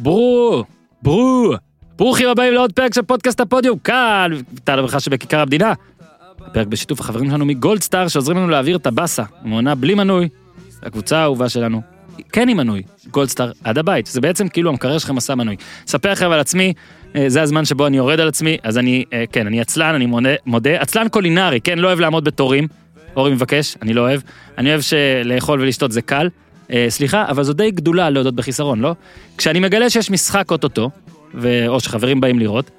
ברו, ברו, ברוכים הבאים לעוד פרק של פודקאסט הפודיום, כאן, טל הברכה שבכיכר המדינה. הפרק בשיתוף החברים שלנו מגולדסטאר שעוזרים לנו להעביר את הבאסה, מעונה בלי מנוי, הקבוצה האהובה שלנו, כן עם מנוי, גולדסטאר עד הבית, זה בעצם כאילו המקרר שלכם עשה מנוי. אספר לכם על עצמי, אה, זה הזמן שבו אני יורד על עצמי, אז אני, אה, כן, אני עצלן, אני מודה, מודה, עצלן קולינרי, כן, לא אוהב לעמוד בתורים, אורי מבקש, אני לא אוהב, אני אוהב שלאכול ולשתות זה קל, אה, סליחה, אבל זו די גדולה להודות בחיסרון, לא? כשאני מגלה שיש משחק אוטוטו, ו... או שחברים באים לראות,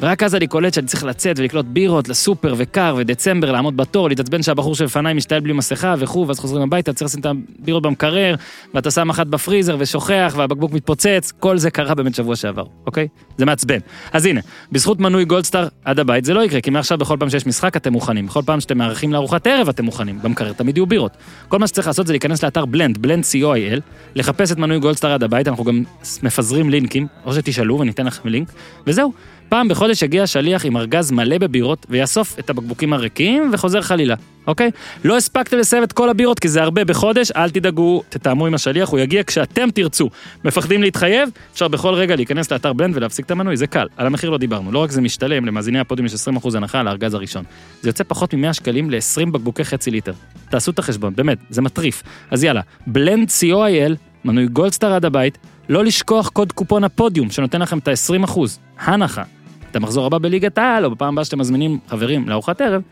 ורק אז אני קולט שאני צריך לצאת ולקנות בירות לסופר וקר ודצמבר, לעמוד בתור, להתעצבן שהבחור שלפניי משתעל בלי מסכה וכו', ואז חוזרים הביתה, צריך לשים את הבירות במקרר, ואתה שם אחת בפריזר ושוכח והבקבוק מתפוצץ, כל זה קרה באמת שבוע שעבר, אוקיי? זה מעצבן. אז הנה, בזכות מנוי גולדסטאר עד הבית זה לא יקרה, כי מעכשיו בכל פעם שיש משחק אתם מוכנים, בכל פעם שאתם מארחים לארוחת ערב אתם מוכנים, במקרר תמיד יהיו בירות. כל מה שצריך לעשות זה להיכנס לאתר בלנד, בלנד co.il, לחפש את מנוי גולדסטאר עד הבית, אנחנו גם מפזרים לינקים, או שתשאלו וניתן לכם לינק, וזהו. פעם בחודש יגיע שליח עם ארגז מלא בבירות ויאסוף את הבקבוקים הריקים וחוזר חלילה, אוקיי? לא הספקתם לסיים את כל הבירות כי זה הרבה בחודש, אל תדאגו, תתאמו עם השליח, הוא יגיע כשאתם תרצו. מפחדים להתחייב? אפשר בכל רגע להיכנס לאתר בלנד ולהפסיק את המנוי, זה קל. על המחיר לא דיברנו, לא רק זה משתלם, למאזיני הפודיום יש 20% הנחה על הארגז הראשון. זה יוצא פחות מ-100 שקלים ל-20 בקבוקי חצי ליטר. תעשו את החשבון, באמת, זה מטריף. אז יאללה, בלנד co.il, מנוי גולדסטאר עד הבית, לא לשכוח קוד קופון הפודיום שנותן לכם את ה-20% הנחה. את המחזור הבא בליגת העל, או בפעם הבאה שאתם מזמינים חברים לארוחת ערב,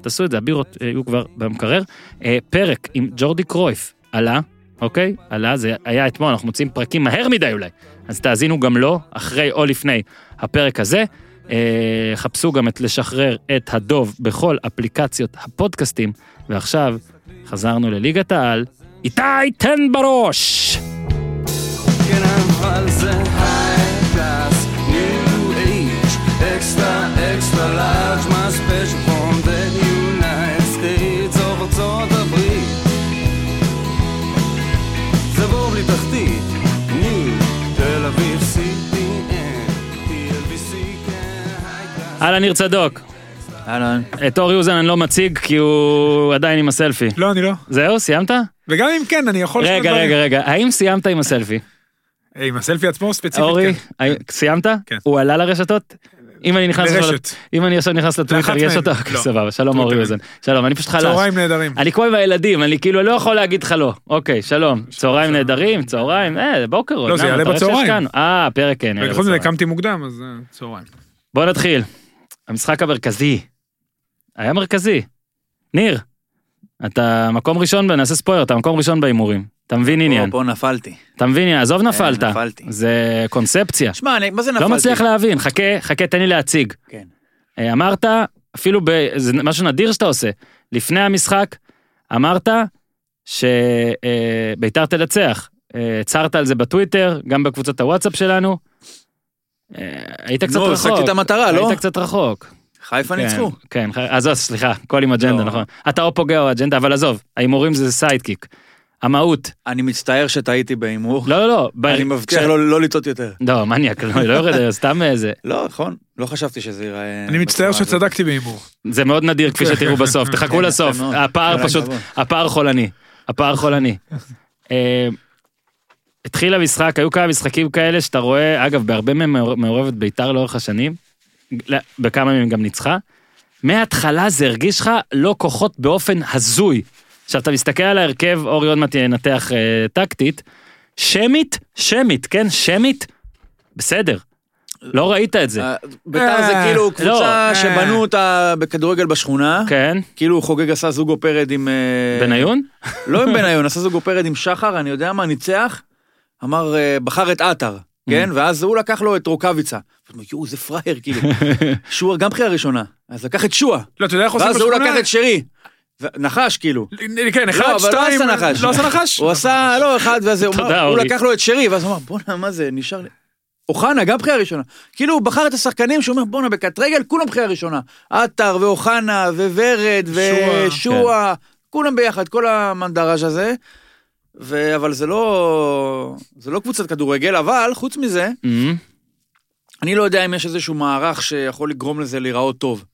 תעשו את זה, הבירות אה, יהיו כבר במקרר. אה, פרק עם ג'ורדי קרויף עלה, אוקיי? עלה, זה היה אתמול, אנחנו מוצאים פרקים מהר מדי אולי. אז תאזינו גם לו, אחרי או לפני הפרק הזה. אה, חפשו גם את לשחרר את הדוב בכל אפליקציות הפודקאסטים. ועכשיו, חזרנו לליגת העל. איתי תן בראש! כן אבל זה high class, new age, extra, extra large, my special from the United States, או ארצות הברית. זה בור בלי תחתית, new, תל אביב, CPN, TLBC, כן, high class. אהלן ניר צדוק. אהלן. את אור יוזן אני לא מציג כי הוא עדיין עם הסלפי. לא, אני לא. זהו, סיימת? וגם אם כן, אני יכול... לשנות רגע, דברים. רגע, רגע, האם סיימת עם הסלפי? אה, עם הסלפי עצמו ספציפית, אורי, כן. האם- סיימת? כן. הוא עלה לרשתות? אם אני נכנס... לרשת. לרשת. אם אני עכשיו נכנס לטוויטר, לאחת יש מהן. אותו? אוקיי, לא. סבבה, שלום אורי טוויטר. יוזן. שלום, אני פשוט חלש. צהריים נהדרים. אני כמו עם הילדים, אני כאילו לא יכול להגיד לך לא. אוקיי, שלום. צהריים נהדרים, צהריים, אה, בוקר עוד. לא, זה למה, יעלה אתה רואה שיש בצהריים. כאן? אה, פרק כן. יעלה ובכל זאת בצהריים. קמתי מוקדם, אז אה, צהריים. בוא נתחיל. המשחק המרכזי. היה מרכזי. ניר, אתה מקום ראשון, ב- נעשה ספוילר, אתה מקום ראשון בהימורים. אתה מבין עניין. פה, פה נפלתי. אתה מבין עניין, עזוב נפלת. אה, נפלתי. זה קונספציה. שמע, אני- מה זה נפלתי? לא מצליח להבין, חכה, חכה, תן לי להציג. כן. אה, אמרת, אפילו ב... זה משהו נדיר שאתה עושה. לפני המשחק, אמרת שביתר תנצח. אה, הצהרת על זה בטוויטר, גם בקבוצת הוואטסאפ שלנו. אה, היית קצת נו, רחוק. השגתי את המטרה, לא? היית קצת רחוק. חיפה כן, ניצחו. כן, ח- אז אז, סליחה, כל עם אג'נדה, לא. נכון. אתה או פוגע או אג'נדה, אבל עזוב, ההימורים זה סיידקיק. המהות. אני מצטער שטעיתי בהימור. לא, לא, לא. ב- אני מבטיח כש- לא לא לטעות יותר. לא, מניאק, לא לא יורד, סתם איזה... לא, נכון. לא חשבתי שזה ייראה... אני מצטער בצורה הזאת. שצדקתי בהימור. זה מאוד נדיר כפי שתראו בסוף, תחכו כן, לסוף, יפה מאוד. הפער כל פשוט, הכבוד. הפער חולני, הפער חולני. אה, התחיל המשחק, היו כמה משחקים כאלה שאתה רואה, אגב, בהרבה מהם מעור- מעורבת בית"ר לאורך השנים, לא, בכמה מהם גם ניצחה. מההתחלה זה הרגיש לך לא כוחות באופן הזוי. עכשיו אתה מסתכל על ההרכב, אורי עוד מעט ינתח אה, טקטית, שמית, שמית, כן, שמית, בסדר. לא ראית את זה, אה, ביתר זה אה, כאילו לא. קבוצה שבנו אותה בכדורגל בשכונה. כן, כאילו חוגג עשה זוגו פרד עם... אה, בניון? לא עם בניון, עשה זוגו פרד עם שחר, אני יודע מה, ניצח. אמר, אה, בחר את עטר. Mm. כן? ואז הוא לקח לו את רוקאביצה. יואו, זה פראייר, כאילו. שועה גם בחירה ראשונה. אז לקח את שועה. לא, אתה יודע איך עושים ואז הוא בשכונה? לקח את שרי. ו- נחש כאילו. כן, אחד, לא, אבל שתיים. לא עשה נחש. לא עשה נחש? הוא עשה, לא, אחד, ואז הוא אמר- תודה, הוא אורי. לקח לו את שרי, ואז הוא אמר, בואנה, מה זה, נשאר לי. אוחנה, גם בחירה ראשונה. כאילו, הוא בחר את השחקנים שהוא אומר, בואנה, בקט רגל, כולם בחירה ראשונה. עטר ואוחנה וורד שועה. ושועה, כן. כולם ביחד, כל המנדרז' הזה. ו- אבל זה לא... זה לא קבוצת כדורגל, אבל חוץ מזה, אמ, אני לא יודע אם יש איזשהו מערך שיכול לגרום לזה להיראות טוב.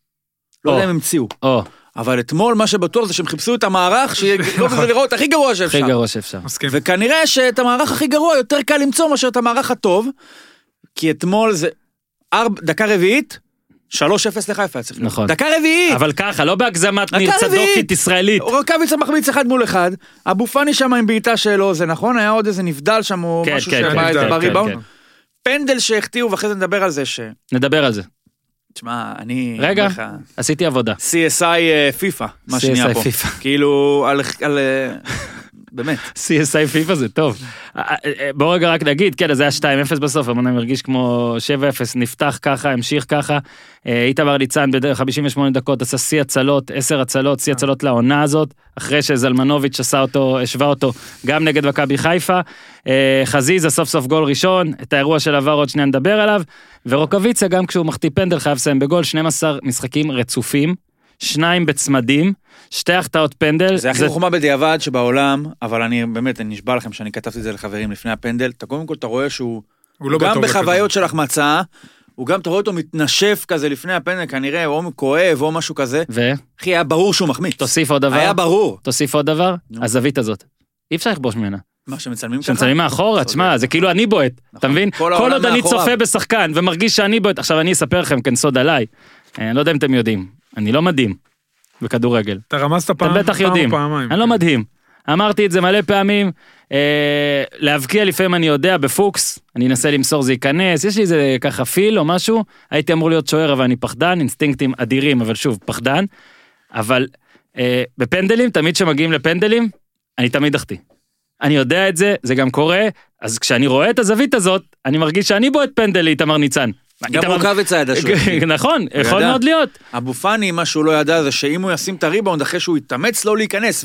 לא או. יודע אם המציאו. או, אבל אתמול מה שבטוח זה שהם חיפשו את המערך, שיגרום לזה לראות הכי גרוע נכון. הכי שאפשר. גרוע שאפשר. מסכים. וכנראה שאת המערך הכי גרוע יותר קל למצוא מאשר את המערך הטוב, כי אתמול זה... ארבע, דקה רביעית, 3-0 לחיפה היה צריך להיות. נכון. דקה רביעית! אבל ככה, לא בהגזמת דקה ניר צדוקית רביעית. ישראלית. רוקאביצה מחמיץ אחד מול אחד, אבו פאני שם עם בעיטה שלו, זה נכון? היה עוד איזה נבדל שם או כן, משהו כן, שבא כן, איזה כן, בריבאונד. כן, פנדל שהחטיאו, ואחרי זה נדבר על זה ש... נדבר על זה. תשמע, אני... רגע. אומר לך, עשיתי עבודה. CSI אה, פיפא, מה שנהיה CSI פה. פיפא. כאילו, על... על, אה, באמת. CSI פיפא זה טוב. אה, אה, בוא רגע רק נגיד, כן, אז זה היה 2-0 בסוף, אבל אני מרגיש כמו 7-0, נפתח ככה, המשיך ככה. אה, איתמר ניצן ב-58 דקות עשה שיא הצלות, 10 הצלות, אה. שיא הצלות לעונה הזאת, אחרי שזלמנוביץ' עשה אותו, השווה אותו גם נגד מכבי חיפה. אה, חזיזה סוף סוף גול ראשון, את האירוע של עבר עוד שנייה נדבר עליו, ורוקוויציה גם כשהוא מחטיא פנדל חייב לסיים בגול, 12 משחקים רצופים, שניים בצמדים, שתי החטאות פנדל. זה הכי חוכמה בדיעבד שבעולם, אבל אני באמת, אני נשבע לכם שאני כתבתי את זה לחברים לפני הפנדל. אתה קודם כל, אתה רואה שהוא... הוא לא גם בטוב בחוויות של החמצה, הוא גם, אתה רואה אותו מתנשף כזה לפני הפנדל, כנראה, או כואב או משהו כזה. ו? אחי, היה ברור שהוא מחמיץ. תוסיף עוד דבר. היה ברור. תוסיף עוד דבר, נו. אוקיי. הזווית הזאת. אי אפשר לכבוש ממנה. מה, שמצלמים ככה? כשמצלמים מאחורה, צודק. תשמע, זה כאילו אני בועט, אתה נכון. מבין? כל כל העולם עוד אני מאחוריו. צופה בשחקן ומרגיש שאני בועט, עכשיו אני אספר לכם כאן סוד עליי, אה, אני לא יודע אם אתם יודעים, אני לא מדהים בכדורגל, אתה רמזת אתם פעם, בטח פעם או יודעים, פעמיים. כן. אני לא מדהים. אמרתי את זה מלא פעמים, אה, להבקיע לפעמים אני יודע בפוקס, אני אנסה למסור זה ייכנס, יש לי איזה ככה פיל או משהו, הייתי אמור להיות שוער אבל אני פחדן, אינסטינקטים אדירים אבל שוב פחדן, אבל אה, בפנדלים, תמיד כשמגיעים לפנדלים, אני תמיד אחטיא. אני יודע את זה, זה גם קורה, אז כשאני רואה את הזווית הזאת, אני מרגיש שאני בועט פנדל לאיתמר ניצן. גם איתמר- רוקאביצה ידע שהוא... החמיץ. נכון, הוא יכול ידע. מאוד להיות. אבו פאני, מה שהוא לא ידע זה שאם הוא ישים את הריבאונד אחרי שהוא יתאמץ לא להיכנס,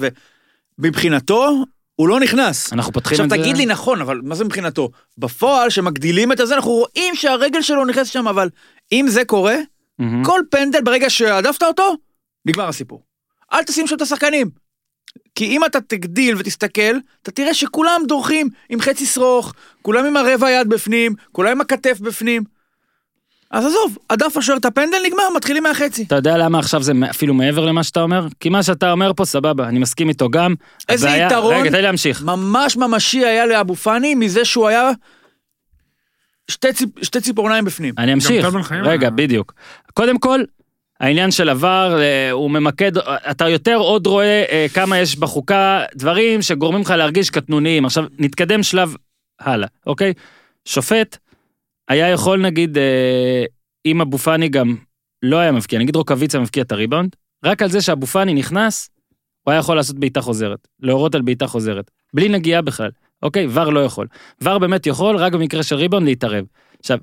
ומבחינתו, הוא לא נכנס. אנחנו פותחים עכשיו את זה. תגיד לי נכון, אבל מה זה מבחינתו? בפועל, שמגדילים את הזה, אנחנו רואים שהרגל שלו נכנסת שם, אבל אם זה קורה, מהמם. כל פנדל ברגע שהעדפת אותו, נגמר הסיפור. אל תשים שם את השחקנים. כי אם אתה תגדיל ותסתכל, אתה תראה שכולם דורכים עם חצי שרוך, כולם עם הרבע יד בפנים, כולם עם הכתף בפנים. אז עזוב, הדף השוער את הפנדל נגמר, מתחילים מהחצי. אתה יודע למה עכשיו זה אפילו מעבר למה שאתה אומר? כי מה שאתה אומר פה סבבה, אני מסכים איתו גם. איזה הבעיה- יתרון? רגע, תן לי להמשיך. ממש ממשי היה לאבו פאני מזה שהוא היה שתי, ציפ... שתי ציפורניים בפנים. אני אמשיך. טל בן חיים רגע, היה- בדיוק. קודם כל, העניין של עבר, אה, הוא ממקד, אה, אתה יותר עוד רואה אה, כמה יש בחוקה דברים שגורמים לך להרגיש קטנוניים. עכשיו, נתקדם שלב הלאה, אוקיי? שופט היה יכול, נגיד, אה, אם אבו פאני גם לא היה מבקיע, נגיד רוקאביצה מבקיע את הריבאונד, רק על זה שאבו פאני נכנס, הוא היה יכול לעשות בעיטה חוזרת, להורות על בעיטה חוזרת, בלי נגיעה בכלל, אוקיי? ור לא יכול. ור באמת יכול, רק במקרה של ריבאונד להתערב. עכשיו,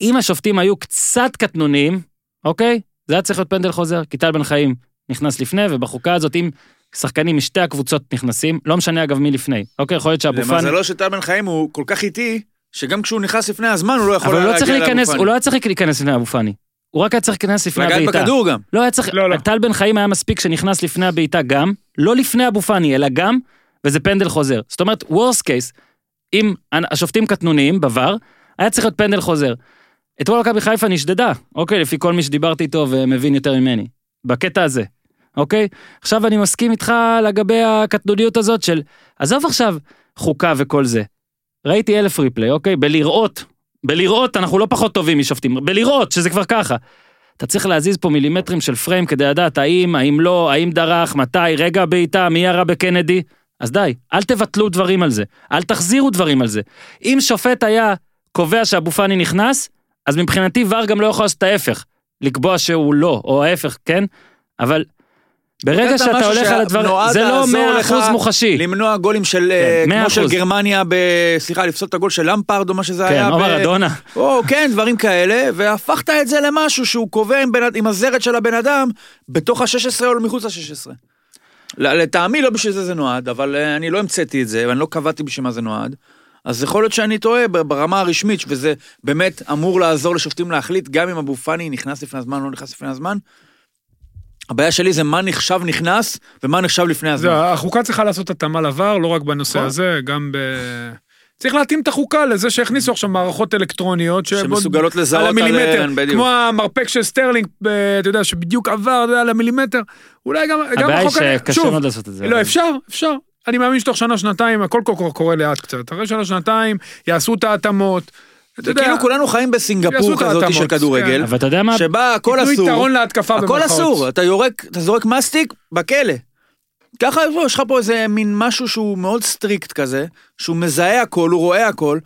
אם השופטים היו קצת קטנוניים, אוקיי? זה היה צריך להיות פנדל חוזר, כי טל בן חיים נכנס לפני, ובחוקה הזאת, אם שחקנים משתי הקבוצות נכנסים, לא משנה אגב מי לפני, אוקיי? יכול להיות שאבו פאני... למזלו של טל בן חיים הוא כל כך איטי, שגם כשהוא נכנס לפני הזמן הוא לא יכול אבל הוא היה לא צריך להגיע לאבו להיכנס, פאני. הוא לא היה צריך להיכנס לפני אבו פאני. הוא רק היה צריך להיכנס לפני לגעת הבעיטה. בכדור גם. לא היה צריך, לא, לא. טל בן חיים היה מספיק שנכנס לפני הבעיטה גם, לא לפני אבו פאני, אלא גם, וזה פנדל חוזר. זאת אומרת, וורס קייס, אם הנ- השופטים קטנוניים בVAR, היה צריך להיות פנדל חוזר. אתמול מכבי חיפה נשדדה, אוקיי, לפי כל מי שדיברתי איתו ומבין יותר ממני, בקטע הזה, אוקיי? עכשיו אני מסכים איתך לגבי הקטנוניות הזאת של, עזוב עכשיו חוקה וכל זה. ראיתי אלף ריפליי, אוקיי? בלראות, בלראות אנחנו לא פחות טובים משופטים, בלראות שזה כבר ככה. אתה צריך להזיז פה מילימטרים של פריים כדי לדעת האם, האם לא, האם דרך, מתי, רגע בעיטה, מי ירה בקנדי. אז די, אל תבטלו דברים על זה, אל תחזירו דברים על זה. אם שופט היה קובע שאבו פאני נכנס, אז מבחינתי ור גם לא יכול לעשות את ההפך, לקבוע שהוא לא, או ההפך, כן? אבל ברגע הבאת שאתה משהו הולך על הדבר, שנועד זה לא לעזור 100% לך מוחשי. כן, למנוע גולים של, אה, מאה כמו של אחוז. גרמניה, ב... סליחה, לפסול את הגול של למפרד או מה שזה היה. כן, ב- עומר אדונה. או כן, דברים כאלה, והפכת את זה למשהו שהוא קובע עם, בן... עם הזרת של הבן אדם בתוך ה-16 או מחוץ ל-16. לטעמי לא בשביל זה זה נועד, אבל אה, אני לא המצאתי את זה, ואני לא קבעתי בשביל מה זה נועד. אז יכול להיות שאני טועה ב- ברמה הרשמית, וזה באמת אמור לעזור לשופטים להחליט, גם אם אבו פאני נכנס לפני הזמן, לא נכנס לפני הזמן. הבעיה שלי זה מה נחשב נכנס, ומה נחשב לפני הזמן. זה, החוקה צריכה לעשות התאמה לבר, לא רק בנושא נכון. הזה, גם ב... צריך להתאים את החוקה לזה שהכניסו עכשיו מערכות אלקטרוניות שבו- שמסוגלות לזהות על המילימטר, עליהן, בדיוק. כמו המרפק של סטרלינג, אה, אתה יודע, שבדיוק עבר אתה יודע, על המילימטר, אולי גם, גם הבעיה היא הזה- שקשה שוב, מאוד לעשות את זה. לא, אפשר, אפשר. אני מאמין שתוך שנה, שנתיים, הכל כל כך קורה לאט קצת. אחרי שנה, שנתיים, יעשו את ההתאמות. אתה זה יודע, כאילו כולנו חיים יעשו בסינגפור את כזאת ההתאמות, כן. של כדורגל, אבל אתה יודע מה? שבה הכל תנו אסור, יתרון להתקפה הכל במרכאות. אסור, אתה יורק, אתה זורק מסטיק בכלא. ככה בוא, יש לך פה איזה מין משהו שהוא מאוד סטריקט כזה, שהוא מזהה הכל, הוא רואה הכל,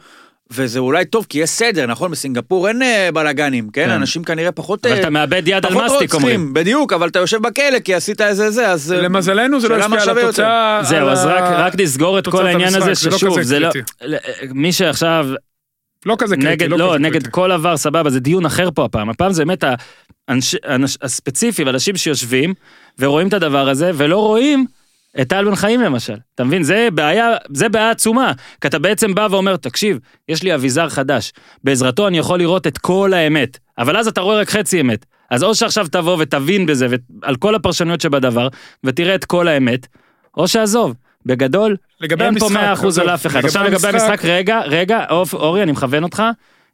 וזה אולי טוב כי יש סדר, נכון? בסינגפור אין אה, בלאגנים, כן? כן. אנשים כנראה פחות... אבל אה, אתה מאבד יד על פחות מסטיק, רוצחים, אומרים. בדיוק, אבל אתה יושב בכלא כי עשית איזה זה, אז... אה, למזלנו זה לא שאלה מה השפיע על שווה יותר. התוצאה. זהו, על אז ה- רק רק נסגור את כל תוצאת העניין הזה, המשחק, זה לא ששוב, כזה זה לא... קריטי. מי שעכשיו לא כזה קריטי. נגד, כזה לא, נגד קריטי. כל עבר, סבבה, זה דיון אחר פה הפעם. הפעם זה באמת האנש- האנש- הספציפיים, אנשים שיושבים ורואים את הדבר הזה, ולא רואים את טל בן חיים למשל. אתה מבין? זה בעיה, זה בעיה עצומה. כי אתה בעצם בא ואומר, תקשיב, יש לי אביזר חדש, בעזרתו אני יכול לראות את כל האמת, אבל אז אתה רואה רק חצי אמת. אז או שעכשיו תבוא ותבין בזה, ועל כל הפרשנויות שבדבר, ותראה את כל האמת, או שעזוב. בגדול, לגבי אין פה המשחק, אוקיי. 100% על עזוב, אף אחד. עכשיו לגבי המשחק, רגע, רגע, אוף, אורי, אני מכוון אותך,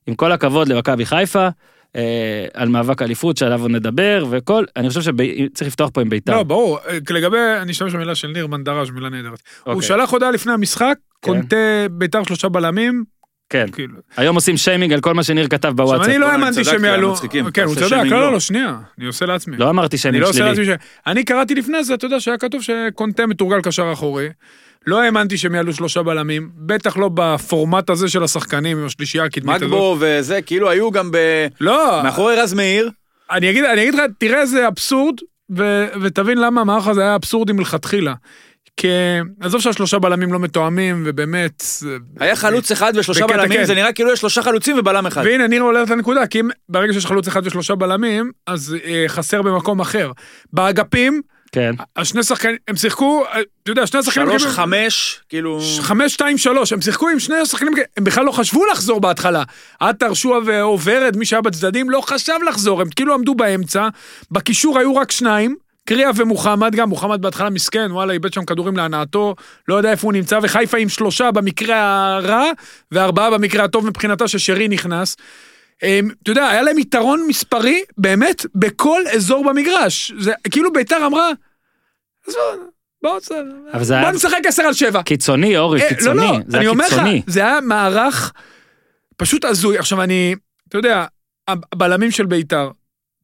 עם כל הכבוד למכבי חיפה, אה, על מאבק אליפות שעליו עוד נדבר, וכל, אני חושב שצריך לפתוח פה עם בית"ר. לא, ברור. אה, לגבי, אני אשתמש במילה של ניר מנדרש, מילה נהדרת. הוא אוקיי. שלח הודעה לפני המשחק, כן. קונטה ביתר שלושה בלמים, כן, כאילו. היום עושים שיימינג על כל מה שניר כתב עכשיו, בוואטסאפ. אני לא וואי, האמנתי צדקת, שהם יעלו. מצחיקים. כן, הוא עושה צדק, שיימינג לא, לא. לא, לא, שנייה, אני עושה לעצמי. לא אמרתי אני שיימינג לא עושה שלילי. לעצמי ש... אני קראתי לפני זה, אתה יודע, שהיה כתוב שקונטה מתורגל קשר אחורי. לא האמנתי שהם יעלו שלושה בלמים, בטח לא בפורמט הזה של השחקנים עם השלישייה הקדמית הזאת. מגבו וזה, כאילו היו גם ב... לא, מאחורי רז מאיר, אני אגיד, אני אגיד לך, תראה איזה אבסורד, ו, ותבין למה המערך הזה היה אבסורדי מלכתחילה. כי עזוב שהשלושה בלמים לא מתואמים, ובאמת... זה- היה חלוץ אחד ושלושה בקטע בלמים, כן. זה נראה כאילו יש שלושה חלוצים ובלם אחד. והנה, ניר עולה לנקודה, כי אם ברגע שיש חלוץ אחד ושלושה בלמים, אז אה, חסר במקום אחר. באגפים, כן. השני שחקנים, הם שיחקו, אה, אתה יודע, שני השחקנים... שלוש, כאילו- חמש, כאילו... ש- חמש, שתיים, שלוש, הם שיחקו עם שני השחקנים, הם בכלל לא חשבו לחזור בהתחלה. עטר, שועה ואו ורד, מי שהיה בצדדים, לא חשב לחזור, הם כאילו עמדו באמצע, בקישור היו רק שניים, קריאה ומוחמד, גם מוחמד בהתחלה מסכן, וואלה, איבד שם כדורים להנאתו, לא יודע איפה הוא נמצא, וחיפה עם שלושה במקרה הרע, וארבעה במקרה הטוב מבחינתה ששרי נכנס. הם, אתה יודע, היה להם יתרון מספרי, באמת, בכל אזור במגרש. זה כאילו ביתר אמרה, עזבו, בואו, בסדר, אבל זה היה בואו נשחק עשר על שבע. קיצוני, אורי, אה, קיצוני. לא, לא, זה אני היה אומר לך, קיצוני. זה היה מערך פשוט הזוי. עכשיו אני, אתה יודע, הבלמים של בית"ר,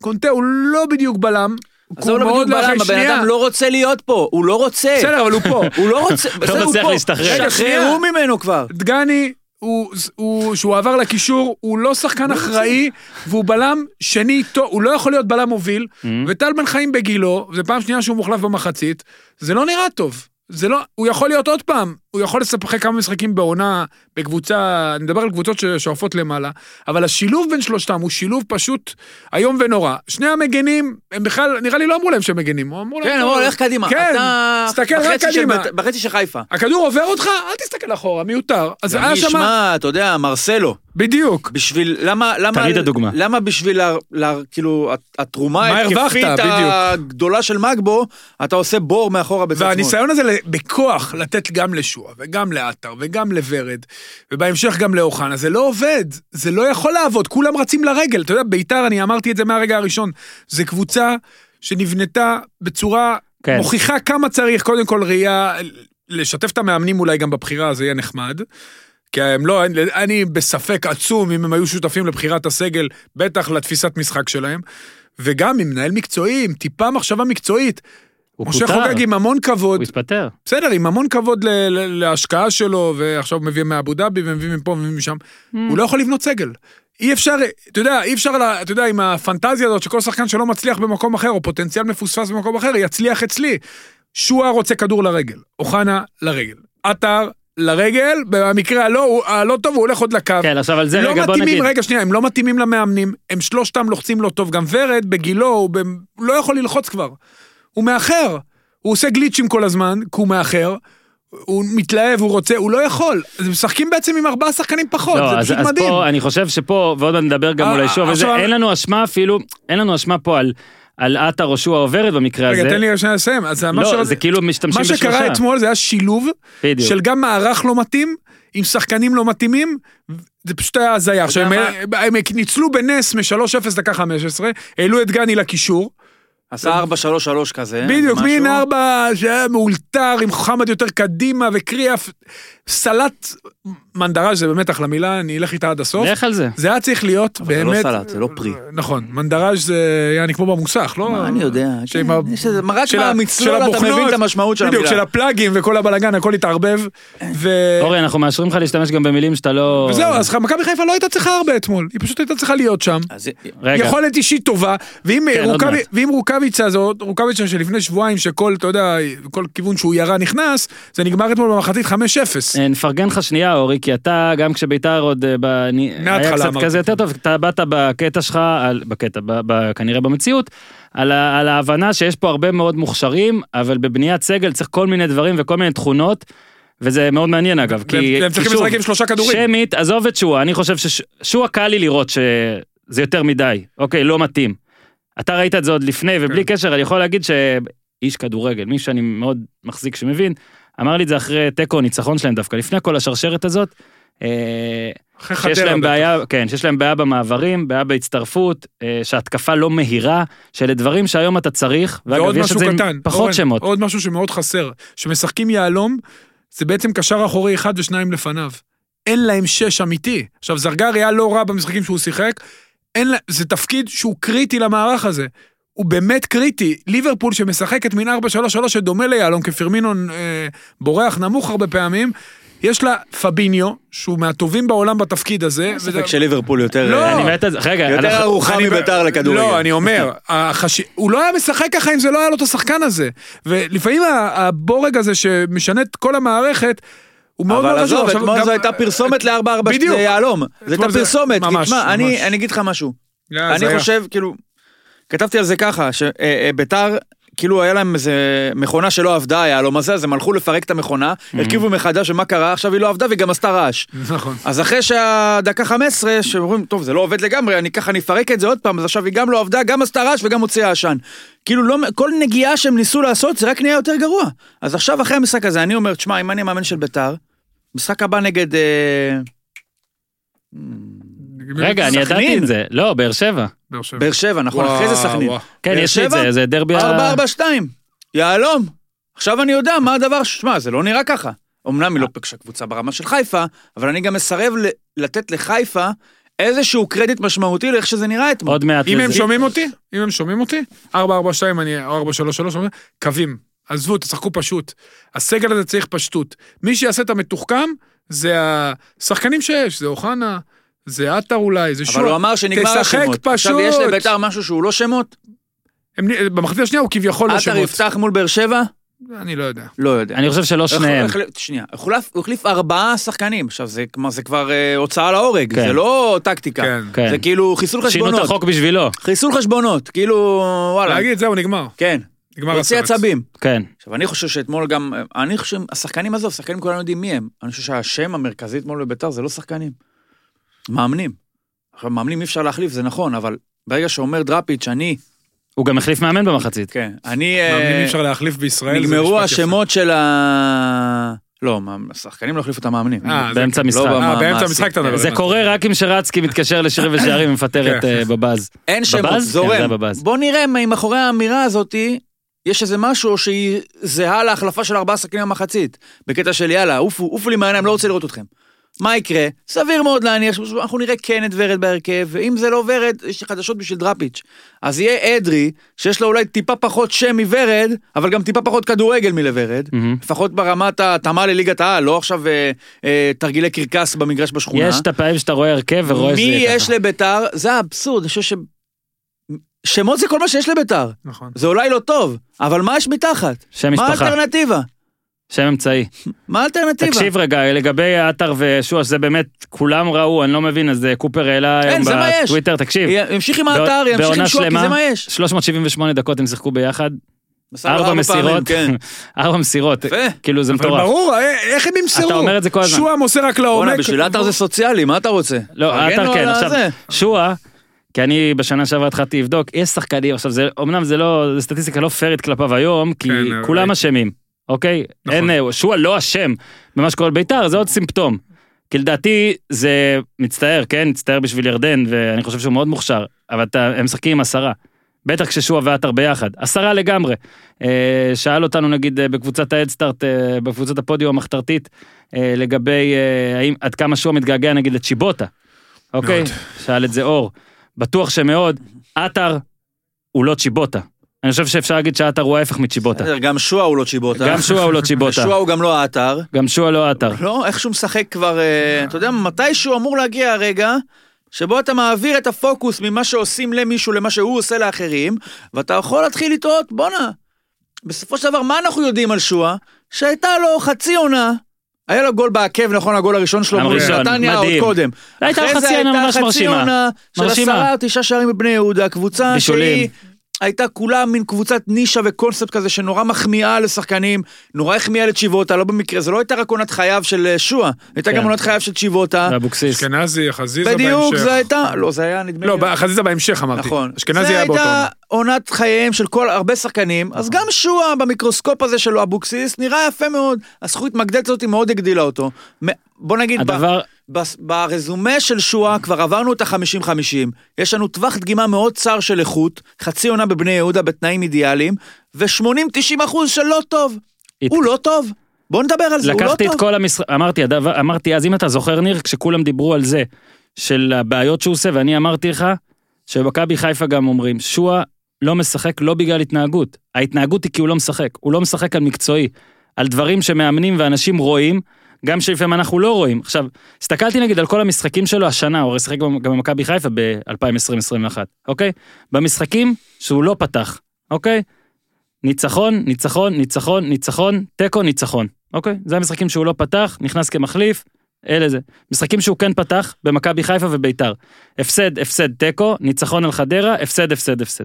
קונטה הוא לא בדיוק בלם, עזוב, הוא לא מאוד בדיוק לחץ, בלם, הבן שנייה. אדם לא רוצה להיות פה, הוא לא רוצה. בסדר, אבל הוא פה. הוא לא רוצה, בסדר, הוא מצליח פה. להשתחרר. רגע, כן, שחררו ממנו כבר. דגני, הוא- הוא- שהוא עבר לקישור, הוא לא שחקן אחראי, והוא בלם שני טוב, הוא לא יכול להיות בלם מוביל, Mm. וטל בן חיים בגילו, זו פעם שנייה שהוא מוחלף במחצית, זה לא נראה טוב. זה לא, הוא יכול להיות עוד פעם, הוא יכול לשחק כמה משחקים בעונה, בקבוצה, אני מדבר על קבוצות ש- שואפות למעלה, אבל השילוב בין שלושתם הוא שילוב פשוט איום ונורא. שני המגנים, הם בכלל, נראה לי לא אמרו להם שהם מגנים, אמרו להם... כן, "טוב, אמרו, לך קדימה. כן, אתה תסתכל רק בחצי של קדימה. בית- בחצי של חיפה. הכדור עובר אותך, אל תסתכל אחורה, מיותר. אז גם היה מי שם... ישמע, אתה יודע, מרסלו. בדיוק. בשביל, למה, למה, תמיד הדוגמה. למה בשביל, ה, ל, כאילו, הת- התרומה מה הרווחת, ההתקפית בדיוק. הגדולה של מגבו, אתה עושה בור מאחורה בצד שמאל. והניסיון הזה ל- בכוח לתת גם לשועה, וגם לעטר, וגם לוורד, ובהמשך גם לאוחנה, זה לא עובד, זה לא יכול לעבוד, כולם רצים לרגל. אתה יודע, ביתר, אני אמרתי את זה מהרגע הראשון, זו קבוצה שנבנתה בצורה, כן. כן. מוכיחה כמה צריך, קודם כל ראייה, לשתף את המאמנים אולי גם בבחירה, זה יהיה נחמד. כי הם לא, אני- אני בספק עצום אם הם היו שותפים לבחירת הסגל, בטח לתפיסת משחק שלהם. וגם עם מנהל מקצועי, עם טיפה מחשבה מקצועית. הוא משה פוטר, חוגג עם המון כבוד, הוא התפטר. בסדר, עם המון כבוד ל- ל- להשקעה שלו, ועכשיו מביא מאבו דאבי, ומביא מפה ומביא משם, הוא לא יכול לבנות סגל. אי אפשר, אתה יודע, אי אפשר, לה- אתה יודע, עם הפנטזיה הזאת שכל שחקן שלא מצליח במקום אחר, או פוטנציאל מפוספס במקום אחר, יצליח אצלי. שועה רוצה כדור לרגל, אוחנה לרגל, עטר לרגל, במקרה הלא, הוא- הלא טוב הוא הולך עוד לקו. כן, עכשיו על זה לא רגע, בוא מתאימים, נגיד. רגע, שנייה, הם לא מתאימים למאמנים, הם שלושתם לוחצים לא טוב, גם ורד, בגילו, הוא ב... לא יכול ללחוץ כבר. הוא מאחר, הוא עושה גליצ'ים כל הזמן, כי הוא מאחר, הוא מתלהב, הוא רוצה, הוא לא יכול. אז הם משחקים בעצם עם ארבעה שחקנים פחות, לא, זה אז, פשוט אז מדהים. פה, אני חושב שפה, ועוד מעט נדבר גם אה, אולי שוב, וזה, עכשיו- אין לנו אשמה אפילו, אין לנו אשמה פה על- על עטר או שועה עוברת במקרה הזה. רגע, תן לי שנייה לסיים. אז מה לא, ש- זה כאילו משתמשים מה בשלושה. שקרה אתמול זה היה שילוב בדיוק. של גם מערך לא מתאים. עם שחקנים לא מתאימים, זה פשוט היה הזיה. עכשיו, הם, הם ניצלו בנס מ-3-0 דקה 15, העלו את גני לקישור, עשה 4-3-3 כזה. בדיוק, אה, משהו. מין ארבע שהיה מאולתר עם חמד יותר קדימה וקריאף, סלט מנדרש זה באמת אחלה מילה, אני אלך איתה עד הסוף. לך על זה. זה היה צריך להיות זה לא באמת, סלט, זה לא פרי. נכון, מנדרש זה יעני כמו במוסך, לא? מה, אני יודע. שעם כן, ה- יש איזה- רק של ה- מהמצלול של אתה מבין הבוכנות, את המשמעות של המילה. אה. בדיוק, של הפלאגים וכל הבלאגן, הכל התערבב. ו- אורי, אנחנו מאשרים לך להשתמש גם במילים שאתה לא... וזהו, אז מכבי חיפה לא הייתה צריכה הרבה אתמול, היא פשוט הייתה צריכה להיות שם. אז- רגע. יכולת אישית טובה, ואם, כן, עוד רוקאבי- מעט. ואם רוקאביצה זו, רוקאביצה שלפני שבועיים שכל, אתה יודע, כל כיוון שהוא ירה נכנס, זה נגמר אתמול במחצית 5-0. אה, נפרגן לך שנייה, אורי, כי אתה, גם כשביתר עוד... אה, ב... אני- מההתחלה היה קצת אמרתי. כזה יותר טוב, אתה באת בקטע שלך, על... בקטע, ב... ב... כנראה במציאות, על, ה... על ההבנה שיש פה הרבה מאוד מוכשרים, אבל בבניית סגל צריך כל מיני דברים וכל מיני תכונות. וזה מאוד מעניין אגב, כי, והם צריכים כי שוב, לשחק עם שלושה כדורים. שמית, עזוב את שואה, אני חושב ששואה קל לי לראות שזה יותר מדי, אוקיי, לא מתאים. אתה ראית את זה עוד לפני, ובלי כן. קשר, אני יכול להגיד שאיש כדורגל, מי שאני מאוד מחזיק שמבין, אמר לי את זה אחרי תיקו ניצחון שלהם דווקא, לפני כל השרשרת הזאת, אה, אחרי שיש חדרה להם בטח. בעיה, כן, שיש להם בעיה במעברים, בעיה בהצטרפות, אה, שהתקפה לא מהירה, שאלה דברים שהיום אתה צריך, ואגב, ועוד יש את משהו זה עם קטן, פחות אורן, שמות. עוד משהו שמאוד חסר, שמשחקים יהלום, זה בעצם קשר אחורי אחד ושניים לפניו. אין להם שש אמיתי. עכשיו, זרגר היה לא רע במשחקים שהוא שיחק, אין לה, זה תפקיד שהוא קריטי למערך הזה. הוא באמת קריטי. ליברפול שמשחקת מין 4-3-3 שדומה ליהלום, כי פרמינו אה, בורח נמוך הרבה פעמים, יש לה פביניו, שהוא מהטובים בעולם בתפקיד הזה. וזה- ספק שליברפול יותר... לא. אני מת על זה, רגע, יותר אנחנו- ארוחה אני- מביתר לכדורגל. לא, אני אומר, החש... הוא לא היה משחק ככה אם זה לא היה לו את השחקן הזה. ולפעמים ה- הבורג הזה שמשנה את כל המערכת, הוא מאוד אבל מאוד חשוב. עזוב, עכשיו, אתמול גם- זו הייתה פרסומת ל-4-4 בדיוק. ליהלום. זו הייתה אתמול זה- פרסומת. כי ממש, תשמע, ממש. אני אני אגיד לך משהו. לא, זה אני היה. חושב, כאילו, כתבתי על זה ככה, שביתר, כאילו היה להם איזה מכונה שלא עבדה, היהלום הזה, אז הם הלכו לפרק את המכונה, הרכיבו מחדש, ומה קרה? עכשיו היא לא עבדה והיא גם עשתה רעש. נכון. אז אחרי שהדקה 15, שאומרים, טוב, זה לא עובד לגמרי, אני ככה, אני אפרק את זה עוד פעם, אז עכשיו היא גם לא עבדה, גם עשתה רעש וגם הוציאה עשן. כאילו, לא, כל נגיעה שהם ניסו לעשות, זה רק נהיה יותר גרוע. אז עכשיו, אחרי המשחק הזה, אני אומר, תשמע, אם אני המאמן של ביתר, משחק הבא נגד... אה, רגע, אני ידעתי סכנין. את זה. לא, באר שבע. באר שבע. באר שבע, נכון, וואו, אחרי זה סכנין. וואו. כן, באר יש לי את שבע? זה, זה דרבי ה... 4-4-2, יהלום. עכשיו אני יודע מה הדבר, שמע, זה לא נראה ככה. אמנם היא לא פגשה קבוצה ברמה של חיפה, אבל אני גם מסרב ל- לתת לחיפה איזשהו קרדיט משמעותי לאיך שזה נראה אתמול. עוד מעט. אם הם לזה. שומעים אותי, אם הם שומעים אותי, 442 אני, או 433, אומרים, קווים, עזבו, תשחקו פשוט. הסגל הזה צריך פשטות. מי שיעשה את המתוחכם, זה השחקנים שיש, זה אוחנה, זה עטר אולי, זה שועה. אבל הוא אמר שנגמר תשחק השמות. עכשיו פשוט. יש לביתר משהו שהוא לא שמות? הם- במחצית השנייה הוא כביכול לא עטר שמות. יפתח מול באר שבע? אני לא יודע. לא יודע. אני חושב שלא שניהם. הוא החליף- שנייה, הוא החליף- הוא החליף ארבעה שחקנים, עכשיו זה כמו- זה כבר אה, הוצאה להורג, כן. זה לא טקטיקה. כן. כן. זה כאילו חיסול שינו את חשבונות. החוק בשבילו. חיסול חשבונות, כאילו, וואלה. לא, להגיד, זהו, נגמר. כן. נגמר הוציא הסרט. עצבים. כן. עכשיו, אני חושב שאתמול גם, אני חושב, השחקנים עזוב, שחקנים כולנו יודעים מי הם. אני חושב שהשם המרכזי אתמול בביתר זה לא שחקנים. מאמנים. עכשיו, מאמנים אי אפשר להחליף, זה נכון, אבל ברגע שאומר דראפיץ', אני, הוא גם החליף מאמן במחצית. כן, אני, אה, מאמנים אי אפשר להחליף בישראל. זה נגמרו משפט יפה. השמות של ה... לא, מה- השחקנים לא החליפו את המאמנים. אה, זה- באמצע המשחק. לא אה, מה- באמצע מה המשחק אתה עשית? מדבר. זה הבנתי. קורה רק אם שרצקי מתקשר לשירים ושערים ומפטר את כן. אה, בבאז. אין שמות, בבאז? כן, זה זורם. הבבאז. בוא נראה אם מאחורי האמירה הזאתי יש איזה משהו שהיא זהה להחלפה של ארבעה שחקנים במחצית. בקטע של יאללה, עופו, עופו לי מהעיניים, לא רוצה לראות אתכם. מה יקרה? סביר מאוד להניח שאנחנו נראה כן את ורד בהרכב, ואם זה לא ורד, יש לי חדשות בשביל דראפיץ'. אז יהיה אדרי, שיש לו אולי טיפה פחות שם מוורד, אבל גם טיפה פחות כדורגל מלוורד. מהמם. לפחות ברמת ההתאמה לליגת העל, לא עכשיו אה, אה, תרגילי קרקס במגרש בשכונה. יש את הפעמים שאתה רואה הרכב ורואה שזה... מי ככה. יש לביתר? זה האבסורד, אני חושב ש... שמות זה כל מה שיש לביתר. נכון. זה אולי לא טוב, אבל מה יש מתחת? שם מה משפחה, האלטרנטיבה? שם אמצעי. מה האלטרנטיבה? תקשיב רגע, לגבי עטר ושועה, שזה באמת, כולם ראו, אני לא מבין, אז אה, קופר העלה אין, היום כן, זה מה יש. בטוויטר, תקשיב. י- ימשיך עם בא- האתר, ימשיך עם בעונה שואה, כי שלמה, זה מה יש. 378 דקות הם שיחקו ביחד, מסר לו ארבע פעמים, מסירות, כן. ארבע מסירות, יפה. לא כאילו זה אבל מטורף. ברור, אה, איך הם ימסרו? אתה אומר את זה כל הזמן. שועה מוסר רק לעומק. בואנה, בשביל עטר זה סוציאלי, מה אתה רוצה? לא, תפרגן לו עטר כן, על עכשיו, הזה. שועה, כי אני בשנה שעברה התחלתי לבדוק, יש שחקנים, עכשיו זה, אמנם זה לא, זה סטטיסטיקה לא פיירית כלפיו היום, כי כן, אבל- כולם אשמים, אוקיי? נכון. אין, אה, שועה לא אשם במה שקורה בביתר, זה עוד סימפטום. כי לדעתי זה מצטער, כן? מצטער בשביל ירדן, ואני חושב שהוא מאוד מוכשר, אבל אתה, הם משחקים עם עשרה. בטח כששועה ועטר ביחד, עשרה לגמרי. אה, שאל אותנו נגיד אה, בקבוצת האדסטארט, אה, בקבוצת הפודיו המחתרתית, אה, לגבי אה, האם, עד כמה שועה מתגעגע נגיד לצ'יבוטה. אוקיי? מאוד. שאל את זה אור. בטוח שמאוד, עטר הוא לא צ'יבוטה. אני חושב שאפשר להגיד שעטר הוא ההפך מצ'יבוטה. בסדר, גם שועה הוא לא צ'יבוטה. גם שועה הוא לא צ'יבוטה. שועה הוא גם לא העטר. גם שועה לא עטר. לא, איך שהוא משחק כבר, אה, אתה יודע, מתישהו אמור להגיע הרגע שבו אתה מעביר את הפוקוס ממה שעושים למישהו למה שהוא עושה לאחרים, ואתה יכול להתחיל לטעות, בואנה. בסופו של דבר, מה אנחנו יודעים על שועה? שהייתה לו חצי עונה. היה לו גול בעקב, נכון, הגול הראשון שלו, מול הראשון, נתניה עוד מדהים. קודם. הייתה אחרי לו זה חצי עונה ממש מרשימה. עונה של מרשימה. עשרה או תשעה שערים בבני יהודה, קבוצה בישולים. שהיא הייתה כולה מין קבוצת נישה וקונספט כזה שנורא מחמיאה לשחקנים, נורא החמיאה לצ'יבוטה, לא במקרה, זה לא הייתה רק עונת חייו של אה, שועה, הייתה כן. גם עונת חייו של צ'יבוטה. אבוקסיס. כן. אשכנזי, חזיזה בהמשך. בדיוק, זה הייתה, לא, זה היה נדמה לי. לא, חזיזה בהמשך אמרתי. נכון. אשכנזי היה באותו. נכון. זה הייתה עונת חייהם של כל הרבה שחקנים, אז גם שועה במיקרוסקופ הזה שלו, אבוקסיס, נראה יפה מאוד. הזכות מגדלת הזאת מאוד הגדילה אותו. מ- בוא נגיד, ב- הדבר, בס- ברזומה של שואה כבר עברנו את ה-50-50, יש לנו טווח דגימה מאוד צר של איכות, חצי עונה בבני יהודה בתנאים אידיאליים, ו-80-90 אחוז של לא טוב. הת- הוא לא טוב, בוא נדבר על זה, הוא לא לקחתי טוב. את כל המשחק, אמרתי, הדבר- אמרתי אז אם אתה זוכר ניר, כשכולם דיברו על זה, של הבעיות שהוא עושה, ואני אמרתי לך, שבמכבי חיפה גם אומרים, שועה לא משחק לא בגלל התנהגות, ההתנהגות היא כי הוא לא משחק, הוא לא משחק על מקצועי, על דברים שמאמנים ואנשים רואים, גם שלפעמים אנחנו לא רואים. עכשיו, הסתכלתי נגיד על כל המשחקים שלו השנה, הוא הרי שיחק גם גם במכבי חיפה ב-2020-2021, אוקיי? במשחקים שהוא לא פתח, אוקיי? ניצחון, ניצחון, ניצחון, ניצחון, תיקו, ניצחון. אוקיי? זה המשחקים שהוא לא פתח, נכנס כמחליף, אלה זה. משחקים שהוא כן פתח, במכבי חיפה וביתר. הפסד, הפסד, תיקו, ניצחון על חדרה, הפסד, הפסד, הפסד.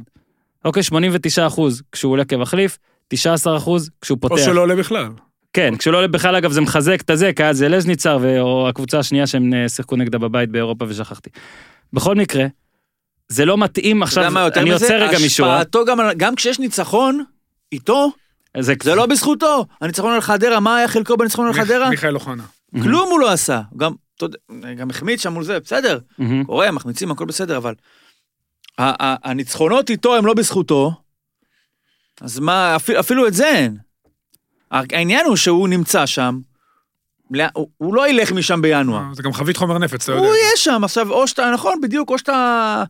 אוקיי, 89 אחוז כשהוא עולה כמחליף, 19 אחוז כשהוא פותח. או שלא עולה בכלל. נכון, כן, כשלא עולה בכלל, אגב, זה מחזק את הזה, כי אז זה לז'ניצר, ו- או הקבוצה השנייה שהם אה, שיחקו נגדה בבית באירופה ושכחתי. בכל מקרה, זה לא מתאים אתה יודע מה עכשיו, יותר אני מזה? יוצא רגע אה? משורה. השפעתו גם על- גם כשיש ניצחון, איתו, זה לא בזכותו. הניצחון על חדרה, מה היה חלקו בניצחון על חדרה? מיכאל אוחנה. כלום הוא לא עשה. הוא גם, אתה יודע, גם החמיץ שם מול זה, בסדר. מהמם. קורה, מחמיצים, הכל בסדר, אבל ה- ה- הניצחונות איתו הם לא בזכותו, אז מה, אפילו, אפילו את זה אין. העניין הוא שהוא נמצא שם, לא- הוא, הוא לא ילך משם בינואר. זה גם חבית חומר נפץ, אתה אה, לא יודע. הוא יהיה שם, עכשיו, או שאתה, נכון, בדיוק, או שאתה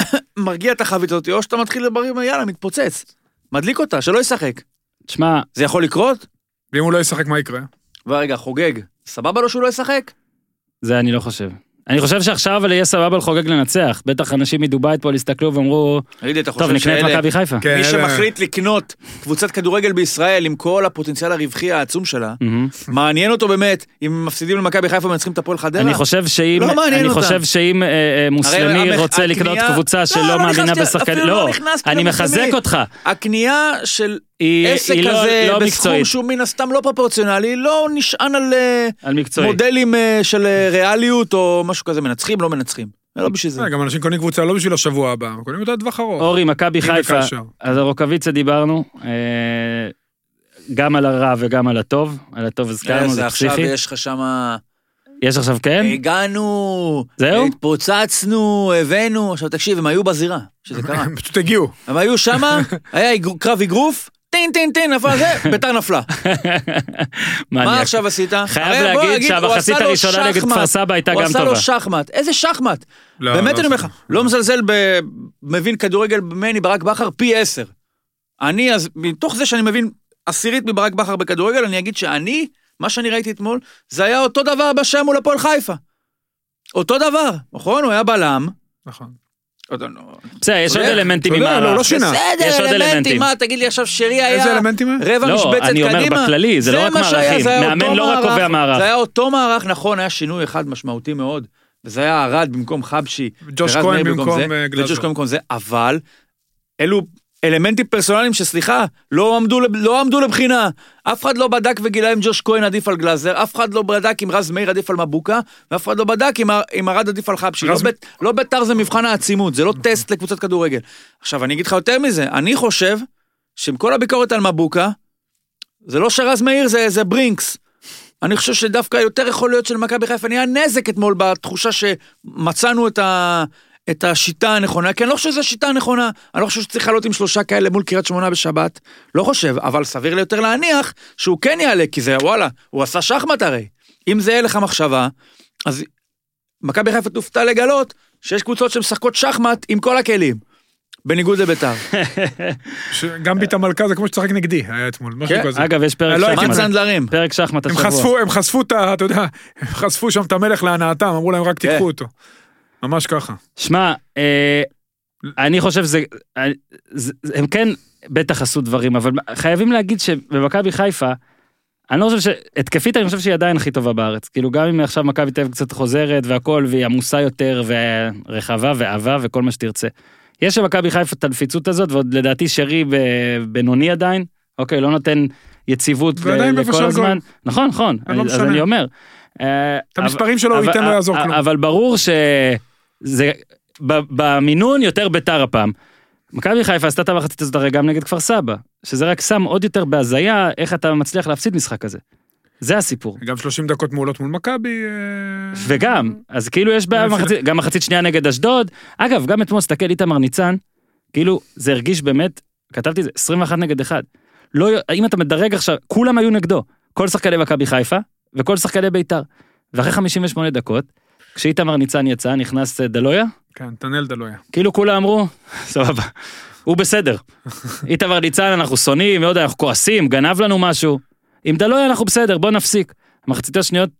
מרגיע את החבית הזאת, או שאתה מתחיל לברר, יאללה, מתפוצץ. מדליק אותה, שלא ישחק. תשמע, זה יכול לקרות? ואם הוא לא ישחק, מה יקרה? ורגע, חוגג, סבבה לו שהוא לא ישחק? זה אני לא חושב. אני חושב שעכשיו אבל יהיה סבבה לחוגג לנצח. בטח אנשים מדובאי אתמול הסתכלו ואמרו, תגיד לי, אתה חושב טוב, נקנה את שאלה- מכבי חיפה. כן, מי אלה- שמחליט לקנות קבוצת כדורגל בישראל עם כל הפוטנציאל הרווחי העצום שלה, מהמם. מעניין אותו באמת אם הם מפסידים למכבי חיפה ומנצחים את הפועל חדרה? אני חושב שאם, לא מעניין אני אותם. חושב שאם אה, אה, הרי מוסלמי המח- רוצה לקנות הקנייה- לא, קבוצה לא שלא מאמינה נכנסתי- בשחקנים, אפילו לא נכנסתי אני למוסלמי. מחזק אותך. הקנייה של היא עסק היא לא- כזה לא בסכום מקצועית, שהוא מן הסתם לא פרופורציונלי, לא נשען על אה, על מקצועית. מודלים אה, של אה, ריאליות או משהו כזה, מנצחים, לא מנצחים. זה לא בשביל זה. אה, אה, גם אנשים קונים קבוצה לא בשביל השבוע הבא, הם קונים אותה לטווח ארוך. אורי, מכבי אם חיפה, וכאשר. אז הרוקוויצה דיברנו, אה, גם על הרע וגם על הטוב, על הטוב אה, הזכרנו, זה זה עכשיו פסיכי. יש לך שמה... יש עכשיו כן? הגענו, זהו? התפוצצנו, הבאנו, עכשיו תקשיב, הם היו בזירה, שזה קרה. הם פשוט הגיעו. הם היו שמה, היה אגר- קרב אגרוף, טין טין טין, נפל זה, ביתר נפלה. מה מניאק. אה, עכשיו עשית? חייב הרי בוא להגיד נגיד, הוא שהמחצית עשה לו הראשונה נגד שחמט. כפר סבא הייתה גם הוא טובה. עשה לו שחמט, איזה שחמט? לא, באמת לא אני אומר לך, עשה. לא מזלזל ב... מבין כדורגל ממני ברק בכר פי עשר. אני אז, מתוך זה שאני מבין עשירית מברק בכר בכדורגל, אני אגיד שאני, מה שאני ראיתי אתמול, זה היה אותו דבר בשעה מול הפועל חיפה. אותו דבר, נכון? הוא היה בלם. נכון. עוד לא- בסדר, יש אתה עוד יודע, אלמנטים אתה יודע, ממערב. לא, לא שינה. יש עוד בסדר, אלמנטים, אלמנטים. מה, תגיד לי עכשיו, שרי היה... איזה אלמנטים היה? רבע לא, משבצת קדימה. אני אומר בכללי, זה לא רק מה שהיה, מערכים. זה היה מאמן אותו לא רק מערך. קובע מערך. זה היה אותו מערך, נכון, היה שינוי אחד משמעותי מאוד, וזה היה ארד במקום חבשי. ג'וש ורז כהן מאיר במקום, זה, אה, גלאזר. וג'וש כהן במקום זה, אבל אלו אלמנטים פרסונליים שסליחה, לא עמדו, לב- לא עמדו לבחינה. אף אחד לא בדק וגילה אם ג'וש כהן עדיף על גלאזר, אף אחד לא בדק אם רז מאיר עדיף על מבוקה, ואף אחד לא בדק אם ה- אם ארד עדיף על חבשי. רז- לא בית- לא בית"ר זה מבחן העצימות, זה לא טסט לקבוצת כדורגל. עכשיו, אני אגיד לך יותר מזה, אני חושב שעם כל הביקורת על מבוקה, זה לא שרז מאיר, זה, זה ברינקס. אני חושב שדווקא יותר יכול להיות שלמכבי חיפה נהיה נזק אתמול בתחושה שמצאנו את, ה... את השיטה הנכונה, כי אני לא חושב שזו השיטה הנכונה, אני לא חושב שצריך לעלות עם שלושה כאלה מול קריית שמונה בשבת, לא חושב, אבל סביר לי יותר להניח שהוא כן יעלה, כי זה וואלה, הוא עשה שחמט הרי. אם זה יהיה לך מחשבה, אז מכבי חיפה תופתע לגלות שיש קבוצות שמשחקות שחמט עם כל הכלים, בניגוד לביתר. ש- גם ביטה מלכה זה כמו שצחק נגדי היה אתמול, משהו כן, כזה. אגב, יש פרק לא מה הייתי שחמט, צנדלרים? פרק שחמט הם השבוע. חשפו, הם חשפו את ה... אתה יודע, הם חשפו שם את המלך להנאתם, אמרו להם רק כן. תיקחו אותו. ממש ככה. שמע, אה, אני חושב שזה, אה, זה- זה- הם כן בטח עשו דברים, אבל חייבים להגיד שבמכבי חיפה, אני לא חושב ש... התקפית אני חושב שהיא עדיין הכי טובה בארץ. כאילו גם אם עכשיו מכבי תל אביב קצת חוזרת והכל, והיא עמוסה יותר, ורחבה ועבה וכל מה שתרצה. יש למכבי חיפה את הנפיצות הזאת, ועוד לדעתי שרי ב- בינוני עדיין, אוקיי, לא נותן יציבות ל- ועדיין מבשל לכל הזמן. גול. נכון, נכון, אני לא אני- אז משנה. אני אומר. את המספרים שלו הוא ייתן, לא יעזור כלום. אה, אבל ברור שזה, ב- במינון יותר ביתר הפעם. מכבי חיפה עשתה את המחצית הזאת הרי גם נגד כפר סבא, שזה רק שם עוד יותר בהזיה איך אתה מצליח להפסיד משחק כזה. זה הסיפור. גם 30 דקות מעולות מול מכבי. אה, וגם, אז כאילו יש בעיה במחצית, גם מחצית שנייה נגד אשדוד. אגב, גם אתמול, סתכל, איתמר ניצן, כאילו, זה הרגיש באמת, כתבתי את זה, 21 נגד 1. לא, י- אם אתה מדרג עכשיו, כולם היו נגדו. כל שחקני מכבי חיפה, וכל שחקני בית"ר. ואחרי 58 דקות, כשאיתמר ניצן יצא, נכנס אה, דלויה, כן, נתנאל דלויה. כאילו כולם אמרו, סבבה, הוא בסדר. איתמר ניצן, אנחנו שונאים, לא יודע, אנחנו כועסים, גנב לנו משהו. עם דלויה אנחנו בסדר, בוא נפסיק. המחצית השניות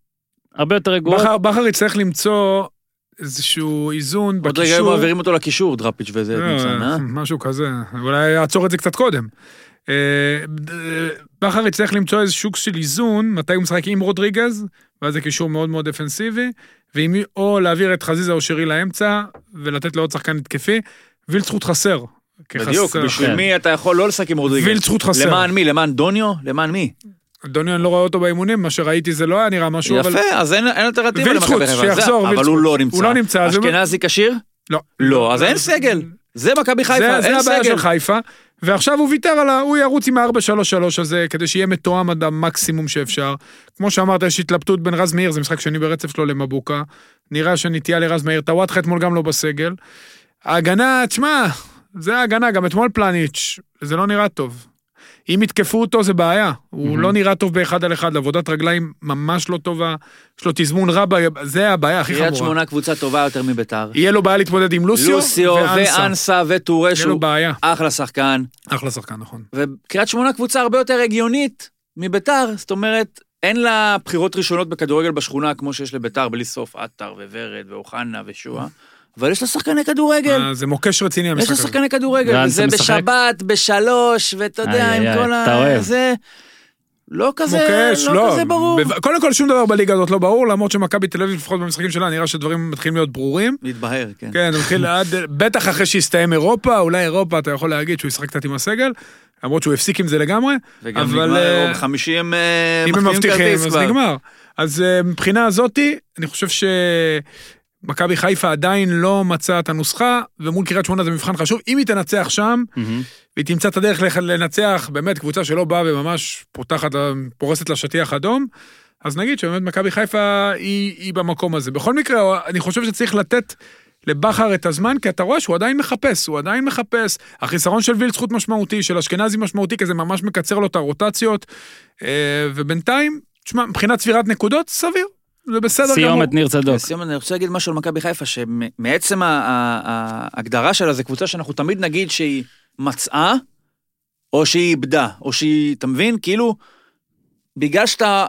הרבה יותר רגועות. בכר- בכר יצטרך למצוא איזשהו איזון עוד רגע היו בקישור. מעבירים אותו לקישור, דראפיץ' וזה, אה, ניצן, אה? משהו כזה, אולי יעצור את זה קצת קודם. אה, אה, בכר יצטרך למצוא איזה שוק של איזון, מתי הוא משחק עם רודריגז, ואז זה קישור מאוד מאוד דפנסיבי, ועם, או להעביר את חזיזה או שרי לאמצע, ולתת לעוד שחקן התקפי. וילצחוט חסר. כחסר. בדיוק, בשביל כן. מי אתה יכול לא לשחק עם רודריגז? וילצחוט חסר. למען מי? למען דוניו? למען מי? אדוני, אני לא רואה אותו באימונים, מה שראיתי זה לא היה נראה משהו, אבל... יפה, אז אין אין אלטרנטיבה למכבי וילצחוט, חיפה. זה- שיחזור, אבל וילצחוט. הוא לא נמצא. הוא לא נמצא, אז הוא- אשכנזי כשיר? לא. לא, אז אין סגל. זה מכבי חיפה, זה, זה אין הבעיה סגל. של חיפה, ועכשיו הוא ויתר על ה... הוא ירוץ עם ה-4-3-3 הזה, כדי שיהיה מתואם עד המקסימום שאפשר. כמו שאמרת, יש התלבטות בין רז מאיר, זה משחק שני ברצף שלו למבוקה. נראה שנטייה לרז מאיר, טוואטחה אתמול גם לא בסגל. ההגנה, תשמע, זה ההגנה, גם אתמול פלניץ', זה לא נראה טוב. אם יתקפו אותו זה בעיה, הוא לא נראה טוב באחד על אחד, עבודת רגליים ממש לא טובה, יש לו תזמון רע, ב- זה הבעיה הכי קריית חמורה. שמונה קבוצה טובה יותר מביתר. יהיה לו בעיה להתמודד עם לוסיו, לוסיו ואנסה. ואנסה וטורה יהיה לו שהוא בעיה. אחלה שחקן. אחלה שחקן, נכון. וקריית שמונה קבוצה הרבה יותר הגיונית מביתר, זאת אומרת, אין לה בחירות ראשונות בכדורגל בשכונה כמו שיש לביתר, בלי סוף עטר וורד ואוחנה ושועה, אבל יש לה שחקני כדורגל. אה, זה מוקש רציני כן. יש המשחק לו הזה. שחקני כדורגל, גלנט זה משחק? בשבת, בשלוש, ואתה יודע, איי, עם איי, כל אתה אוהב. ה... זה... לא כזה, מוקש, לא כזה ברור. בב- קודם כל שום דבר בליגה הזאת לא ברור, למרות שמכבי תל אביב, לפחות במשחקים שלה, נראה שדברים מתחילים להיות ברורים. מתבהר, כן. כן, זה מתחיל עד, בטח אחרי שהסתיים אירופה, אולי אירופה אתה יכול להגיד שהוא ישחק קצת עם הסגל, למרות שהוא הפסיק עם זה לגמרי, וגם אבל נגמר, אה, בחמישי הם אה, אם הם מחתימים מבטיחים, כרטיס אז כבר. נגמר. אז אה, מבחינה הזאתי, אני חושב שמכבי חיפה עדיין לא מצאה את הנוסחה, ומול קריית שמונה זה מבחן חשוב. אם היא תנצח שם, מהמם. והיא תמצא את הדרך לח- לנצח באמת קבוצה שלא באה וממש פותחת, פורסת לה שטיח אדום, אז נגיד שבאמת מכבי חיפה היא, היא במקום הזה. בכל מקרה, אני חושב שצריך לתת לבכר את הזמן, כי אתה רואה שהוא עדיין מחפש, הוא עדיין מחפש. החיסרון של וילצחוט משמעותי, של אשכנזי משמעותי, כי זה ממש מקצר לו את הרוטציות, אה, ובינתיים, תשמע, מבחינת צבירת נקודות, סביר, זה בסדר גמור. סיומת ניר צדוק. לסיום אני רוצה להגיד משהו על מכבי חיפה, שמעצם ה- ה- ה- ההגדרה שלה זה קבוצה שאנחנו תמיד נגיד שהיא מצאה, או שהיא איבדה, או שהיא, אתה מבין? כאילו, בגלל שאתה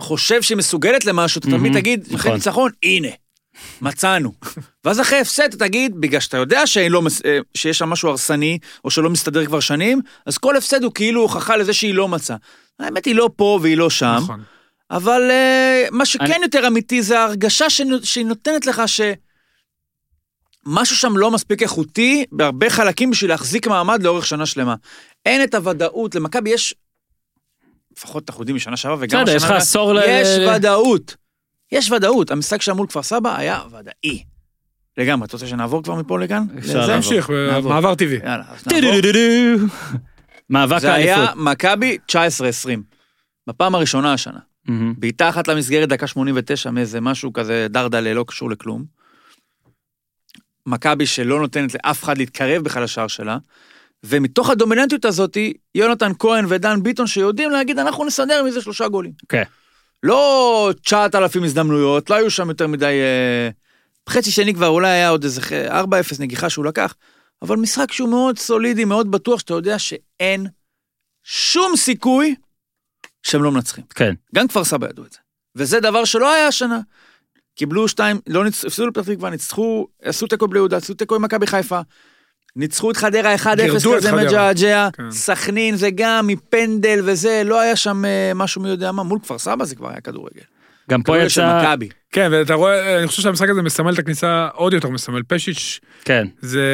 חושב שהיא מסוגלת למשהו, אתה תמיד מהמם, תגיד, אחרי נכון. ניצחון, הנה, מצאנו. ואז אחרי הפסד אתה תגיד, בגלל שאתה יודע שהיא לא מס- אה, שיש שם משהו הרסני, או שלא מסתדר כבר שנים, אז כל הפסד הוא כאילו הוכחה לזה שהיא לא מצאה. האמת היא לא פה והיא לא שם. נכון. אבל אה, מה שכן אני- יותר אמיתי זה ההרגשה שנו- שהיא נותנת לך ש... משהו שם לא מספיק איכותי בהרבה חלקים בשביל להחזיק מעמד לאורך שנה שלמה. אין את הוודאות, למכבי יש, לפחות אנחנו יודעים משנה שעברה וגם בסדר, יש לך הבאה, עשור ל- יש ל- ודאות. יש ודאות, המשחק שם מול כפר סבא היה ודאי. לגמרי, אתה רוצה שנעבור כבר מפה לכאן? אפשר לזה? לעבור. נמשיך, אה, נעבור. מעבר טבעי. יאללה, אז נעבור. טו-דו-דו-דו-דו. מאבק זה היה האליפות. מכבי 19-20. בפעם הראשונה השנה. מהמם. בעיטה אחת למסגרת, דקה 89, מאיזה משהו כזה דרדלה, לא קשור לכלום. מכבי שלא נותנת לאף אחד להתקרב בכלל לשער שלה, ומתוך הדומיננטיות הזאת, יונתן כהן ודן ביטון שיודעים להגיד, אנחנו נסדר מזה שלושה גולים. כן. לא 9,000 הזדמנויות, לא היו שם יותר מדי... אה, חצי שני כבר אולי היה עוד איזה ח- 4-0 נגיחה שהוא לקח, אבל משחק שהוא מאוד סולידי, מאוד בטוח, שאתה יודע שאין שום סיכוי שהם לא מנצחים. כן. גם כפר סבא ידעו את זה. וזה דבר שלא היה השנה. קיבלו שתיים, לא ניצחו, הפסידו לפתח תקווה, ניצחו, עשו תיקו בלי יהודה, עשו תיקו עם מכבי חיפה. ניצחו את חדרה 1-0 גירדו את כזה חדרה. מג'עג'ע, כן. סכנין זה גם מפנדל וזה, לא היה שם אה, משהו מי יודע מה, מול כפר סבא זה כבר היה כדורגל. גם פה כדורגל של יצא... מכבי. כן, ואתה רואה, אני חושב שהמשחק הזה מסמל את הכניסה עוד יותר מסמל. פשיץ' כן. זה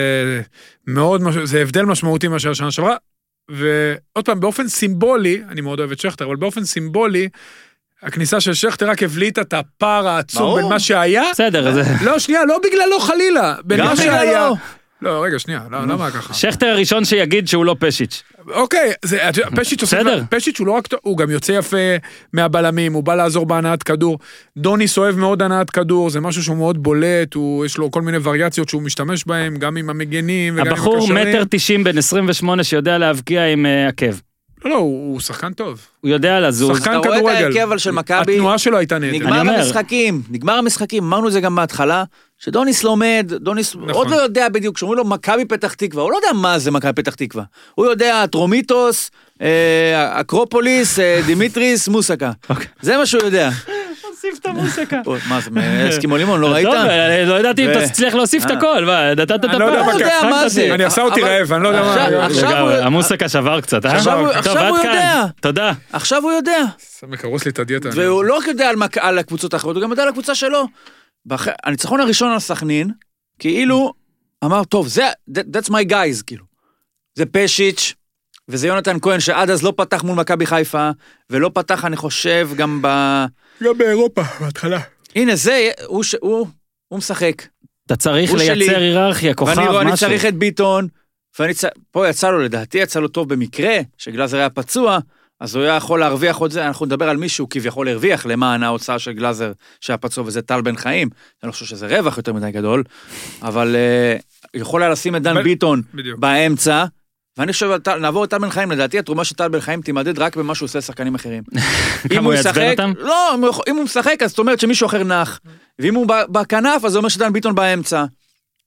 מאוד, מש- זה הבדל משמעותי מאשר השנה שעברה. ועוד פעם, באופן סימבולי, אני מאוד אוהב את שכטר, אבל באופן סימבולי, הכניסה של שכטר רק הבליטה את הפער העצום ברור. בין מה שהיה. בסדר, זה... לא, שנייה, לא בגללו חלילה, בין גם מה בגללו. שהיה. לא, רגע, שנייה, לא- למה ככה? שכטר הראשון שיגיד שהוא לא פשיץ'. אוקיי, זה- את יודעת, פשיץ' עושה... בסדר. דבר- פשיץ' הוא לא רק... טוב, הוא גם יוצא יפה מהבלמים, הוא בא לעזור בהנעת כדור. דוניס אוהב מאוד הנעת כדור, זה משהו שהוא מאוד בולט, הוא- יש לו כל מיני וריאציות שהוא משתמש בהן, גם עם המגנים וגם עם הקשרים. הבחור מטר תשעים בן 28 שיודע להבקיע עם אה, עקב. לא, לא, הוא הוא שחקן טוב. הוא יודע לזוז. שחקן אתה רואה את כדורגל. ההרכב אבל של מכבי, התנועה שלו הייתה נהדרת. אני נגמר אומר. המשחקים, נגמר המשחקים, אמרנו את זה גם בהתחלה, שדוניס לומד, דוניס נכון. עוד לא יודע בדיוק, כשאומרים לו מכבי פתח תקווה, הוא לא יודע מה זה מכבי פתח תקווה. הוא יודע טרומיטוס, אה, אקרופוליס, אה, דימיטריס, מוסקה. אוקיי. זה מה שהוא יודע. תוסיף את המוסיקה. אוי, מה זה, אסקימו לימון, לא ראית? טוב, אה, לא ידעתי אם ו- תצליח להוסיף את אה. הכל, מה, נתת את הפעם. אני לא יודע מה הוא יודע הצחקת מה זה. אותי. אני עשה אותי אבל- רעב, אני לא יודע מה... עכשיו- עכשיו- לגמרי, הוא- המוסיקה שבר קצת, אה? עכשיו הוא- טוב, עכשיו עד הוא כאן. יודע. תודה. עכשיו הוא יודע. סמק, הרוס לי את הדיאטה. אני- והוא לא רק יודע על, מק... על הקבוצות האחרות, הוא גם יודע על הקבוצה שלו. באח... הניצחון הראשון על סכנין, כאילו, אמר, טוב, זה, that- that's my guys, כאילו. זה פשיץ', וזה יונתן כהן, שעד אז לא פתח מול מכבי חיפה, ולא פתח, אני חושב, גם ב... לא- גם באירופה, בהתחלה. הנה, זה, הוא, ש... הוא, הוא משחק. אתה צריך הוא לייצר שלי. היררכיה, כוכב, ואני רואה, אני משהו. צריך את ביטון, ואני צ... פה יצא לו, לדעתי יצא לו טוב במקרה, שגלאזר היה פצוע, אז הוא היה יכול להרוויח עוד זה, אנחנו נדבר על מישהו כביכול הרוויח למען ההוצאה של גלאזר שהיה פצוע, וזה טל בן חיים. אני לא חושב שזה רווח יותר מדי גדול, אבל uh, יכול היה לשים את דן אבל- ביטון בדיוק. באמצע. ואני חושב, על טל- נעבור את טל בן חיים, לדעתי התרומה של טל בן חיים תימדד רק במה שהוא עושה לשחקנים אחרים. אם כמה הוא יעצבן ישחק- אותם? לא, אם הוא יכול- אם הוא משחק, אז זאת אומרת שמישהו אחר נח. ואם הוא ב- בכנף, אז זה אומר שדן ביטון באמצע.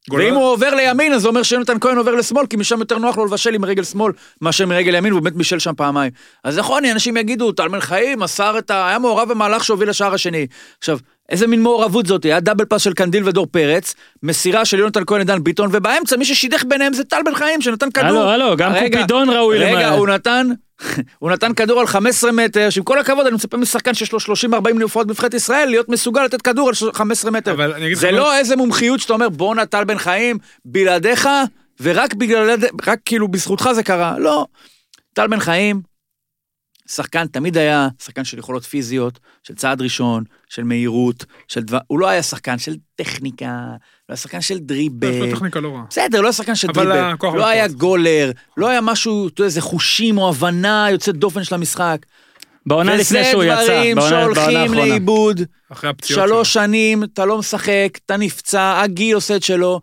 גולן- ואם הוא עובר לימין, אז זה אומר שיונתן כהן עובר לשמאל, כי משם יותר נוח לו לבשל עם רגל שמאל מאשר מרגל ימין, הוא באמת בישל שם פעמיים. אז נכון, אנשים יגידו, טל בן חיים מסר את ה... היה מעורב במהלך שהוביל לשער השני. עכשיו, איזה מין מעורבות זאת? היה דאבל פאס של קנדיל ודור פרץ, מסירה של יונתן כהן לדן ביטון, ובאמצע מי ששידך ביניהם זה טל בן חיים, שנתן כדור. הלו, הלו, גם רגע, קופידון ראוי רגע, למה- הוא נתן... הוא נתן כדור על 15 מטר, שעם כל הכבוד אני מצפה משחקן שיש לו 30-40 נבחרות בנבחרת ישראל להיות מסוגל לתת כדור על 15 מטר. אבל אני אגיד לך זה מה- לא איזה מומחיות שאתה אומר בואנה טל בן חיים, בלעדיך, ורק בגלל, רק כאילו בזכותך זה קרה. לא. טל בן חיים, שחקן תמיד היה, שחקן של יכולות פיזיות, של צעד ראשון, של מהירות, של דבר, הוא לא היה שחקן של טכניקה, לא היה שחקן של יש לו דריבל. טכניקה לא רעה. בסדר, לא היה שחקן של אבל דריבל, הכוח לא היה המטורף. גולר, לא היה משהו, אתה יודע, איזה חושים או הבנה יוצאת דופן של המשחק. בעונה לפני וזה שהוא יצא. דברים בעונה- בעונה שהולכים האחרונה. לאיבוד. אחרי הפציעות שלו. שלוש שנים, אתה לא משחק, אתה נפצע, הגיל עושה את שלו.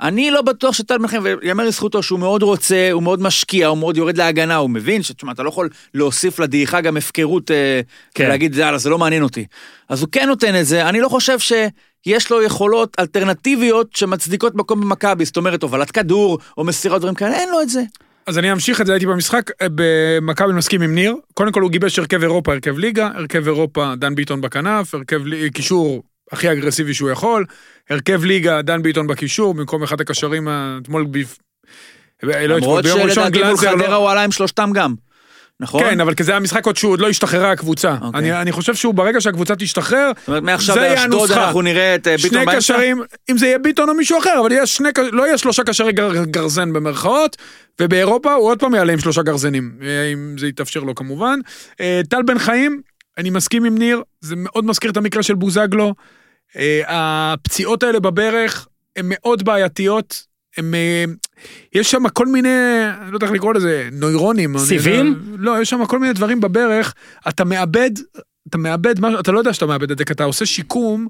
אני לא בטוח שטל מלחם, ויאמר לזכותו שהוא מאוד רוצה, הוא מאוד משקיע, הוא מאוד יורד להגנה, הוא מבין שתשמע, אתה לא יכול להוסיף לדעיכה גם הפקרות, אה, כן. ולהגיד, יאללה, זה לא מעניין אותי. אז הוא כן נותן את זה, אני לא חושב שיש לו יכולות אלטרנטיביות שמצדיקות מקום במכבי, זאת אומרת, הובלת כדור, או מסירת דברים כאלה, אין לו את זה. אז אני אמשיך את זה, הייתי במשחק, אה, במכבי אני מסכים עם ניר, קודם כל הוא גיבש הרכב אירופה, הרכב ליגה, הרכב אירופה, דן ביטון בכנף, הרכב לי- קישור הכי אגרסיבי שהוא יכול, הרכב ליגה, דן ביטון בקישור, במקום אחד הקשרים, ה- אתמול ביף... אה, לא אתמול, למרות ביום ראשון שלדעתי מול גלאזר לא- חדרה הוא עלה עם שלושתם גם, נכון? כן, אבל כי זה המשחק עוד שהוא עוד לא השתחררה הקבוצה. אוקיי. אני אני חושב שהוא ברגע שהקבוצה תשתחרר, זאת אומרת, מעכשיו זה יהיה באשדוד הנוסחה. אנחנו נראה את אה, ביטון שני באמצע. קשרים, אם זה יהיה ביטון או מישהו אחר, אבל יהיה שני, ק- לא יהיה שלושה קשרי גר, גרזן במרכאות, ובאירופה הוא עוד פעם יעלה עם שלושה גרזנים, אה, אם זה יתאפשר לו כמובן. אה, טל בן חיים, אני מסכים עם ניר, זה מאוד מזכיר את המקרה של בוזגלו. אה, הפציעות האלה בברך הן מאוד בעייתיות, הן... אה, יש שם כל מיני, אני לא יודע איך לקרוא לזה, נוירונים. אני סיבים? יודע- לא, יש שם כל מיני דברים בברך, אתה מאבד, אתה מאבד, משהו- אתה לא יודע שאתה מאבד את זה, כי אתה עושה שיקום,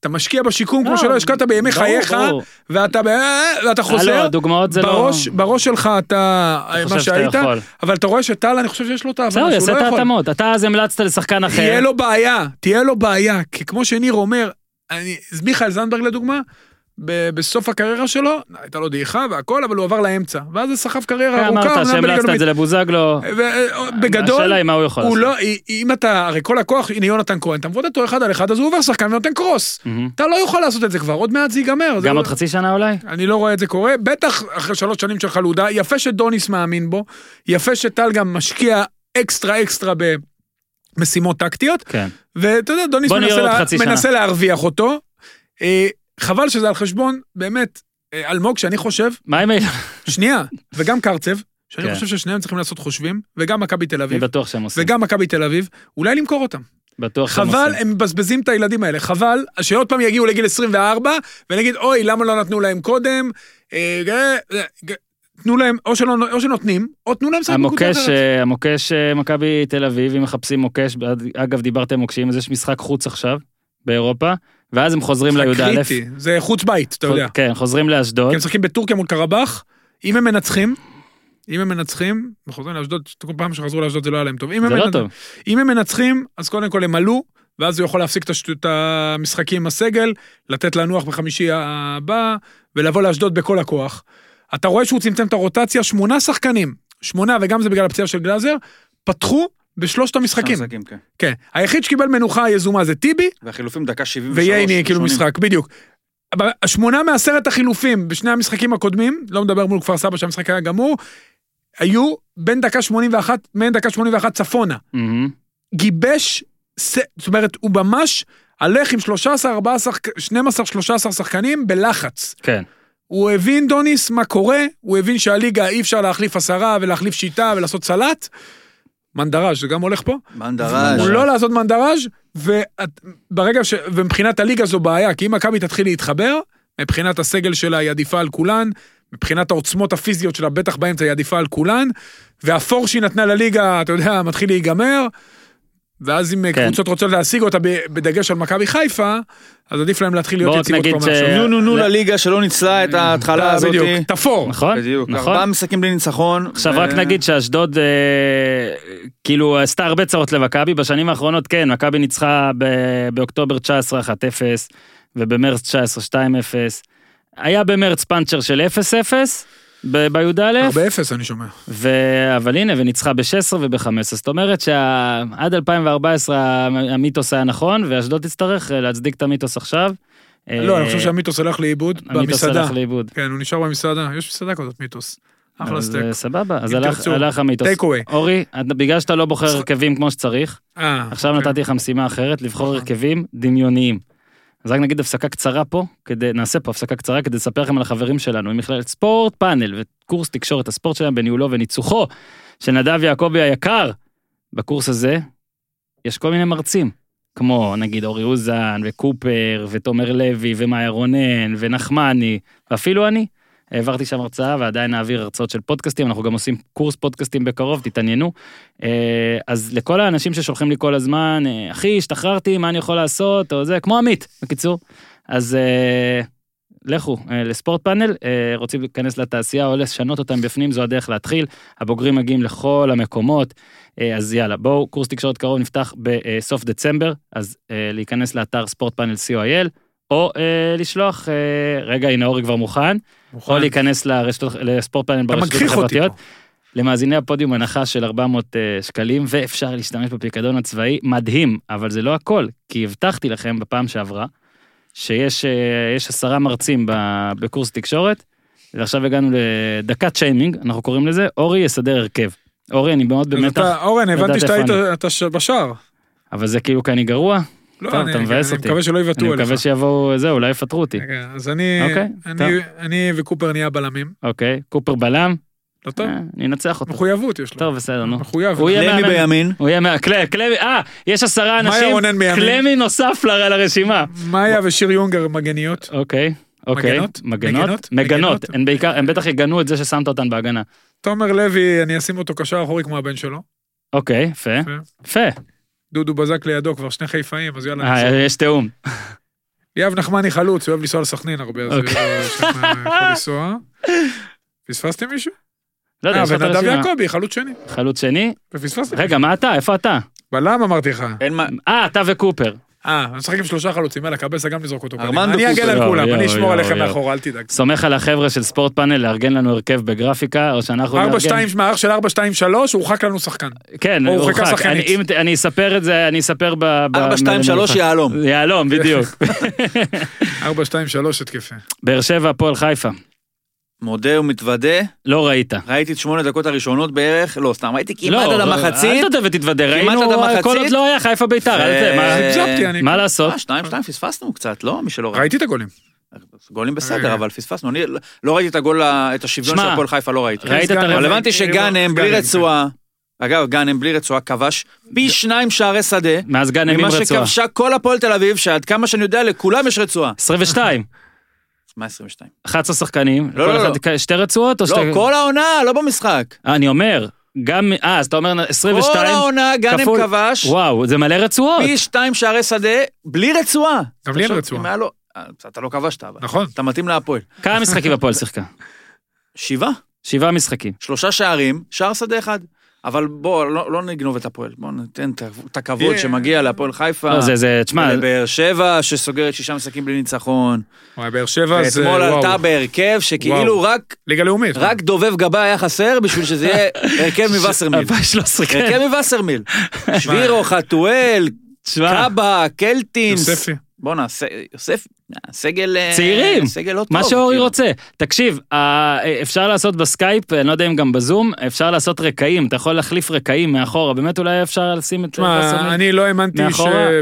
אתה משקיע בשיקום לא, כמו שלא השקעת בימי ברור, חייך, ברור. ואתה ב- אה, ואתה הלו, חוזר, הדוגמאות זה לא... בראש, בראש שלך אתה, חושב מה שאתה שהיית, יכול. אבל אתה רואה שטל, אני חושב שיש לו את בסדר, הוא ההבנה יעשה שהוא את לא יכול. ההתאמות. אתה אז המלצת לשחקן אחר. תהיה לו בעיה, תהיה לו בעיה, כי כמו שניר אומר, אני, אז מיכאל זנדברג לדוגמה, ב- בסוף הקריירה שלו, הייתה לו דעיכה והכל, אבל הוא עבר לאמצע, ואז זה סחב קריירה ארוכה. אמרת אומנם בליגה אה, שהמלצת את הלאומית. זה לבוזגלו. ובגדול, השאלה היא מה הוא יכול הוא לעשות. לא, אם אתה, הרי כל הכוח, הנה יונתן כהן, אתה מבודד אותו אחד על אחד, אז הוא עובר שחקן ונותן קרוס. מהמם. אתה לא יכול לעשות את זה כבר, עוד מעט זה ייגמר. זה גם לא- עוד חצי שנה אולי? אני לא רואה את זה קורה, בטח אחרי שלוש שנים של חלודה, יפה שדוניס מאמין בו, יפה שטל גם משקיע אקסטרה אקסטרה במשימות טקטיות, כן. ואתה יודע, דוניס בוא נראה מנסה, עוד לה... חצי שנה. מנסה להרוויח אותו. אה, חבל שזה על חשבון, באמת, אה, אלמוג, שאני חושב, מה עם אילן? שנייה, וגם קרצב, שאני כן. חושב ששניהם צריכים לעשות חושבים, וגם מכבי תל אני אביב, בטוח שהם עושים. וגם מכבי תל אביב, אולי למכור אותם. בטוח שהם חבל, עושים. הם מבזבזים את הילדים האלה, חבל שעוד פעם יגיעו לגיל 24 ונגיד אוי למה לא נתנו להם קודם, אה, אה, אה, תנו להם או, שלא, או שנותנים או תנו להם לשחק בקבוצה המוקש, אחרת. אה, המוקש אה, מכבי תל אביב, אם מחפשים מוקש, אגב דיברתם מוקשים, אז יש משחק חוץ עכשיו באירופה, ואז הם חוזרים זה לי"א. קריטי, זה חוץ בית, אתה יודע. כן, חוזרים לאשדוד. כי הם משחקים בטורקיה מול קרבח, אם הם מנצחים, אם הם מנצחים, הם חוזרים לאשדוד, כל פעם שחזרו לאשדוד זה לא היה להם טוב. אם הם זה לא מנצ- טוב. אם הם מנצחים, אז קודם כל הם עלו, ואז הוא יכול להפסיק את השט- את המשחקים עם הסגל, לתת לנוח בחמישי הבא, ולבוא לאשדוד בכל הכוח. אתה רואה שהוא צמצם את הרוטציה, שמונה שחקנים, שמונה, וגם זה בגלל הפציעה של גלאזר, פתחו בשלושת המשחקים. משחקים, כן. כן. היחיד שקיבל מנוחה יזומה זה טיבי, והחילופים דקה 73. וייני, כאילו 80. משחק, בדיוק. אבל שמונה מעשרת החילופים בשני המשחקים הקודמים, לא מדבר מול כפר סבא שהמשחק היה גמור, היו בין דקה 81, בין דקה 81 צפונה. מהמם. גיבש, ס- זאת אומרת, הוא ממש הלך עם 13, 14, 12, 13 שחקנים בלחץ. כן. הוא הבין, דוניס, מה קורה, הוא הבין שהליגה אי אפשר להחליף עשרה ולהחליף שיטה ולעשות סלט. מנדראז' זה גם הולך פה. מנדרש. הוא מנדראז'. לא לעשות מנדראז' וברגע ש... ומבחינת הליגה זו בעיה, כי אם מכבי תתחיל להתחבר, מבחינת הסגל שלה היא עדיפה על כולן, מבחינת העוצמות הפיזיות שלה, בטח באמצע היא עדיפה על כולן, והפור שהיא נתנה לליגה, אתה יודע, מתחיל להיגמר, ואז אם כן. קבוצות רוצות להשיג אותה ב- בדגש על מכבי חיפה, אז עדיף להם להתחיל להיות בוא רק יציבות נגיד כבר ש- מעכשיו. נו נו נו לא. לליגה שלא ניצלה את ההתחלה הזאת. אה, בדיוק, תפור. נכון? בדיוק. נכון. ארבעה משחקים בלי ניצחון. עכשיו ו- אה. רק נגיד שאשדוד אה, כאילו עשתה הרבה צרות למכבי בשנים האחרונות כן מכבי ניצחה ב- באוקטובר 19 1-0 ובמרץ 19 2-0 היה במרץ פאנצ'ר של 0-0 ב- בי"א 4-0 אני שומע. ו- אבל הנה וניצחה ב-16 וב-15 זאת אומרת שעד 2014 המיתוס היה נכון ואשדוד תצטרך אה, להצדיק את המיתוס עכשיו. לא, אני אה, חושב שהמיתוס הלך לאיבוד המיתוס במסעדה. הלך לאיבוד. כן, הוא נשאר במסעדה, יש מסעדה כזאת, מיתוס. אחלה אז, סטייק. אה, סבבה אז אם הלך- תרצו. הלך המיתוס. Take away. אורי את- בגלל שאתה לא בוחר אז- הרכבים כמו שצריך. אה, עכשיו אוקיי. נתתי לך משימה אחרת, לבחור נכון. הרכבים דמיוניים. אז רק נגיד הפסקה קצרה פה, כדי, נעשה פה הפסקה קצרה כדי לספר לכם על החברים שלנו, ממכללת ספורט פאנל וקורס תקשורת הספורט שלהם בניהולו וניצוחו של נדב יעקבי היקר. בקורס הזה יש כל מיני מרצים, כמו נגיד אורי אוזן וקופר ותומר לוי ומאיה רונן ונחמני, ואפילו אני. העברתי שם הרצאה ועדיין נעביר הרצאות של פודקאסטים, אנחנו גם עושים קורס פודקאסטים בקרוב, תתעניינו. אה, אז לכל האנשים ששולחים לי כל הזמן, אה, אחי, השתחררתי, מה אני יכול לעשות, או זה, כמו עמית, בקיצור. אז אה, לכו אה, לספורט פאנל, אה, רוצים להיכנס לתעשייה או לשנות אותם בפנים, זו הדרך להתחיל. הבוגרים מגיעים לכל המקומות, אה, אז יאללה, בואו, קורס תקשורת קרוב נפתח בסוף דצמבר, אז אה, להיכנס לאתר ספורט פאנל co.il, או אה, לשלוח, אה, רגע, הנה אורי כבר מוכן, או להיכנס לרשתות, לספורט פאנל אתה ברשתות מגחיך אותי החברתיות. פה. למאזיני הפודיום הנחה של 400 אה, שקלים, ואפשר להשתמש בפיקדון הצבאי, מדהים, אבל זה לא הכל, כי הבטחתי לכם בפעם שעברה, שיש אה, יש עשרה מרצים ב- בקורס תקשורת, ועכשיו הגענו לדקת שיימינג, אנחנו קוראים לזה, אורי יסדר הרכב. אורי, אני מאוד אז במתח, אתה, אורן, לדעת הבנתי שאתה איפה היית אתה ש- בשער. אבל זה כאילו כי אני גרוע, לא, טוב, אני- אתה מבאס אני אותי. מקווה שלא אני יבטאו מקווה עליך. שיבואו, זהו, אולי יפטרו אותי. רגע, אז אני, אוקיי, אני- טוב. אני וקופר נהיה בלמים. אוקיי, קופר בלם, לא טוב? אה, אני אנצח אותו. מחויבות יש לו. טוב, בסדר, נו. מחויב. הוא יהיה לוי מאמן. בימין. הוא יהיה מה... קל- קלמי, אה, יש עשרה מאיה אנשים, רונן מימין. קלמי נוסף ל- לרשימה. מאיה ושיר יונגר מגניות. אוקיי. אוקיי. מגנות? מגנות? מגנות? מגנות. מגנות? הן בעיקר- הן בטח יגנו את זה ששמת אותן בהגנה. תומר לוי, אני אשים אותו קשר אחורי כמו הבן שלו. אוקיי, יפה. יפה. יפה. דודו בזק לידו, כבר שני חיפאים, אז יאללה. אה, נחזור. יש תיאום. יאב נחמני חלוץ, הוא אוהב לנסוע לסכנין הרבה, אז הוא אוקיי. שם, אה, יכול לנסוע. פספסתי מישהו? לא יודע, אה, יש לך את ונדב הרשימה. יעקבי, חלוץ שני. חלוץ שני. ופספסתי. רגע, מה אתה? איפה אתה? בלם אמרתי לך. אין מה... אה, אתה וקופר. אה, אני משחק עם שלושה חלוצים, יאללה, קבסה גם לזרוק אותו. ארמנדו קדימה. אני אגן קופר. על יואו, כולם, יואו, אני אשמור יואו, עליכם יואו. מאחורה, אל תדאג. סומך על החבר'ה של ספורט פאנל לארגן לנו הרכב בגרפיקה, או שאנחנו 4-2, נארגן. מערך של 4-2-3, הורחק לנו שחקן. כן, או הורחק. הורחקה אני- שחקנית. אם ת- אני אספר את זה, אני אספר ב... ב- 4, 2, 3 אה. יהלום. יהלום, בדיוק. 4-2-3 התקפי. באר שבע, הפועל חיפה. מודה ומתוודה, לא ראית. ראיתי את שמונה דקות הראשונות בערך, לא, סתם, ראיתי כמעט לא, אל עד המחצית. תודה ותתוודה, כמעט ראינו, עד המחצית. כל עוד לא היה חיפה ביתר, אל ו- ת- מה- זיפזפתי, אה, אני... מה לעשות? אה, שתיים, שתיים, פספסנו קצת, לא? מי שלא ראה. ראיתי את הגולים. גולים אה. בסדר, אבל פספסנו. אני לא- לא ראיתי את הגול, ה- את השוויון שמע, של הפועל חיפה, לא ראיתי. ראית את כן, סגן, הרבע? אבל הבנתי גאנם, שגאנם כן. בלי רצועה, אגב, גאנם בלי רצועה כבש פי שניים שערי שדה, מאז גן ימים ממה רצועה. שכבשה כל הפועל תל אביב, שעד כמה שאני יודע, לכולם יש רצועה. 22, מה 22? 11 שחקנים, לא, כל לא, אחד- שתי רצועות או לא, שתי... כל העונה, לא במשחק. אה, אני אומר, גם, אה, אז אתה אומר כל 22, העונה גאנם כפול- כבש וואו, זה מלא רצועות. פי שתיים שערי שדה, בלי רצועה. גם לי אין תחשוב, רצועה. אם היה לו- אה, אתה לא כבשת, אבל. נכון. אתה מתאים להפועל. כמה משחקים הפועל שיחקה? שבעה, שבעה משחקים. שלושה שערים, שער שדה אחד. אבל בוא, לא לא נגנוב את הפועל, בוא ניתן את ה- את הכבוד אה. שמגיע להפועל חיפה. לא, זה, זה, תשמע, לבאר שבע שסוגרת שישה משחקים בלי ניצחון. וואי, באר שבע זה... ואתמול וואו. עלתה בהרכב שכאילו וואו. רק ליגה לאומית. רק דובב גבה היה חסר בשביל שזה יהיה הרכב מווסרמיל. אבל 13, כן. הרכב מווסרמיל. שבירו, חתואל, תשמע, קאבה, קלטינס. יוספי. בואנה, ס- יוסף, סגל... אה, צעירים. סגל לא טוב. מה שאורי כאילו. רוצה. תקשיב, אה, אפשר לעשות בסקייפ, אני לא יודע אם גם בזום, אפשר לעשות רקעים, אתה יכול להחליף רקעים מאחורה, באמת אולי אפשר לשים את... תשמע, אני לא האמנתי ש... מאחורה? אה.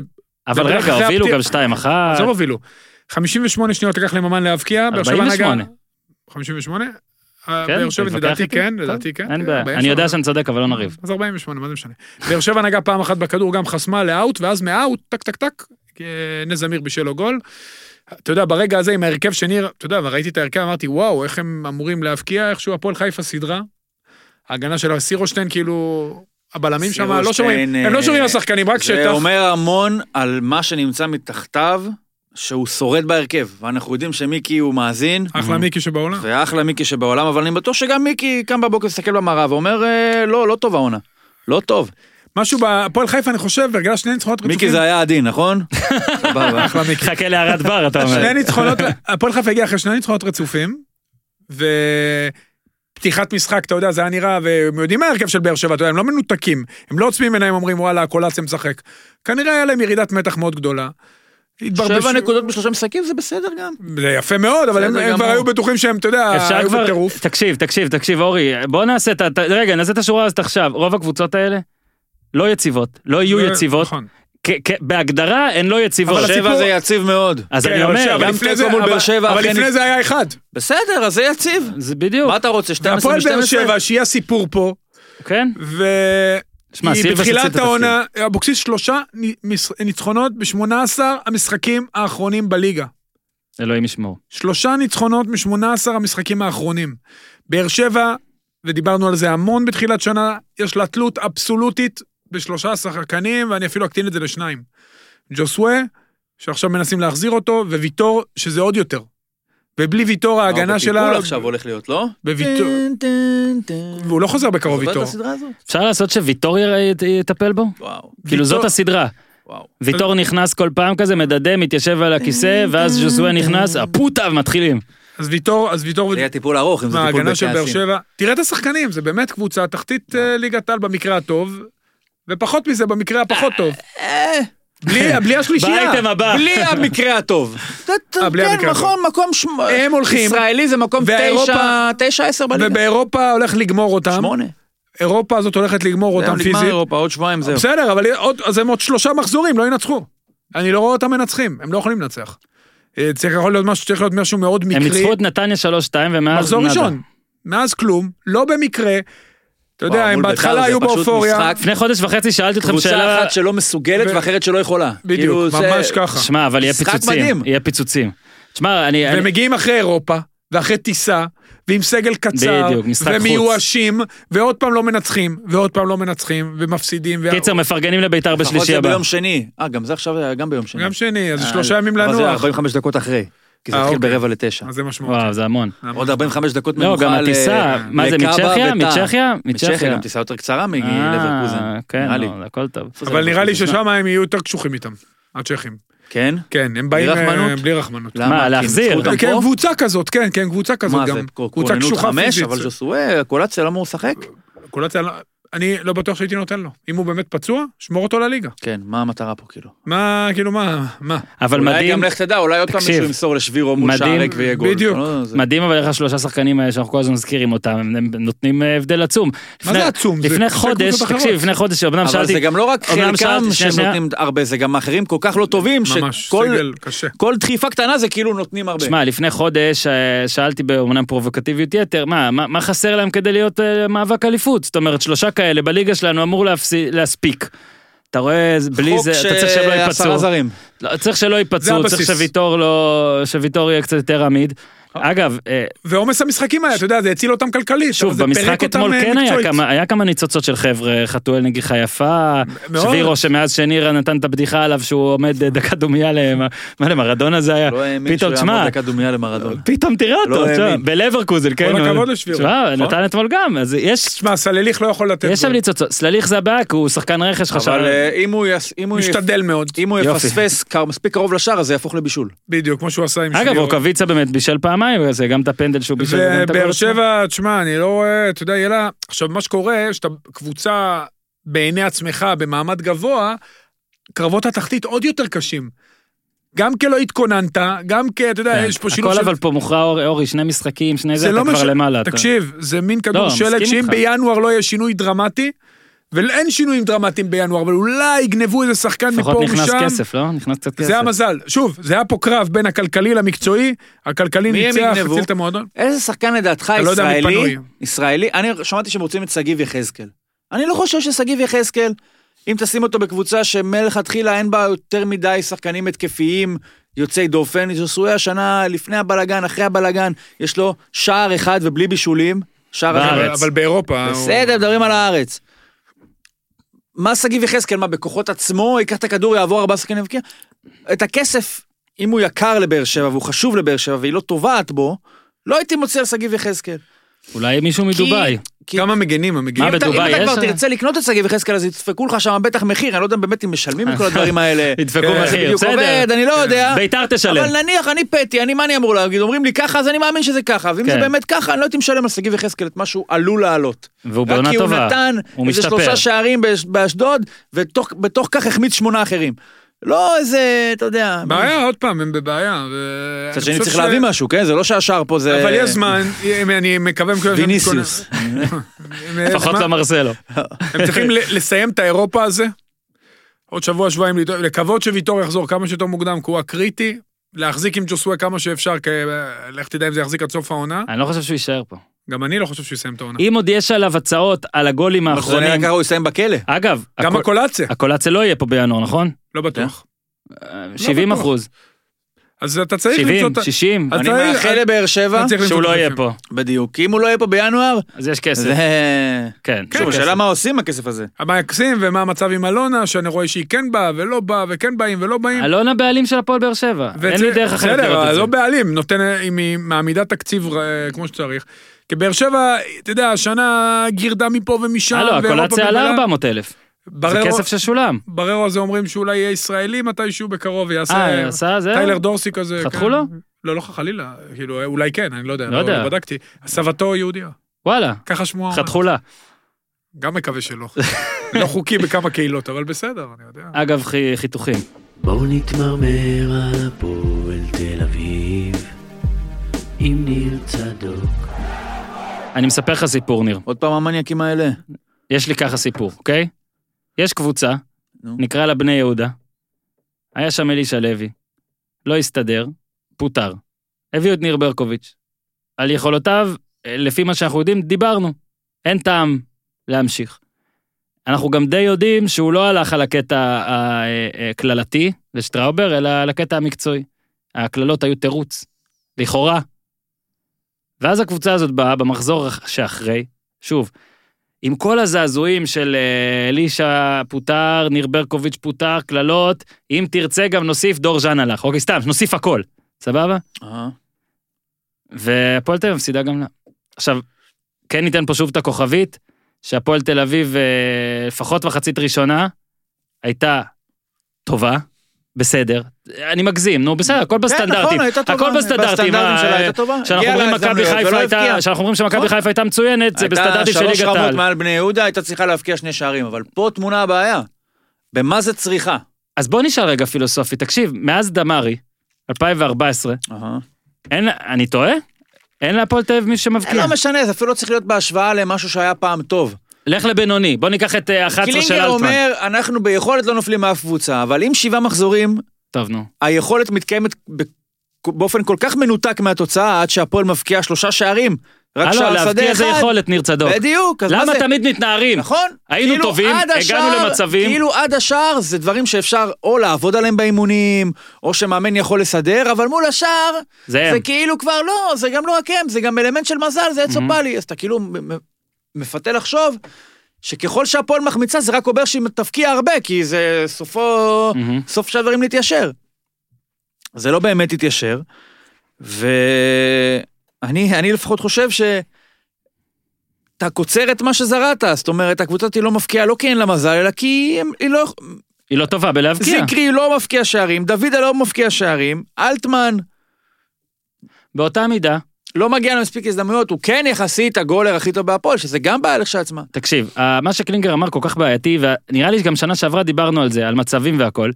אבל זה רגע, אחרי הובילו הפתיע- גם 2 עזוב 1 הובילו. 58 שניות לקח להם אמן להבקיע, באר שבע נגע... 48. 58? כן, באר שבע אתה מתווכח לדעתי איתי? כן, טוב, לדעתי כן. אין בעיה, באמצע, אני יודע אבל- שאני צודק, אבל לא נריב. אז 48, מה זה משנה. באר שבע נגע פעם אחת בכדור, גם חסמה לאאוט, ואז מאאוט, טק טק טק, אה, נס זמיר בישל לו גול. אתה יודע, ברגע הזה עם ההרכב שניר, אתה יודע, וראיתי את ההרכב, אמרתי, וואו, איך הם אמורים להבקיע, איכשהו הפועל חיפה סדרה. ההגנה של סירושטיין, כאילו, הבלמים שם לא שומרים, סירושטיין, הם לא שומרים אה, לשחקנים, רק זה שטח. אומר המון על מה שנמצא מתחתיו, שהוא שורד בהרכב. ואנחנו יודעים שמיקי הוא מאזין. אה, אחלה מיקי שבעולם. ואחלה מיקי שבעולם, אבל אני בטוח שגם מיקי קם בבוקר, מסתכל במראה ואומר, "אה, לא, לא טוב העונה. לא טוב. משהו בהפועל חיפה, אני חושב, ברגע שני ניצחונות מיקי רצופים. זה היה עדין, נכון? סבבה. חכה להערת בר, אתה אומר. שני ניצחונות, הפועל חיפה הגיע אחרי שני ניצחונות רצופים, ופתיחת משחק, אתה יודע, זה היה נראה, והם יודעים מה ההרכב של באר שבע, אתה יודע, הם לא מנותקים, הם לא עוצמים עיניים, אומרים, וואלה, הקולאציה משחק. כנראה היה להם ירידת מתח מאוד גדולה. התברבשו- שבע נקודות בשלושה משחקים זה בסדר גם. זה יפה מאוד, אבל הם בסדר הם כבר גמור. היו בטוחים שהם, אתה יודע, אפשר אה, היו כבר, בטירוף. תקשיב, תקשיב, תקשיב, אורי, בוא נעשה את ה... ת- רגע, נעשה את השורה הזאת עכשיו. רוב הקבוצות האלה לא יציבות, לא יהיו ו- יציבות. נכון. כ- כ- בהגדרה הן לא יציבות. שבע זה יציב מאוד. אז כן, אני אבל אומר, אבל גם- לפני לפני תיקו זה- מול באר אבל- שבע, אבל אחרי לפני ניצ- זה היה אחד. בסדר, אז זה יציב. זה בדיוק, מה אתה רוצה, 12 והפועל באר ב-12? שבע, שהיא הסיפור פה, כן? ו... שמע, היא סילבס הציל את בתחילת התפקיד. העונה, אבוקסיס שלושה ניצ- ניצחונות ב-18 המשחקים האחרונים בליגה. אלוהים ישמור. שלושה ניצחונות מ-18 המשחקים האחרונים. באר שבע, ודיברנו על זה המון בתחילת שנה, יש לה תלות אבסולוטית בשלושה שחקנים, ואני אפילו אקטין את זה לשניים. ג'וסווה, שעכשיו מנסים להחזיר אותו, וויטור, שזה עוד יותר. ובלי ויטור ההגנה הוא שלה... בטיפול אה, עכשיו הולך להיות, לא? בוויטור... טן, טן, טן. והוא לא חוזר בקרוב זוכר את ויטור. הסדרה הזאת? אפשר לעשות שוויטור י- י- יטפל בו? וואו, כאילו זאת הסדרה. וואו. ויטור נכנס כל פעם כזה, מדדה, מתיישב על הכיסא, ואז ז'וזואה נכנס, הפוטה, ומתחילים. אז ויטור, אז ויטור... אה, זה יהיה טיפול ארוך, אם זה טיפול מההגנה של באר בכעסים. שבע. תראה את השחקנים, זה באמת קבוצה תחתית אה, ליגת על במקרה הטוב, ופחות מזה במקרה הפחות טוב. אה. בלי, בלי השלישייה. באייטם הבא. בלי המקרה הטוב. אה, בלי כן, המקרה הטוב. נכון, מקום שמ... הם הולכים. ישראלי זה מקום ואירופה- תשע, תשע, עשר בליגה. ובאירופה הולך לגמור אותם. שמונה. אירופה הזאת הולכת לגמור אותם זהו, נגמר אה. פיזית. אירופה, עוד שבועיים זהו. בסדר, אבל עוד, אז הם עוד שלושה מחזורים, לא ינצחו. אני לא רואה אותם מנצחים, הם לא יכולים לנצח. אה, צריך יכול להיות משהו, צריך להיות משהו מאוד הם מקרי. ניצחו את נתניה 3-2 ומאז... מחזור נאדה. ראשון, מאז כלום, לא במקרה. אתה יודע, וואו, הם מול בית"ר בהתחלה זה היו פשוט באופוריה. משחק לפני חודש וחצי שאלתי אתכם קבוצה שאלה... אחת שלא מסוגלת ו- ואחרת שלא יכולה. בדיוק, כאילו, זה- ממש ככה. שמע, אבל יהיה משחק פיצוצים. מדהים. יהיה פיצוצים. שמע, אני... והם אני- מגיעים אחרי אירופה, ואחרי טיסה, ועם סגל קצר, בדיוק, משחק חוץ. ומיואשים, ועוד פעם לא מנצחים, ועוד פעם לא מנצחים, ומפסידים. וה- קיצר, מפרגנים לביתר לפחות בשלישי זה הבא. ביום שני. אה, גם זה עכשיו היה גם ביום שני. גם שני, אז אה, שלושה ימים אבל זה לנוח. 45 דקות אחרי. כי זה אה, התחיל אוקיי. ברבע לתשע. אז זה אה, משמעותי. וואו, זה המון. עוד 45 דקות לא, מנוחה גם ל- הטיסה, מה זה, לקאבה מצ'כיה? וטאה. מצ'כיה? מצ'כיה, מצ'כיה. גם טיסה יותר קצרה אה, מלברקוזן. כן, נראה לי. לא, הכל טוב. אבל נראה לי ששם הם יהיו יותר קשוחים איתם, הצ'כים. כן? כן, הם באים... אה, רחמנות? בלי רחמנות. למה? מה, כי הם להחזיר? ניצחו אותם כן, פה? קבוצה כזאת, כן, כן, קבוצה כזאת מה זה, גם. קבוצה קורננות קשוחה חמש, פיזית. אבל ז'וסווה, קולציה לא אמור לשחק? קולציה, לא- אני לא בטוח שהייתי נותן לו. אם הוא באמת פצוע, שמור אותו לליגה. כן, מה המטרה פה כאילו? מה, כאילו, מה, מה? אבל אולי מדהים, גם לך תדע, אולי עוד פעם תקשיב. מישהו ימסור לשבירו מול מדהים, שערק ויהיה גול. בדיוק. לא, זה- מדהים אבל איך השלושה שחקנים האלה שאנחנו כל הזמן מזכירים אותם, הם הם נותנים אה, הבדל עצום. מה לפני- זה עצום? זה לפני שתי חודש, קבוצות אחרות. תקשיב, לפני חודש, אמנם אבל שאלתי, זה גם לא רק אמנם חלקם שאלתי- שנייה, שנייה. שנותנים הרבה, זה גם אחרים כל כך לא טובים, ממש, שכל סגל קשה. כל דחיפה קטנה זה כאילו נותנים הרבה. שמע, לפני חודש אה, שאלתי באומנם פרובוקטיביות יתר, מה, מה, מה חסר להם כדי להיות אה, מאבק אליפות? זאת אומרת, שלושה כאלה בליגה שלנו אמור להפסיק, להספיק. אתה רואה, זה- בלי חוק זה, אתה צריך ש- שלא עשרה ייפצעו. זרים. לא, צריך שלא זה ייפצעו, צריך הבסיס. שוויטור לא, שוויטור יהיה קצת יותר עמיד. אגב, אה, ועומס המשחקים היה, אתה יודע, זה הציל אותם כלכלית. אבל שוב, זה במשחק פירק אותם, אתמול אה, כן היה מקצועית. כמה, היה כמה ניצוצות של חבר'ה, חתואל נגיחה יפה, מאוד. שבירו שמאז שנירה נתן את הבדיחה עליו שהוא עומד אה, דקה דומייה למה, מה למרדונה זה היה, לא האמין שהוא פתאום, תשמע, יעמוד דקה דומייה למרדונה. פתאום תראה אותו, לא תשמע, האמין. בלברקוזל, כן, כל הוא- הכבוד לשבירו. תשמע, נכון? נתן אתמול גם, אז יש, תשמע, סלליך לא יכול לתת יש שם גול. ניצוצות, סלליך זה הבעיה, כי הוא שחקן רכש חשב, אבל אה, אם הוא יס- אם הוא יפ- משתדל מאוד, אם הוא יופי. יפספס קר- מספיק קרוב לשער, אז זה יהפוך לבישול. בדיוק, כמו שהוא עשה עם אגב, שבירו. רוקאביצה באמת בישל פעמיים, זה גם את הפנדל שהוא בישל, וגם את הגול ובאר עצמו. שבע, תשמע, אני לא רואה, אתה יודע, יהיה לה... עכשיו, מה שקורה, שאתה קבוצה בעיני עצמך במעמד גבוה, קרבות התחתית עוד יותר קשים. גם כי לא התכוננת, גם כי, אתה יודע, כן. אה, יש פה שילוב הכל של... אבל פה מוכרע אור- אורי, שני משחקים, שני זה, אתה לא כבר מש- למעלה, אתה- תקשיב, זה מין לא, כדור שלג מסכים שאם איתך. בינואר לא יהיה שינוי דרמטי, ואין שינויים דרמטיים בינואר, אבל אולי יגנבו איזה שחקן מפה לפחות ומשם. נכנס כסף, לא? נכנס קצת כסף. זה המזל. שוב, זה היה פה קרב בין הכלכלי למקצועי, הכלכלי מי הם ניצח, יגנבו? הציל את המועדון. איזה שחקן לדעתך אתה לא יודע מי ישראלי, פנוי. ישראלי, אני שמעתי שהם רוצים את שגיב יחזקאל. אני לא חושב ששגיב יחזקאל, אם תשים אותו בקבוצה שמלכתחילה אין בה יותר מדי שחקנים התקפיים יוצאי דופן, ז'וסוי השנה לפני הבלגן, אחרי הבלגן, יש לו שער אחד ובלי בישולים, שער אחד. בארץ. אבל באירופה... אה, הוא- בסדר, מדברים על הארץ. מה שגיב יחזקאל, מה, בכוחות עצמו, ייקח את הכדור, יעבור ארבעה שחקנים ויבקיע? את הכסף, אם הוא יקר לבאר שבע והוא חשוב לבאר שבע והיא לא טובעת בו, לא הייתי מוציא על שגיב יחזקאל. אולי מישהו מדובאי. כי- כמה מגנים, המגנים. מה, אם אתה- בדובאי אם אתה אה, יש? כבר תרצה לקנות את שגיב יחזקאל, אז ידפקו לך שם בטח מחיר, אני לא יודע באמת אם משלמים את כל הדברים האלה. ידפקו איך זה מחיר, בדיוק בסדר. עובד, אני לא אה, יודע. ביתר תשלם. אבל נניח, אני פטי, אני, מה אני אמור להגיד? אומרים לי ככה, אז אני מאמין שזה ככה. ואם כן. זה באמת ככה, אני לא הייתי משלם על שגיב יחזקאל את מה שהוא עלול לעלות. והוא רק בעונה כי הוא טובה. נתן הוא איזה משתפר. שלושה שערים באש- באשדוד, ובתוך כך החמיץ שמונה אחרים. לא איזה, אתה יודע. בעיה, עוד פעם, הם בבעיה. ו- מצד אני שני חושב צריך ש- להביא משהו, כן? זה לא שהשער פה זה... אבל יש זמן, אני מקווה... מקווה שהם ויניסיוס. מתכונן- הם- לפחות מה- לא מרסלו. הם צריכים ל- לסיים את האירופה הזה. עוד שבוע, שבועיים, לדאוג- לקוות שוויטור יחזור כמה שיותר מוקדם, כי הוא הקריטי. להחזיק עם ג'וסווה כמה שאפשר, כי- אה, לך תדע אם זה יחזיק עד סוף העונה. אני לא חושב שהוא יישאר פה. גם אני לא חושב שהוא יסיים את העונה. אם עוד יש עליו הצעות על הגולים נכון. זה נראה האחרונים... ככה הוא יסיים בכלא. אגב, נכון, גם הקול- הקולציה, הקולציה לא יהיה פה בינואר, נכון? לא בטוח. 70 לא בטוח. אחוז. אז אתה צריך 70, למצוא את ה... 60. אז אני צריך- מאחל לבאר שבע, אתה צריך למצוא שהוא את לא יהיה החליפים. פה. בדיוק, כי אם הוא לא יהיה פה בינואר, אז יש כסף. זה... כן. כן, שוב, כסף. השאלה מה עושים עם הכסף הזה. מה יקסים ומה המצב עם אלונה, שאני רואה שהיא כן באה ולא באה, וכן באים ולא באים. אלונה בעלים של הפועל באר שבע. אין וזה- לי דרך אחרת בסדר, לראות את לא זה. בעלים, נותן, אם היא מעמידה תקציב אה, כמו שצריך. כי באר שבע, אתה יודע, השנה גירדה מפה ומשם. הלו, ואירופה הקולציה עלה ממילא. 400 אלף. זה בררו- כסף ששולם. בררו הזה אומרים שאולי יהיה ישראלי מתישהו בקרוב, אה, יעשה עשה זה? טיילר דורסי כזה. חתכו כן. לו? לא, לא חלילה, כאילו, אולי כן, אני לא יודע, לא יודע. לא בדקתי. סבתו יהודיה, וואלה. ככה שמועה. אומרת. חתכו לה. גם מקווה שלא. לא חוקי בכמה קהילות, אבל בסדר, אני יודע. אגב, חי- חיתוכים. בואו נתמרמר על הפועל תל אביב עם ניר צדוק אני מספר לך סיפור, ניר. עוד פעם המניאקים האלה. יש לי ככה סיפור, אוקיי? יש קבוצה, נו. נקרא לה בני יהודה, היה שם אלישע לוי, לא הסתדר, פוטר. הביאו את ניר ברקוביץ'. על יכולותיו, אה, לפי מה שאנחנו יודעים, דיברנו. אין טעם להמשיך. אנחנו גם די יודעים אה, שהוא לא הלך על הקטע הקללתי לשטראובר, אלא על הקטע המקצועי. הקללות היו תירוץ. לכאורה. ואז הקבוצה הזאת באה במחזור שאחרי, שוב, עם כל הזעזועים של אה, אלישע פוטר, ניר ברקוביץ' פוטר, קללות, אם תרצה גם נוסיף דור ז'אן הלך, אוקיי, סתם, נוסיף הכל, סבבה? אה. והפועל תל אביב מפסידה גם לה. עכשיו, כן ניתן פה שוב את הכוכבית, שהפועל תל אביב, אה, לפחות מחצית ראשונה, הייתה טובה, בסדר. אני מגזים, נו בסדר, הכל בסטנדרטים. נכון, הייתה טובה. הכל בסטנדרטים. בסטנדרטים שלה אה, הייתה טובה. כשאנחנו הגיעה אומרים מכבי להזדמנויות חיפה ולא הייתה, הבקיעה. כשאנחנו אומרים שמכבי נכון. חיפה הייתה מצוינת, זה בסטנדרטים של ליגת הייתה שלוש רמות העל. מעל בני יהודה, הייתה צריכה להבקיע שני שערים, אבל פה טמונה הבעיה. במה זה צריכה? אז בוא נשאל רגע פילוסופי, תקשיב, מאז דמארי, 2014, אהה. אין, אני טועה? אין להפועל תל אביב מי שמבקיע. לא משנה, זה אפילו לא צריך להיות בהשוואה למשהו שהיה פעם טוב. לך לבינוני, בוא ניקח את אה, 11 של קלינגר אלטמן. אומר, אנחנו ביכולת לא נופלים מאף קבוצה, אבל עם שבעה מחזורים, טוב, נו. היכולת מתקיימת ב- באופן כל כך מנותק מהתוצאה, עד שהפועל מבקיע שלושה שערים. רק הלו, שער שדה להבקיע זה אחד. יכולת, ניר צדוק. בדיוק, אז מה למה זה? תמיד מתנערים? נכון. היינו כאילו טובים, עד הגענו השער- למצבים. כאילו עד השער זה דברים שאפשר או לעבוד עליהם באימונים, או שמאמן יכול לסדר, אבל מול השער, זה הם. זה כאילו כבר לא, זה גם לא רק הם, זה גם אלמנט של מזל, זה עץ Mhm. אופלי. אז אתה כאילו מ- מ- מפתה לחשוב שככל שהפועל מחמיצה, זה רק אומר שהיא תבקיע הרבה, כי זה סופו, מהמם. סוף שהדברים להתיישר. זה לא באמת התיישר, ואני אני לפחות חושב ש... אתה קוצר את מה שזרעת, זאת אומרת, הקבוצה הזאת לא מפקיעה לא כי אין לה מזל, אלא כי הם- היא לא... היא לא טובה בלהבקיע. זיקרי לא מפקיע שערים, דוידה לא מפקיע שערים, אלטמן באותה מידה, לא מגיע למספיק הזדמנויות, הוא כן יחסית הגולר הכי טוב בהפועל, שזה גם בעיה לכשעצמה. תקשיב, ה- מה שקלינגר אמר כל כך בעייתי, ונראה לי שגם שנה שעברה דיברנו על זה, על מצבים והכל.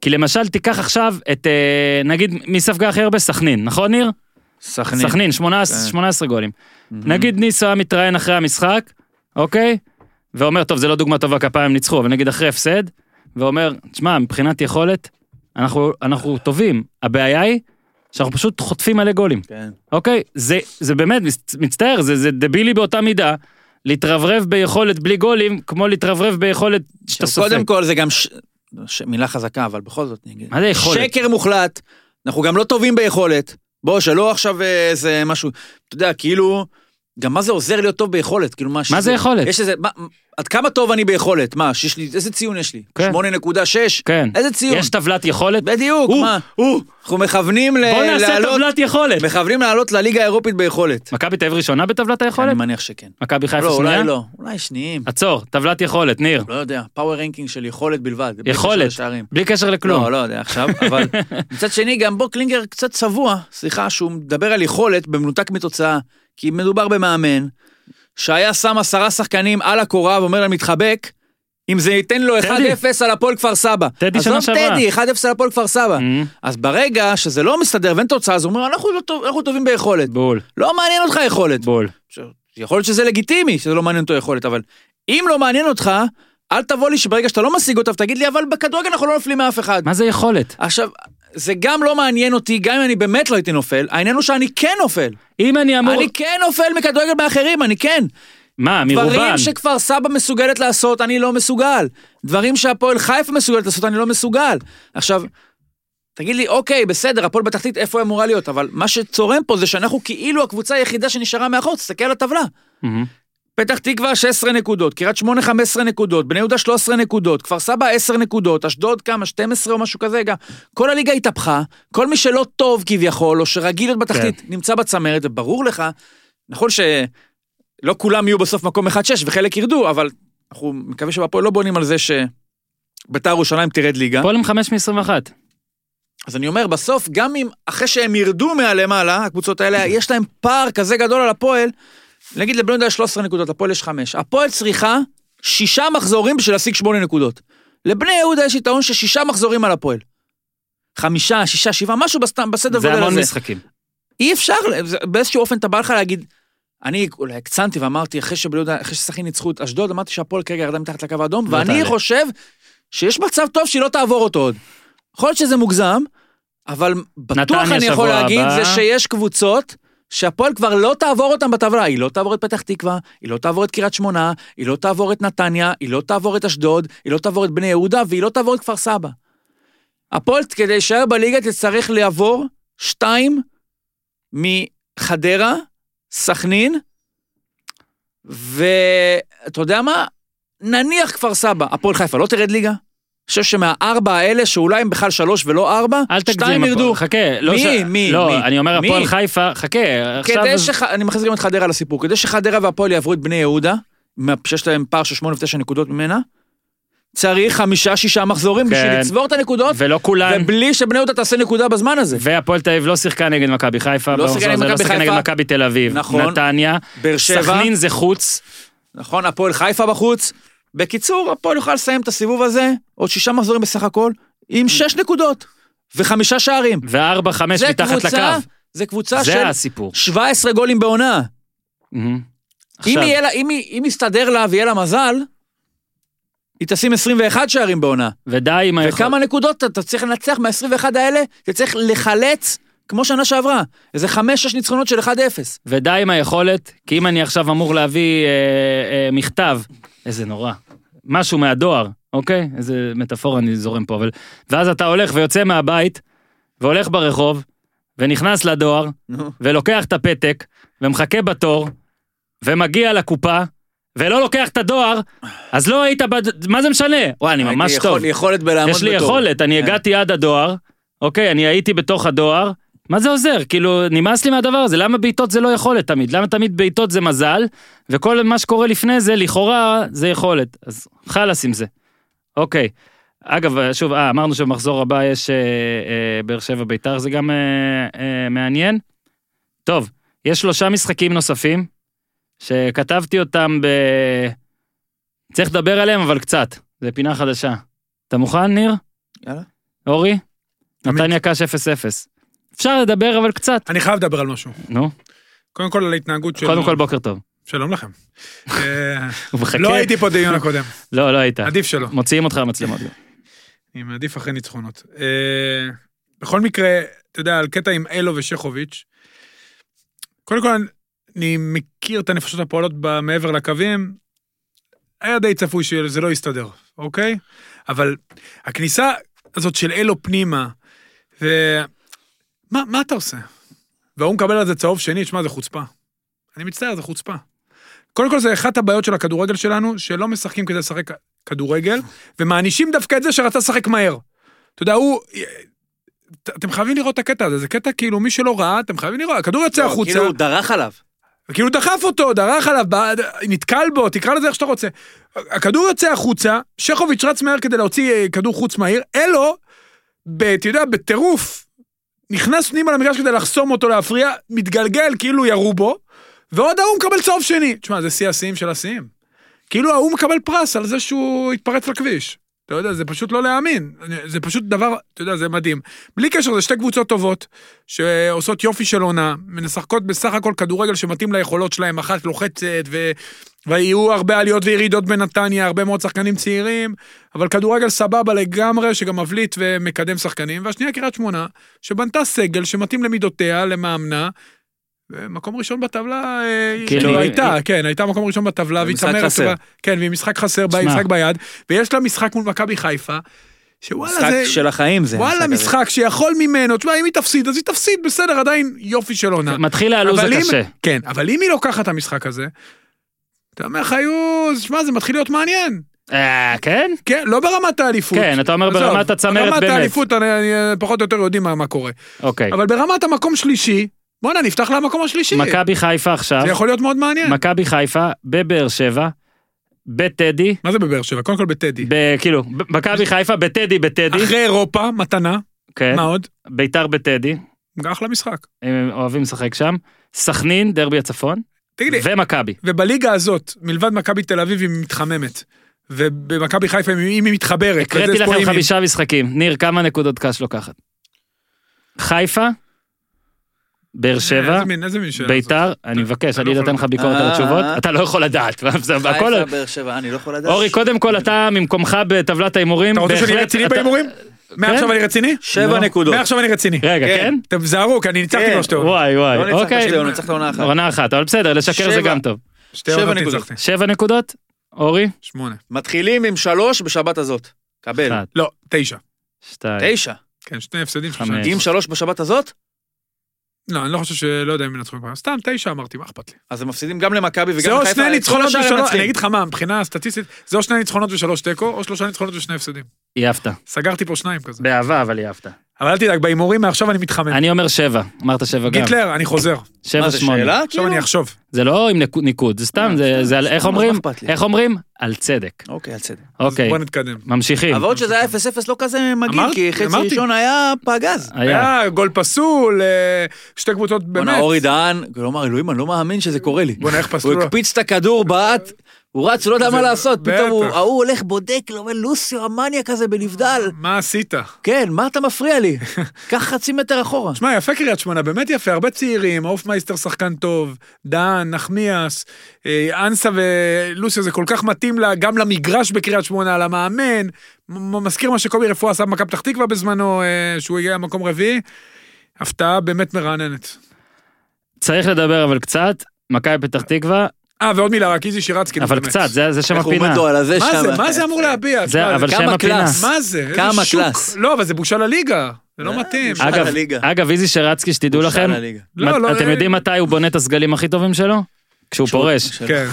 כי למשל, תיקח עכשיו את, אה, נגיד, מי ספגה הכי הרבה? סכנין, נכון ניר? סכנין. סכנין, 18 כן. 18 גולים. נגיד ניסו היה מתראיין אחרי המשחק, אוקיי? ואומר, טוב, זה לא דוגמה טובה, כפיים ניצחו, אבל נגיד אחרי הפסד, ואומר, תשמע, מבחינת יכולת, אנחנו אנחנו טובים. הבעיה היא שאנחנו פשוט חוטפים מלא גולים. כן. אוקיי, זה, זה באמת, מצ- מצטער, זה, זה דבילי באותה מידה, להתרברב ביכולת בלי גולים, כמו להתרברב ביכולת שאתה סופג. קודם כל זה גם... ש- ש- מילה חזקה, אבל בכל זאת אני אגיד. מה זה יכולת? שקר מוחלט, אנחנו גם לא טובים ביכולת. בוא, שלא עכשיו אה, איזה משהו, אתה יודע, כאילו, גם מה זה עוזר להיות טוב ביכולת? כאילו, מה מה זה יכולת? יש איזה, מה, עד כמה טוב אני ביכולת? מה, שיש לי, איזה ציון יש לי? כן. 8.6? כן. איזה ציון? יש טבלת יכולת? בדיוק, או, מה? אנחנו מכוונים ל- בוא נעשה לעלות, טבלת יכולת. מכוונים לעלות לליגה האירופית ביכולת. מכבי תל אביב ראשונה בטבלת אני היכולת? מניח שכן. מכבי חיפה לא, שנייה? אולי לא, אולי שניים, עצור, טבלת יכולת, ניר. לא יודע, פאוור רנקינג של יכולת בלבד. בלי קשר יכולת, לשערים. בלי קשר לכלום. לא, לא יודע עכשיו, אבל מצד שני גם בו קלינגר קצת צבוע, סליחה, שהוא מדבר על יכולת במנותק מתוצאה, כי מדובר במאמן שהיה שם עשרה שחקנים על הקורה ואומר להם מתחבק, אם זה ייתן לו 1-0 טדי. על הפועל כפר סבא. טדי שנה שעברה. עזוב טדי, 1-0 על הפועל כפר סבא. אמ, אז ברגע שזה לא מסתדר ואין תוצאה, אז הוא אומר, אנחנו, לא טוב, אנחנו טובים ביכולת. בול, לא מעניין אותך יכולת. בול. ש- יכול להיות שזה לגיטימי, שזה לא מעניין אותו יכולת, אבל אם לא מעניין אותך, אל תבוא לי שברגע שאתה לא משיג אותה, תגיד לי, אבל בכדורגל אנחנו לא נופלים מאף אחד. מה זה יכולת? עכשיו, זה גם לא מעניין אותי, גם אם אני באמת לא הייתי נופל, העניין הוא שאני כן נופל. אם אני אמור... אני כן נופל מכדורגל מאחרים, אני כן. מה, מרובן? דברים שכפר סבא מסוגלת לעשות, אני לא מסוגל. דברים שהפועל חיפה מסוגלת לעשות, אני לא מסוגל. עכשיו, תגיד לי, אוקיי, בסדר, הפועל בתחתית, איפה היא אמורה להיות? אבל מה שצורם פה זה שאנחנו כאילו הקבוצה היחידה שנשארה מאחור, תסתכל על הטבלה. אמ, פתח תקווה 16 נקודות, קריית שמונה 15 נקודות, בני יהודה 13 נקודות, כפר סבא 10 נקודות, אשדוד כמה? 12 או משהו כזה גם. כל הליגה התהפכה, כל מי שלא טוב כביכול, או שרגיל להיות בתחתית, כן. נמצא בצמרת, וברור לך, נכון שלא כולם יהיו בסוף מקום 1-6 וחלק ירדו, אבל אנחנו מקווים שבהפועל לא בונים על זה שביתר ירושלים תרד ליגה. פועל עם 5 מ-21. אז אני אומר, בסוף, גם אם אחרי שהם ירדו מהלמעלה, הקבוצות האלה, יש להם פער כזה גדול על הפועל, נגיד לבני יהודה יש 13 נקודות, הפועל יש 5. הפועל צריכה שישה מחזורים בשביל להשיג 8 נקודות. לבני יהודה יש יתרון של שישה מחזורים על הפועל. חמישה, שישה, שבעה, משהו בסתם, בסדר זה גודל המון הזה. משחקים. אי אפשר, זה- באיזשהו אופן אתה בא לך להגיד, אני אולי הקצנתי ואמרתי, אחרי שבני יהודה, אחרי שסכין ניצחו את אשדוד, אמרתי שהפועל כרגע ירדה מתחת לקו האדום, לא ואני תעלה. חושב שיש מצב טוב שהיא לא תעבור אותו עוד. יכול להיות שזה מוגזם, אבל בטוח נתניה אני יכול שבוע להגיד הבא. זה שיש קבוצות שהפועל כבר לא תעבור אותם בטבלה, היא לא תעבור את פתח תקווה, היא לא תעבור את קריית שמונה, היא לא תעבור את נתניה, היא לא תעבור את אשדוד, היא לא תעבור את בני יהודה והיא לא תעבור את כפר סבא. הפועל כדי להישאר בליגה תצטרך לעבור שתיים מחדרה, סכנין, ואתה יודע מה? נניח כפר סבא, הפועל חיפה לא תרד ליגה? אני חושב שמהארבע האלה, שאולי הם בכלל שלוש ולא ארבע, אל שתיים תגזים, ירדו. הפועל- חכה, לא מי? ש- מי? לא, מי? אני אומר מי? הפועל חיפה, חכה, עכשיו, כדי שח... אני מכניס גם את חדרה לסיפור, כדי שחדרה והפועל יעברו את בני יהודה, מה- שיש להם פער של שמונה ותשע נקודות ממנה, צריך חמישה-שישה מחזורים כן. בשביל לצבור את הנקודות, ולא כולן, ובלי שבני יהודה תעשה נקודה בזמן הזה. והפועל תל אביב לא שיחקה נגד מכבי חיפה, לא במחזור שיחקה נגד הזה, לא מכבי שיחקה חיפה. נגד מכבי תל אביב, נכון. נתניה, באר שבע, סכנין זה חוץ, נכון, הפועל חיפה בחוץ. בקיצור, הפועל יוכל לסיים את הסיבוב הזה, עוד שישה מחזורים בסך הכל, עם שש נקודות וחמישה שערים. וארבע, חמש זה מתחת קבוצה, לקו, זה קבוצה של זה הסיפור. 17 גולים בעונה. מהמם. אם, עכשיו, יהיה לה, אם, היא- אם יסתדר לה ויהיה לה מזל, היא תשים 21 שערים בעונה. ודי עם היכולת. וכמה נקודות אתה- אתה צריך לנצח מה-21 האלה? אתה צריך לחלץ, כמו שנה שעברה, איזה 5-6 ניצחונות של 1-0. ודי עם היכולת, כי אם אני עכשיו אמור להביא אה, אה, מכתב, איזה נורא, משהו מהדואר, אוקיי? איזה מטאפורה אני זורם פה, אבל... ואז אתה הולך ויוצא מהבית, והולך ברחוב, ונכנס לדואר, נו. ולוקח את הפתק, ומחכה בתור, ומגיע לקופה, ולא לוקח את הדואר, אז לא היית בד... מה זה משנה? וואי, אני ממש הייתי טוב. יכול- יכולת בלעמוד בתור. יש לי יכולת, אני כן. הגעתי עד הדואר, אוקיי, אני הייתי בתוך הדואר, מה זה עוזר? כאילו, נמאס לי מהדבר הזה, למה בעיטות זה לא יכולת תמיד? למה תמיד בעיטות זה מזל, וכל מה שקורה לפני זה, לכאורה, זה יכולת. אז חלאס עם זה. אוקיי. אגב, שוב, אה, אמרנו שבמחזור הבא יש אה, אה, באר שבע ביתר, זה גם אה, אה, מעניין. טוב, יש שלושה משחקים נוספים, שכתבתי אותם ב... צריך לדבר עליהם, אבל קצת. זה פינה חדשה. אתה מוכן, ניר? יאללה. אורי? תמיד. נתניה קש 0-0. אפשר לדבר, אבל קצת. אני חייב לדבר על משהו. נו, קודם כל על ההתנהגות של... קודם כל בוקר טוב. שלום לכם. אה, הוא מחכה. לא הייתי פה בדיון הקודם, לא, לא היית. עדיף שלא. מוציאים אותך מהמצלמות. אני מעדיף אחרי ניצחונות. אה, בכל מקרה, אתה יודע, על קטע עם אלו ושכוביץ', קודם כל, אני- אני מכיר את הנפשות הפועלות ב- מעבר לקווים, היה די צפוי שזה לא יסתדר, אוקיי? אבל הכניסה הזאת של אלו פנימה, ו... מה, מה אתה עושה? וההוא מקבל על זה צהוב שני, שמע, זה חוצפה. אני מצטער, זה חוצפה. קודם כל, זה אחת הבעיות של הכדורגל שלנו, שלא משחקים כדי לשחק כדורגל, ומענישים דווקא את זה שרצה לשחק מהר. אתה יודע, הוא... את- אתם חייבים לראות את הקטע הזה, זה קטע כאילו מי שלא ראה, אתם חייבים לראות, הכדור יוצא החוצה. כאילו הוא דרך עליו. כאילו דחף אותו, דרך עליו, בעד- נתקל בו, תקרא לזה איך שאתה רוצה. הכדור יוצא החוצה, שכוביץ' רץ מהר כדי להוציא אה, כדור חוץ מהיר, אלו, ב- אתה יודע, בטירוף, נכנס פנימה למגרש כדי לחסום אותו, להפריע, מתגלגל כאילו ירו בו, ועוד ההוא מקבל צהוב שני. תשמע, זה שיא השיאים של השיאים. כאילו ההוא מקבל פרס על זה שהוא התפרץ לכביש. אתה יודע, זה פשוט לא להאמין. אני- זה פשוט דבר, אתה יודע, זה מדהים. בלי קשר, זה שתי קבוצות טובות, שעושות יופי של עונה, משחקות בסך הכל כדורגל שמתאים ליכולות שלהם, אחת לוחצת, ו... והיו הרבה עליות וירידות בנתניה, הרבה מאוד שחקנים צעירים, אבל כדורגל סבבה לגמרי, שגם מבליט ומקדם שחקנים. והשנייה קריית שמונה, שבנתה סגל שמתאים למידותיה, למאמנה, ומקום ראשון בטבלה, אה, כאילו, כאילו היא- הייתה, כן, הייתה מקום ראשון בטבלה, והיא במשחק צמרת, חסר. ב- כן, והיא משחק חסר, שמע. משחק ביד, ויש לה משחק מול מכבי חיפה, משחק שוואלה זה... של החיים זה. וואלה, המשחק הזה. משחק שיכול ממנו, תשמע, אם היא תפסיד, אז היא תפסיד, בסדר, עדיין יופי של עונה. מתחיל הלו"ז אבל אם- הקשה. כן, אבל אם היא לוקחת את המשחק הזה, אתה אומר לך, היו, שמע, זה מתחיל להיות מעניין. אה, כן? כן, לא ברמת האליפות. כן, אתה אומר עזוב, ברמת הצמרת ברמת באמת. האליפות, אני- אני- פחות או יותר יודעים מה מה קורה. אוקיי. אבל ברמת המקום שלישי, בואנה, נפתח לה המקום השלישי. מכבי חיפה עכשיו, זה יכול כן. להיות מאוד מעניין. מכבי חיפה, בבאר שבע, בטדי, מה זה בבאר שבע? קודם כל בטדי. ב- כאילו, ב- מכבי חיפה, בטדי, בטדי, אחרי אירופה, מתנה, כן, מה עוד? ביתר בטדי, אחלה משחק. הם אוהבים לשחק שם, סכנין, דרבי הצפון, תגיד לי, ומכבי. ובליגה הזאת, מלבד מכבי תל אביב היא מתחממת, ובמכבי חיפה אם היא מתחברת, וזה הקראתי לכם ספוילרים. חמישה משחקים. ניר, כמה נקודות קש לוקחת? חיפה, באר שבע, אה, איזה מין- איזה מין שאלה זאת? ביתר, אני מבקש, אתה אני לא אתן יכול- לך ביקורת על אה, התשובות, אה. אתה לא יכול לדעת, זה הכל... חיפה, באר שבע, אני לא יכול לדעת. אורי, קודם כל אתה ממקומך בטבלת ההימורים, אתה רוצה שאני אהיה בהחלט- רציני אתה- בהימורים? מעכשיו אני רציני? שבע לא. נקודות. מעכשיו אני רציני. רגע, כן. כן? אתם זהרו, כי אני ניצחתי כן. כבר שתי עונות. וואי לא וואי, ניצחת אוקיי. שתי עונות, ניצחת עונה אחת. עונה אחת, אבל בסדר, לשקר זה שבע. גם טוב. שתי שבע עונות נקודות. ניצחתי. שבע נקודות, אורי? שמונה. מתחילים עם שלוש בשבת הזאת. קבל. אחת, לא, תשע. שתיים, תשע. כן, שני הפסדים שלושה. חמש. אם שלוש בשבת הזאת, לא, אני לא חושב שלא יודע אם ינצחו בפריימס. סתם, תשע אמרתי, מה אכפת לי. אז הם מפסידים גם למכבי וגם זה או לחיפה, שני את כל ניצחונות השאר הם ושלוש, מנצחים. אני אגיד לך מה, מבחינה סטטיסטית, זה או שני ניצחונות ושלוש תיקו, או שלושה ניצחונות ושני הפסדים. העפת. סגרתי פה שניים כזה. באהבה, אבל העפת. אבל אל תדאג, בהימורים מעכשיו אני מתחמם. אני אומר שבע, אמרת שבע גם. גיטלר, אני חוזר. שבע מה זה, שמונה. שאלה? עכשיו כאילו? אני אחשוב. זה לא עם נקו- ניקוד, זה סתם, זה- סתם, זה על סתם, איך אז אה, מה אומרים? אכפת לי? איך אומרים? על צדק. אוקיי, על צדק. אוקיי, אז בוא נתקדם. ממשיכים. אבל עוד שזה היה 0-0 לא כזה מגעיל, כן. אמרתי, כי חצי אמרתי. אה, ראשון היה פגז. היה. היה גול פסול, אה, שתי קבוצות בואנה, באמת. אורי דהן, כלומר, אלוהים, אני לא מאמין שזה קורה לי. בואנה, איך פסלו הוא לו? הקפיץ את הכדור, בעט, הוא רץ, הוא לא יודע מה לעשות, פתאום הוא- בטח. ההוא הולך, בודק, לא אומר, לוסיו המאניה כזה בנבדל. מה עשית? כן, מה אתה מפריע לי? קח חצי מטר אחורה. שמע, יפה קריית שמונה, באמת יפה, הרבה צעירים, אופמייסטר שחקן טוב, דהן, נחמיאס, אה, אנסה ולוסיו, זה כל כך מתאים לה, גם למגרש בקריית שמונה, למאמן, מ- מ- מזכיר מה שקובי רפואה עשה במכבי פתח תקווה בזמנו, אה, שהוא הגיע למקום רביעי, הפתעה באמת מרעננת. צריך לדבר אבל קצת, מכבי פתח תקווה, אה, ועוד מילה, רק איזי שירצקי. אבל באמת. קצת, זה זה שם כאילו איך הוא הפינה. עומד לו על הזה מה זה, שם. כן. מה זה אמור להביע? זה- תשמע, אבל שם כמה הפינה. קלאס. מה זה? איזה כמה שוק. קלאס. אה, לא, אבל זה בושה לליגה. זה לא מתאים. בושה. אגב, לליגה. אגב, איזי שרצקי, שתדעו בושה לכם, לליגה. לא, לא, מת- אתם אה, יודעים מתי הוא בונה את הסגלים הכי טובים שלו? כשהוא פורש. כן.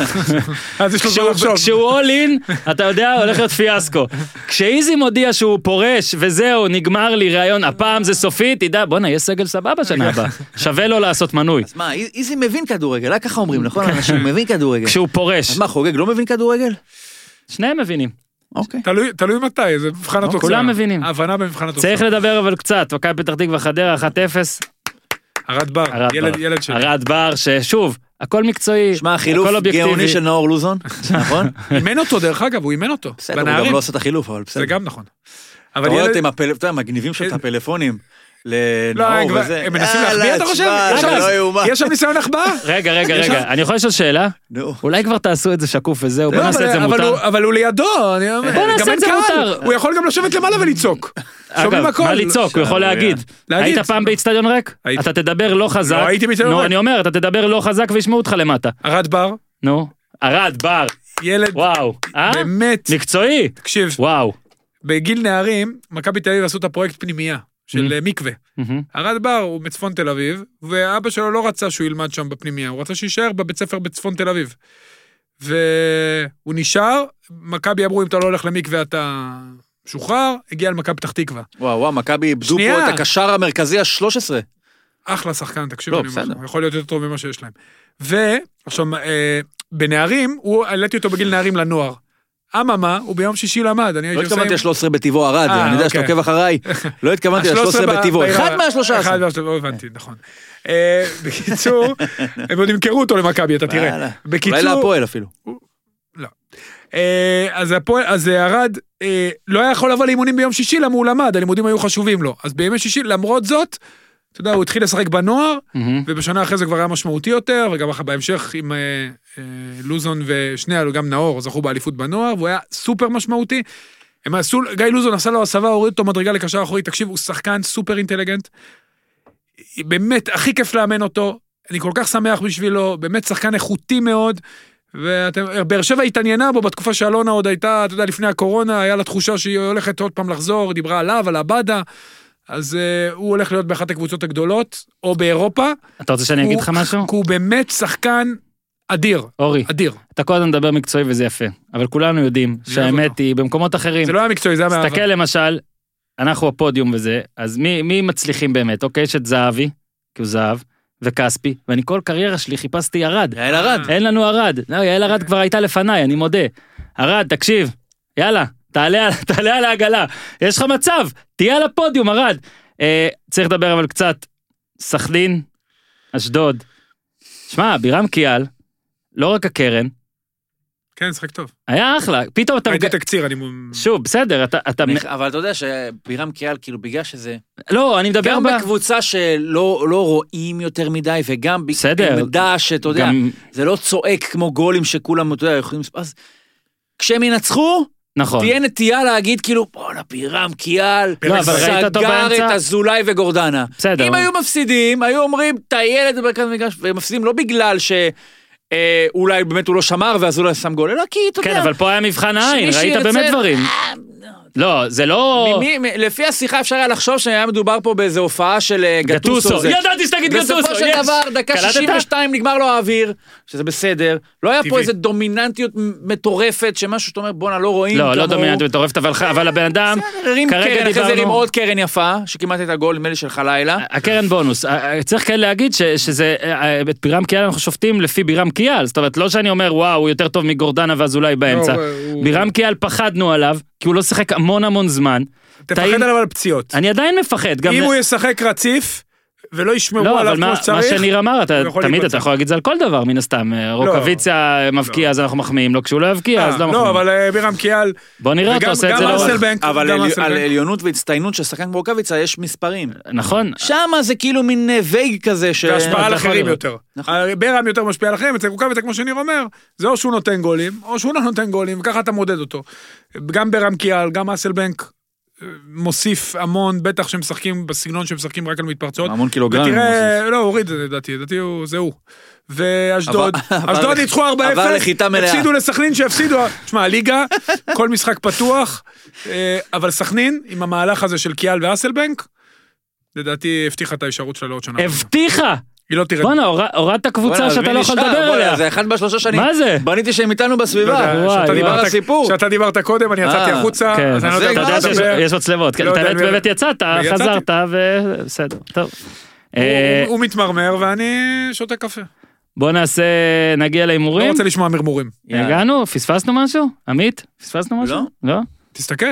אז יש לו זמן כשהוא- לחשוב. כשהוא אול אין, אתה יודע, הולך להיות פיאסקו. כשאיזי מודיע שהוא פורש, וזהו, נגמר לי ראיון, הפעם זה סופי, תדע, בואנה, יש סגל סבבה שנה הבאה. שווה לו לעשות מנוי. אז מה, אי- איזי מבין כדורגל, רק ככה אומרים, נכון? אנשים מבין כן. כדורגל. כשהוא פורש. אז מה, חוגג לא מבין כדורגל? שניהם מבינים. אוקיי. תלוי תלוי מתי, זה מבחן התוצאה. כולם מבינים. הבנה במבחן התוצאה. צריך לדבר אבל קצת, מכבי פתח תקווה חדרה 1-0, ערד בר, ערד ילד- בר. ילד שלי. ערד בר, ששוב, הכל מקצועי, שמע, חילוף הכל גאוני אובייקטיבי. של נאור לוזון, נכון? אימן אותו, דרך אגב, הוא אימן אותו. בסדר, הוא גם בנערים. לא עושה את החילוף, אבל בסדר. זה גם נכון. אתה אבל רואה ילד... אותם, הפל- אתה יודע, מגניבים של אין- הפלאפונים. לא, הם לנאור כבר- וזה. הם מנסים יאללה, להחביא, אתה חושב? תשמע, יש זה שם- לא יאומן. יש שם ניסיון החבאה? רגע, רגע, רגע, אני יכול לשאול שאלה? נו. אולי כבר תעשו את זה שקוף וזהו, בוא לא, נעשה את זה אבל- אבל מותר. הוא- אבל הוא לידו, אני אומר. בוא נעשה גם את אין זה קהל. מותר. הוא יכול גם לשבת למעלה ולצעוק. שומעים אגב, הכל. לא, מה לצעוק, הוא יכול להגיד. להגיד. היית פעם באיצטדיון ריק? הייתי. אתה תדבר לא חזק. הייתי באיצטדיון נו, ריק. אני אומר, אתה תדבר לא חזק וישמעו אותך למטה. ערד בר, נו, ערד, בר, ילד, וואו. אה? באמת, מקצועי. תקשיב, וואו. בגיל נערים, מכבי תל אביב עשו את הפרויקט פנימייה של Mm. אה, מקווה. מהמם. ערד בר הוא מצפון תל אביב, ואבא שלו לא רצה שהוא ילמד שם בפנימיה, הוא רצה שיישאר בבית ספר בצפון תל אביב. והוא נשאר, מכבי אמרו אם אתה לא הולך למקווה אתה משוחרר, הגיע למכבי פתח תקווה. וואו, וואו, מכבי איבדו שנייה. פה את הקשר המרכזי לא ה-13. אחלה שחקן, תקשיב, לא, אני אומר לך, בסדר. הוא יכול להיות יותר טוב ממה שיש להם. ועכשיו, אה, בנערים, הוא, העליתי אותו בגיל נערים לנוער. אממה, הוא ביום שישי למד, אני לא הייתי התכוונתי עם- ל-13 בטבעו ערד, אה, אני יודע שאתה אוקיי. עוקב אחריי. לא התכוונתי ל-13 ב- בטבעו, בעיר- אחד מהשלושה אחד עשר. מהשלושה, לא הבנתי, נכון. אה, בקיצור, הם עוד ימכרו אותו למכבי, אתה תראה. וואלה. אולי בקיצור, להפועל אפילו. אה, אז הפועל, אז ירד, לא היה יכול לבוא לאימונים ביום שישי, למה הוא למד, הלימודים היו חשובים לו. אז בימי שישי, למרות זאת, אתה יודע, הוא התחיל לשחק בנוער, מהמם. ובשנה אחרי זה כבר היה משמעותי יותר, וגם אחר בהמשך עם אה, אה, לוזון ושני, גם נאור, זכו באליפות בנוער, והוא היה סופר משמעותי. הם עשו, גיא לוזון עשה לו הסבה, הוריד אותו מדרגה לקשר אחורי, תקשיב, הוא שחקן סופר אינטליגנט. באמת, הכי כיף לאמן אותו, אני כל כך שמח בשבילו, באמת שחקן איכותי מאוד. ואתם, באר שבע התעניינה בו בתקופה שאלונה עוד הייתה, אתה יודע, לפני הקורונה, היה לה תחושה שהיא הולכת עוד פעם לחזור, היא דיברה עליו, על עבדה, אז uh, הוא הולך להיות באחת הקבוצות הגדולות, או באירופה. אתה רוצה שאני אגיד לך משהו? כי הוא באמת שחקן אדיר, אורי, אדיר. אתה כל הזמן מדבר מקצועי וזה יפה, אבל כולנו יודעים שהאמת אותו. היא במקומות אחרים. לא נכון. זה לא היה מקצועי, זה היה מאהבה. תסתכל למשל, אנחנו הפודיום וזה, אז מי, מי מצליחים באמת? אוקיי, יש את זהבי, כי הוא זהב, וכספי, ואני כל קריירה שלי חיפשתי ערד. יעל ארד. אין לנו ערד. לא, יעל ארד כבר הייתה לפניי, אני מודה. ערד, תקשיב, יאללה, תעלה, על- תעלה על העגלה. יש לך מצב, תהיה על הפודיום, ערד. אה, צריך לדבר אבל קצת, סכנין, אשדוד. שמע, בירם קיאל, לא רק הקרן, כן, שחק טוב. היה אחלה, פתאום אתה... ראיתי מק- תקציר, אני... שוב, בסדר, אתה... אתה... אני- אבל אתה יודע שבירם קיאל, כאילו, בגלל שזה... לא, אני מדבר גם ב- בקבוצה שלא לא רואים יותר מדי, וגם בסדר. בעמדה שאתה יודע, גם- זה לא צועק כמו גולים שכולם, אתה יודע, יכולים... אז כשהם ינצחו, נכון. תהיה נטייה להגיד כאילו, בואנה, בירם קיאל, לא, אבל ראית אותו סגר באמצע? את אזולאי וגורדנה. בסדר. אם היו מפסידים, היו אומרים, טיילת במרכז המגרש, והם מפסידים לא בגלל ש... אה, אולי באמת הוא לא שמר ואזולאי שם גול, אלא כי, אתה כן, יודע, אבל פה היה מבחן העין, שמי ראית שירצה- באמת דברים. אה, לא, זה לא... ממי- מ- לפי השיחה אפשר היה לחשוב שהיה מדובר פה באיזה הופעה של אה, גטוסו. גטוסו. זה. ידעתי שתגיד גטוסו, בסופו של יש. דבר, דקה קלטת? 62 נגמר לו האוויר, שזה בסדר. לא היה פה טבעי. איזה דומיננטיות מ- מטורפת, שמשהו שאתה אומר, בואנה, לא רואים לא, כמוהו." לא דומיננטית מטורפת, אבל ח- אבל הבן אדם... הרים כרגע קרן, אחרי זה דיברנו- הרים עוד קרן יפה, שכמעט הייתה גול, נדמה לי, שלך לילה. הקרן בונוס, אה, אה, צריך כן להגיד ש- שזה, אה, אה, את בירם קיאל אנחנו שופטים לפי בירם קיאל, זאת אומרת לא שאני אומר וואו הוא יותר טוב מגורדנה ואזולאי באמצע, לא, הוא- בירם קיאל פחדנו עליו, כי הוא לא שיחק המון המון זמן, טעים. תפחד עליו על פציעות. אני עדיין מפחד, גם, אם הוא ישחק רציף, ולא ישמעו לא עליו אבל כמו מה, מה שצריך, שניר אמר, אתה, הוא יכול תמיד להתבצע. אתה יכול להגיד זה על כל דבר מן הסתם, אה, רוקאביציה מבקיע אז אנחנו מחמיאים לו, כשהוא לא יבקיע אה, אז לא לא, מחמיאים, אבל אה, בירם קיאל, בוא נראה אותו וגם- עושה את גם זה לא ארסל רע. ארסנל בנק, אבל גם עלי- ארסנל על בנק. עליונות והצטיינות של שחקן כמו רוקאביצה יש מספרים. נכון, שמה זה כאילו מין אה, וייג כזה ש... והשפעה אתה על יכול אחרים לראות. יותר. נכון. הרי בירם יותר משפיע על אחרים, אצל קוקאביצה, כמו שניר אומר, זה או שהוא נותן גולים, או שהוא לא נותן גולים, וככה אתה מודד אותו. גם בירם קיאל, גם אסלבנק אה, מוסיף המון, בטח שהם משחקים בסגנון שהם משחקים רק על מתפרצות. המון קילוגרם. ותראה, לא, הוא הוריד את זה לדעתי, לדעתי הוא- זה הוא. ואשדוד, עבר- עבר אשדוד לח- ניצחו 4-0, עבר לחיטה מלאה. הפסידו לסכנין שהפסידו, תשמע, הליגה, כל משחק פתוח, אה, אבל סכנין, עם המהלך הזה של קיאל ואסלבנק, לדעתי הבטיחה את ההישארות שלה לעוד שנה. הבטיחה, היא לא תרד. בואנה הורדת קבוצה שאתה לא יכול לדבר עליה, זה אחד בשלושה שנים. מה זה? בניתי שהם איתנו בסביבה. לא יודע, וואי, לא שאתה וואי. נגמר דיברת- הסיפור. שאתה דיברת קודם, אני יצאתי אה, החוצה, כן, אז אני לא אז יודע זה על אתה מה יודע אתה שיש לדבר. יש מצלמות, כן, לא אתה יודע, באמת אני- באמת יצאת, ויצאתי. חזרת, ובסדר, טוב. הוא- אה, הוא- הוא מתמרמר ואני שותה קפה. בוא נעשה, נגיע לא להימורים. רוצה לשמוע מרמורים. יאללה. הגענו? פספסנו משהו? עמית? פספסנו משהו? לא. תסתכל.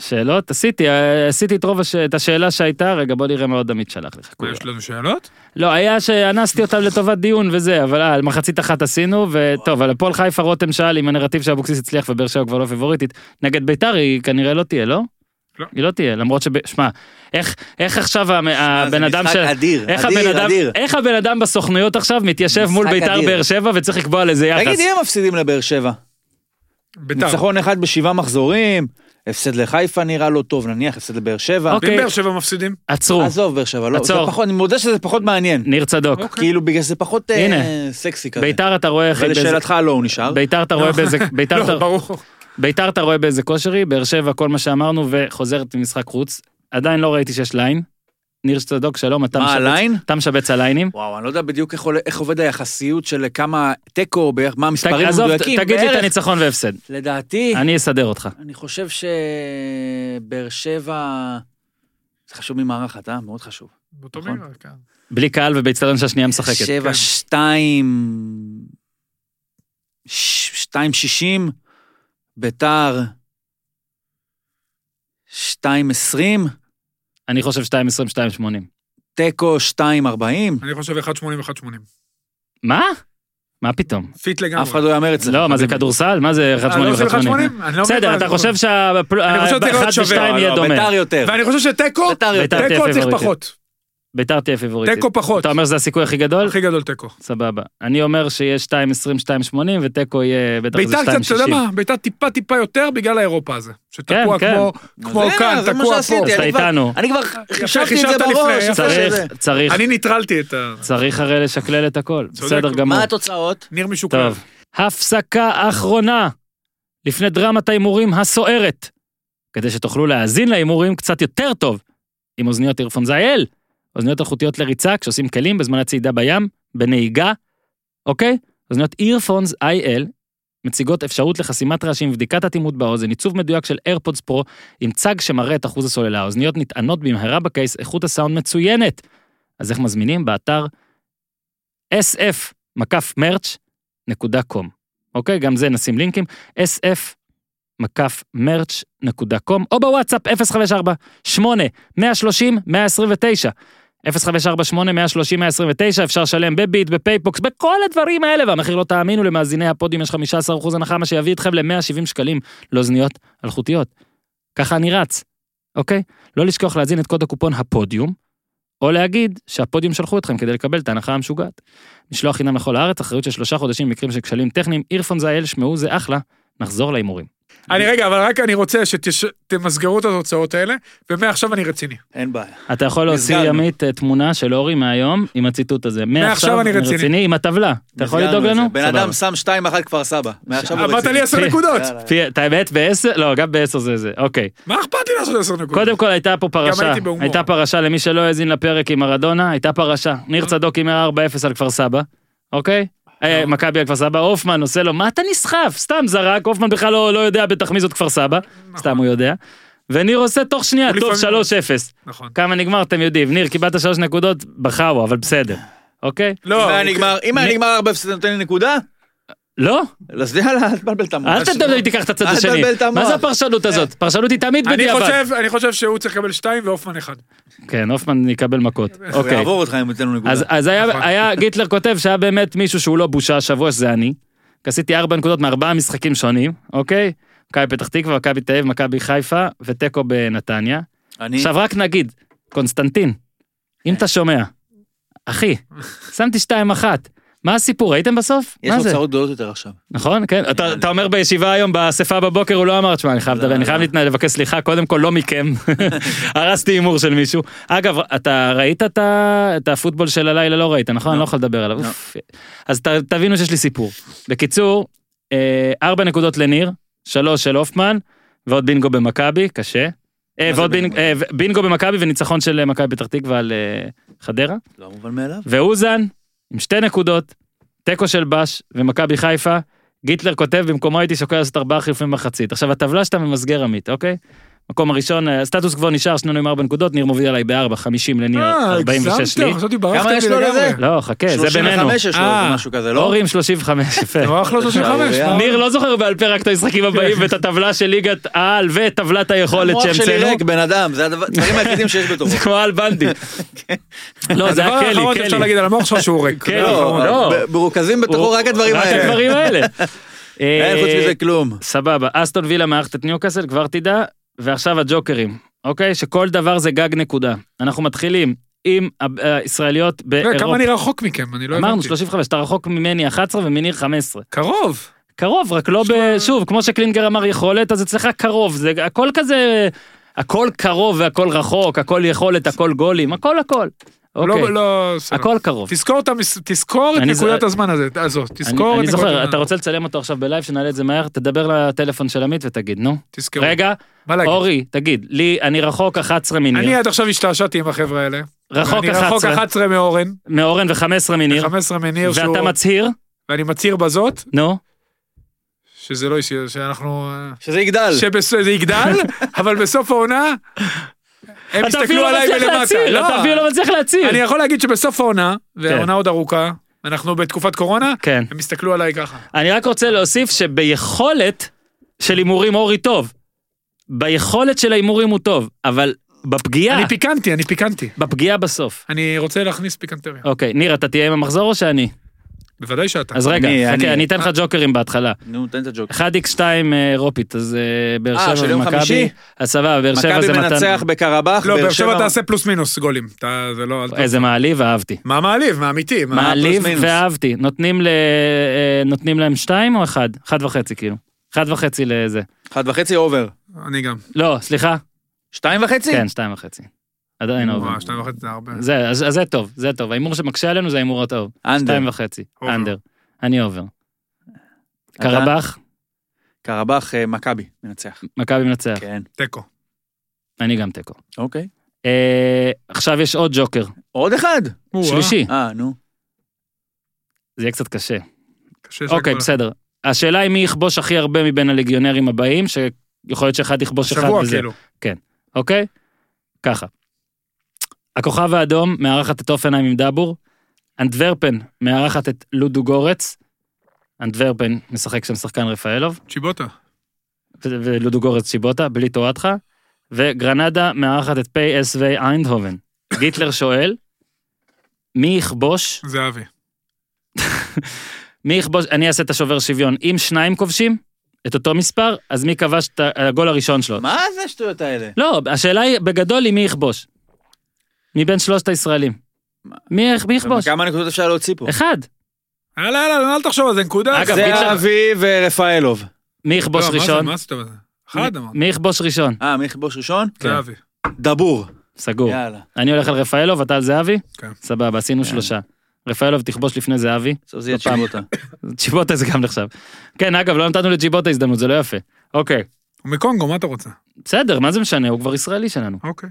שאלות? עשיתי, אה, עשיתי את רוב, הש- את השאלה שהייתה, רגע בוא נראה מה עוד עמית שלח לך. אוקיי. מה, יש לנו שאלות? לא, היה שאנסתי אותם לטובת דיון וזה, אבל אה, על מחצית אחת עשינו, וטוב, על הפועל חיפה רותם שאל אם הנרטיב שאבוקסיס הצליח ובאר שבע כבר לא פיבוריטית, נגד ביתר היא כנראה לא תהיה, לא? לא. היא לא תהיה, למרות שב... שמע, איך, איך עכשיו המ- הבן אדם ש... אה, אדיר, איך אדיר, הבן אדם, אדיר. איך הבן אדם בסוכנויות עכשיו מתיישב מול משחק ביתר אדיר. באר שבע וצריך לקבוע לזה יחס. תגיד, אה, אם הם מפסידים לבאר שבע? ביתר. ניצחון אחד בשבעה מחזורים, הפסד לחיפה נראה לא טוב, נניח הפסד לבאר שבע. אוקיי. אם באר שבע מפסידים? עצרו, עזוב באר שבע, לא, זה עצור. פחות, אני מודה שזה פחות מעניין. ניר צדוק. אוקיי. כאילו בגלל שזה פחות אה, הנה. סקסי כזה. ביתר אתה רואה איך... היא באיזה- ולשאלתך לא הוא נשאר. ביתר אתה רואה באיזה... ביתר אתה- לא, ברור. ביתר אתה רואה באיזה כושר היא, באר שבע כל מה שאמרנו וחוזרת ממשחק חוץ. עדיין לא ראיתי שיש ליין. ניר צדוק שלום, אתה מה משבץ- הליין? אתה משבץ הליינים. וואו, אני לא יודע בדיוק איך עולה- איך עובד היחסיות של כמה תיקו, בערך מה ת- המספרים עזוב, ת- המדויקים. תגיד לי את בערך. הניצחון והפסד, לדעתי, אני אסדר אותך. אני חושב שבאר שבע... זה חשוב ממערכת, אה? מאוד חשוב. באותו נכון. מילה, כן. בלי קהל ובאצטדיון שהשנייה משחקת. שבע, כן. שתיים... ש- שתיים שישים, ביתר... שתיים עשרים, אני חושב 2.20, 2.80. תיקו שתיים ארבעים. אני חושב 1.80 1.80. מה? מה פתאום? פיט לגמרי. אף אחד לא יאמר את זה. לא, מה זה חביבי. כדורסל? מה זה 1.80? אה, לא עושים 1.80? 1.80? אני לא מבין בסדר, מה אתה זה. חושב חושב שזה צריך להיות שהאחד שווה. ושתיים לא, יהיה לא, דומה. ביתר יותר. ואני חושב שתיקו, ביתר ביתר יותר. תהיה תיקו צריך פיבוריטית. פחות. ביתר תהיה פיבוריטית. תיקו פחות. אתה אומר שזה הסיכוי הכי גדול? הכי גדול תיקו. סבבה. אני אומר שיהיה 2.20, 2.80 ותיקו יהיה בטח איזה ביתר 2.60. קצת, אתה יודע מה, ביתר טיפה טיפה יותר בגלל האירופה הזה. שתקוע כן. כמו- אז כמו הנה, כאן, זה מה תקוע שעשיתי, פה. אז אתה אני כבר- איתנו. אני כבר חשבתי את זה חישבת בראש. לפני, יפה צריך, שזה. צריך, אני ניטרלתי את ה... צריך הרי לשקלל את הכל. צודק. בסדר גמור. מה התוצאות? ניר משוקר. טוב. הפסקה אחרונה, לפני דרמת ההימורים הסוערת. כדי שתוכלו להאזין להימורים קצת יותר טוב, עם אוזניות אירפון זייל, אוזניות אלחוטיות לריצה כשעושים כלים בזמן הצעידה בים, בנהיגה, אוקיי? אוזניות אירפונס איי-אל מציגות אפשרות לחסימת רעשים, בדיקת אטימות באוזן, עיצוב מדויק של איירפודס פרו עם צג שמראה את אחוז הסוללה. האוזניות נטענות במהרה בקייס, איכות הסאונד מצוינת. אז איך מזמינים? באתר sf מקף מרץ' נקודה קום. אוקיי? גם זה נשים לינקים. sf מקף מרץ' נקודה קום, או בוואטסאפ 054-8-130-129. 054-8-130-129, אפשר לשלם בביט, בפייפוקס, בכל הדברים האלה, והמחיר לא תאמינו, למאזיני הפודיום יש 15% הנחה, מה שיביא אתכם ל-170 שקלים לאוזניות אלחוטיות. ככה אני רץ, אוקיי? לא לשכוח להזין את קוד הקופון הפודיום, או להגיד שהפודיום שלחו אתכם כדי לקבל את ההנחה המשוגעת. משלוח חינם לכל הארץ, אחריות של שלושה חודשים במקרים של כשלים טכניים, אירפון זייל, שמעו זה אחלה, נחזור להימורים. אני רגע, אבל רק אני רוצה שתמסגרו את התוצאות האלה, ומעכשיו אני רציני. אין בעיה. אתה יכול להוציא נסגרנו. ימית אה, תמונה של אורי מהיום עם הציטוט הזה. מעכשיו אני רציני. עם הטבלה. אתה יכול נסגרנו לדאוג את זה. לנו? בן אדם שם 2-1 כפר סבא. מעכשיו הוא אמרת רציני. לי עשר כן. נקודות. יאללה. סבבה. את האמת בעשר? לא, גם בעשר זה זה. אוקיי. מה אכפת לי לעשות עשר נקודות? קודם כל הייתה פה פרשה, הייתי בהומור. הייתה פרשה למי שלא האזין לפרק עם מרדונה, הייתה פרשה. ניר אה? צדוק עם 4-0 על כפר סבא, אוקיי? אה, מכבי על כפר סבא, הופמן עושה לו, מה אתה נסחף? סתם זרק, הופמן בכלל לא לא יודע בתחמיז זאת כפר סבא, סתם הוא יודע. וניר עושה תוך שנייה, נכון. הוא טוב לפעמים- 3-0. נכון. כמה נגמר אתם יודעים, ניר קיבלת 3 נקודות, בחאווה, אבל בסדר, אוקיי? לא, אם היה אוקיי. נגמר- אם היה נ- נגמר 4 הפסד נותן לי נקודה, לא, אז יאללה, אל תבלבל את המוח. אל תדבר, תיקח את הצד אל השני. תבלבל את המוח. מה זה הפרשנות הזאת? פרשנות היא תמיד אה. אני בדיעבד. חושב, אני חושב שהוא צריך לקבל שתיים והופמן אחד. כן, הופמן יקבל מכות. אה, הוא אוקיי. יעבור אותך אם ייתן לו נקודה. אז, אז נכון. היה, היה גיטלר כותב שהיה באמת מישהו שהוא לא בושה השבוע שזה אני. עשיתי ארבע נקודות מארבעה משחקים שונים, אוקיי? מכבי פתח תקווה, מכבי תל אביב, מכבי חיפה ותיקו בנתניה. אני... אה. עכשיו רק נגיד, קונסטנטין, אם אתה שומע, אחי, שמתי שתיים אחת. מה הסיפור, ראיתם בסוף? יש מה לו זה? צרות גדולות יותר עכשיו. נכון, כן. אתה, אתה אומר בישיבה היום, באספה בבוקר, הוא לא אמר, תשמע, אני חייב לא, לדבר, אני חייב לא. להתנהל, לבקש סליחה, קודם כל לא מכם. הרסתי הימור של מישהו. אגב, אתה ראית את, ה... את הפוטבול של הלילה? לא ראית, נכון? אני לא יכול לדבר עליו. לא. אוף. אז ת, תבינו שיש לי סיפור. בקיצור, אה, ארבע נקודות לניר, שלוש של הופמן, ועוד בינגו במכבי, קשה. אה, מה זה ועוד בינג, בינגו? אה, ו- בינגו במכבי וניצחון של אה, מכבי פתח תקווה על אה, חדרה. לא מובן מאליו. ואוזן עם שתי נקודות, תיקו של בש ומכבי חיפה, גיטלר כותב במקומו הייתי שוקל לעשות ארבעה חילופים במחצית. עכשיו הטבלה שאתה ממסגר עמית, אוקיי? מקום הראשון, אה, סטטוס כבר נשאר, שנינו עם ארבע נקודות, ניר מוביל עליי בארבע, חמישים לניר, אה, אה, ארבעים ושש לי. הגזמתם, חשבתי ברחתם כמה יש לו לי לזה? לגמרי. לא, חכה, זה בינינו. 35 יש לו אה. איזה משהו כזה, לא? אורי עם 35, יפה. נוח לו 35. אה, מה? ניר לא זוכר בעל פה רק את המשחקים הבאים ואת הטבלה של ליגת העל ואת טבלת היכולת המוח שלי שהמצאנו. ריק, בן אדם, זה הדבר- הדברים היחידים שיש בתוכו. זה כמו על בנדי. כן. לא, זה הדבר היה האחרון קלי, שאפשר קלי. להגיד על המוח שלך שהוא ריק. קלי. לא, לא. ב- מרוכזים בתוכו הוא- רק הדברים רק האלה. הדברים האלה. אין חוץ אה, מזה כלום. סבבה, אסטון וילה מארחת את ניוקאסל, כבר תדע, ועכשיו הג'וקרים, אוקיי? שכל דבר זה גג נקודה. אנחנו מתחילים עם ה- הישראליות תראה, לא, כמה באירופה. אני רחוק מכם, אני לא אה, אוקיי. אמרנו הבנתי. 35, אתה רחוק ממני 11 ומניר 15. קרוב. קרוב, רק לא ב... שוב, כמו שקלינגר אמר יכולת, אז אצלך קרוב, זה הכל כזה... הכל קרוב והכל רחוק, הכל יכולת, הכל גולים, הכל הכל. אוקיי, לא, לא, בסדר. הכל קרוב. תזכור את המס- תזכור את אני נקודת זו- הזמן הזה, הזאת. אני, תזכור אני את נקודת זוכר, הזמן. אתה רוצה לצלם אותו עכשיו בלייב, שנעלה את זה מהר, תדבר לטלפון של עמית ותגיד, נו. תזכרו. רגע, מה להגיד? אורי, תגיד, לי, אני רחוק 11 מניר. אני עד עכשיו השתעשעתי עם החבר'ה האלה. רחוק אני רחוק 11 11 מאורן, מאורן ו-15 מניר, 15 מניר, ואתה שהוא- מצהיר, ואני מצהיר בזאת, נו, שזה לא אישי, שאנחנו... אה, שזה יגדל. שזה יגדל, אבל בסוף העונה, הם אתה אפילו יסתכלו לא עליי מצליח מלמטה. להצהיר, אתה אפילו לא מצליח כן. להצהיר. אני יכול להגיד שבסוף העונה, והעונה עוד ארוכה, אנחנו בתקופת קורונה, כן, הם יסתכלו עליי ככה. אני רק רוצה להוסיף שביכולת של הימורים אורי טוב, ביכולת של ההימורים הוא טוב, אבל בפגיעה, אני פיקנטי, אני פיקנטי. בפגיעה בסוף. אני רוצה להכניס פיקנטריה. אוקיי, ניר, אתה תהיה עם המחזור או שאני? בוודאי שאתה. אז רגע, אני- חכה, אני- אני אתן לך ג'וקרים בהתחלה. נו, תן את הג'וק. 1x2 אירופית, אז אה, באר אה, של שבע יום ומכבי. חמישי? אז סבבה, באר שבע מכבי זה מתן... מנצח בקרבח, לא, באר באר שבע שבע... תעשה פלוס מינוס גולים. אתה- זה לא... אל ת- איזה מעליב, אהבתי. מה מעליב? מה אמיתי? מה- אה, מעליב מינוס? אה, ואהבתי. נותנים ל... אה, נותנים להם שתיים או אחד? אחד וחצי כאילו. אחד וחצי לזה. אחת וחצי אובר. אני גם. לא, סליחה. שתיים וחצי? כן, שתיים וחצי. עדיין אובר. וואו, שתיים וחצי זה הרבה. זה, אז, אז זה טוב, זה טוב. ההימור שמקשה עלינו זה ההימור הטוב. אנדר. שתיים וחצי. אובר. אנדר. אני אובר. אתה? קרבח, קרבח, אה, מכבי, מנצח. מכבי מנצח. כן. תיקו. אני גם תיקו. אוקיי. אה, עכשיו יש עוד ג'וקר. עוד אחד. כן. שלישי. אה, נו. זה יהיה קצת קשה. קשה של אוקיי, הגבלה. בסדר. השאלה היא מי יכבוש הכי הרבה מבין הלגיונרים הבאים, שיכול להיות שאחד יכבוש אחד שבוע וזה. כן. כאילו. אוקיי? ככה. הכוכב האדום מארחת את אופנהיים עם דאבור, אנדוורפן מארחת את לודו גורץ, אנדוורפן משחק שם שחקן רפאלוב, צ'יבוטה. ו- ולודו גורץ שיבוטה, בלי טואטחה, וגרנדה מארחת את פי אס וי איינדהובן. גיטלר שואל, מי יכבוש, זהבי. מי יכבוש, אני אעשה את השובר שוויון, אם שניים כובשים את אותו מספר, אז מי כבש את הגול הראשון שלו? מה זה השטויות האלה? לא, השאלה היא, בגדול היא מי יכבוש. מבין שלושת הישראלים. מי, מי יכבוש? כמה נקודות אפשר להוציא פה? אחד. יאללה, יאללה, אל תחשוב על זה, נקודה. אגב, זה גיטלר- אבי ורפאלוב. מי יכבוש לא, מה זה, ראשון? מה זאת אומרת? אחד אמרנו. מי יכבוש ראשון? אה, מי יכבוש ראשון? כן. זהבי. דבור. סגור. יאללה. אני הולך על רפאלוב, אתה על זהבי? כן. סבבה, עשינו שלושה. רפאלוב תכבוש לפני זהבי. עכשיו זה יהיה בפעם. תשובות. ג'יבוטה זה גם נחשב. כן, אגב, לא נתנו לג'יבוטה הזדמנות, זה לא יפה. אוקיי, הוא מקונגו, מה אתה רוצה? בסדר, מה זה משנה, הוא כבר ישראלי שלנו. אוקיי.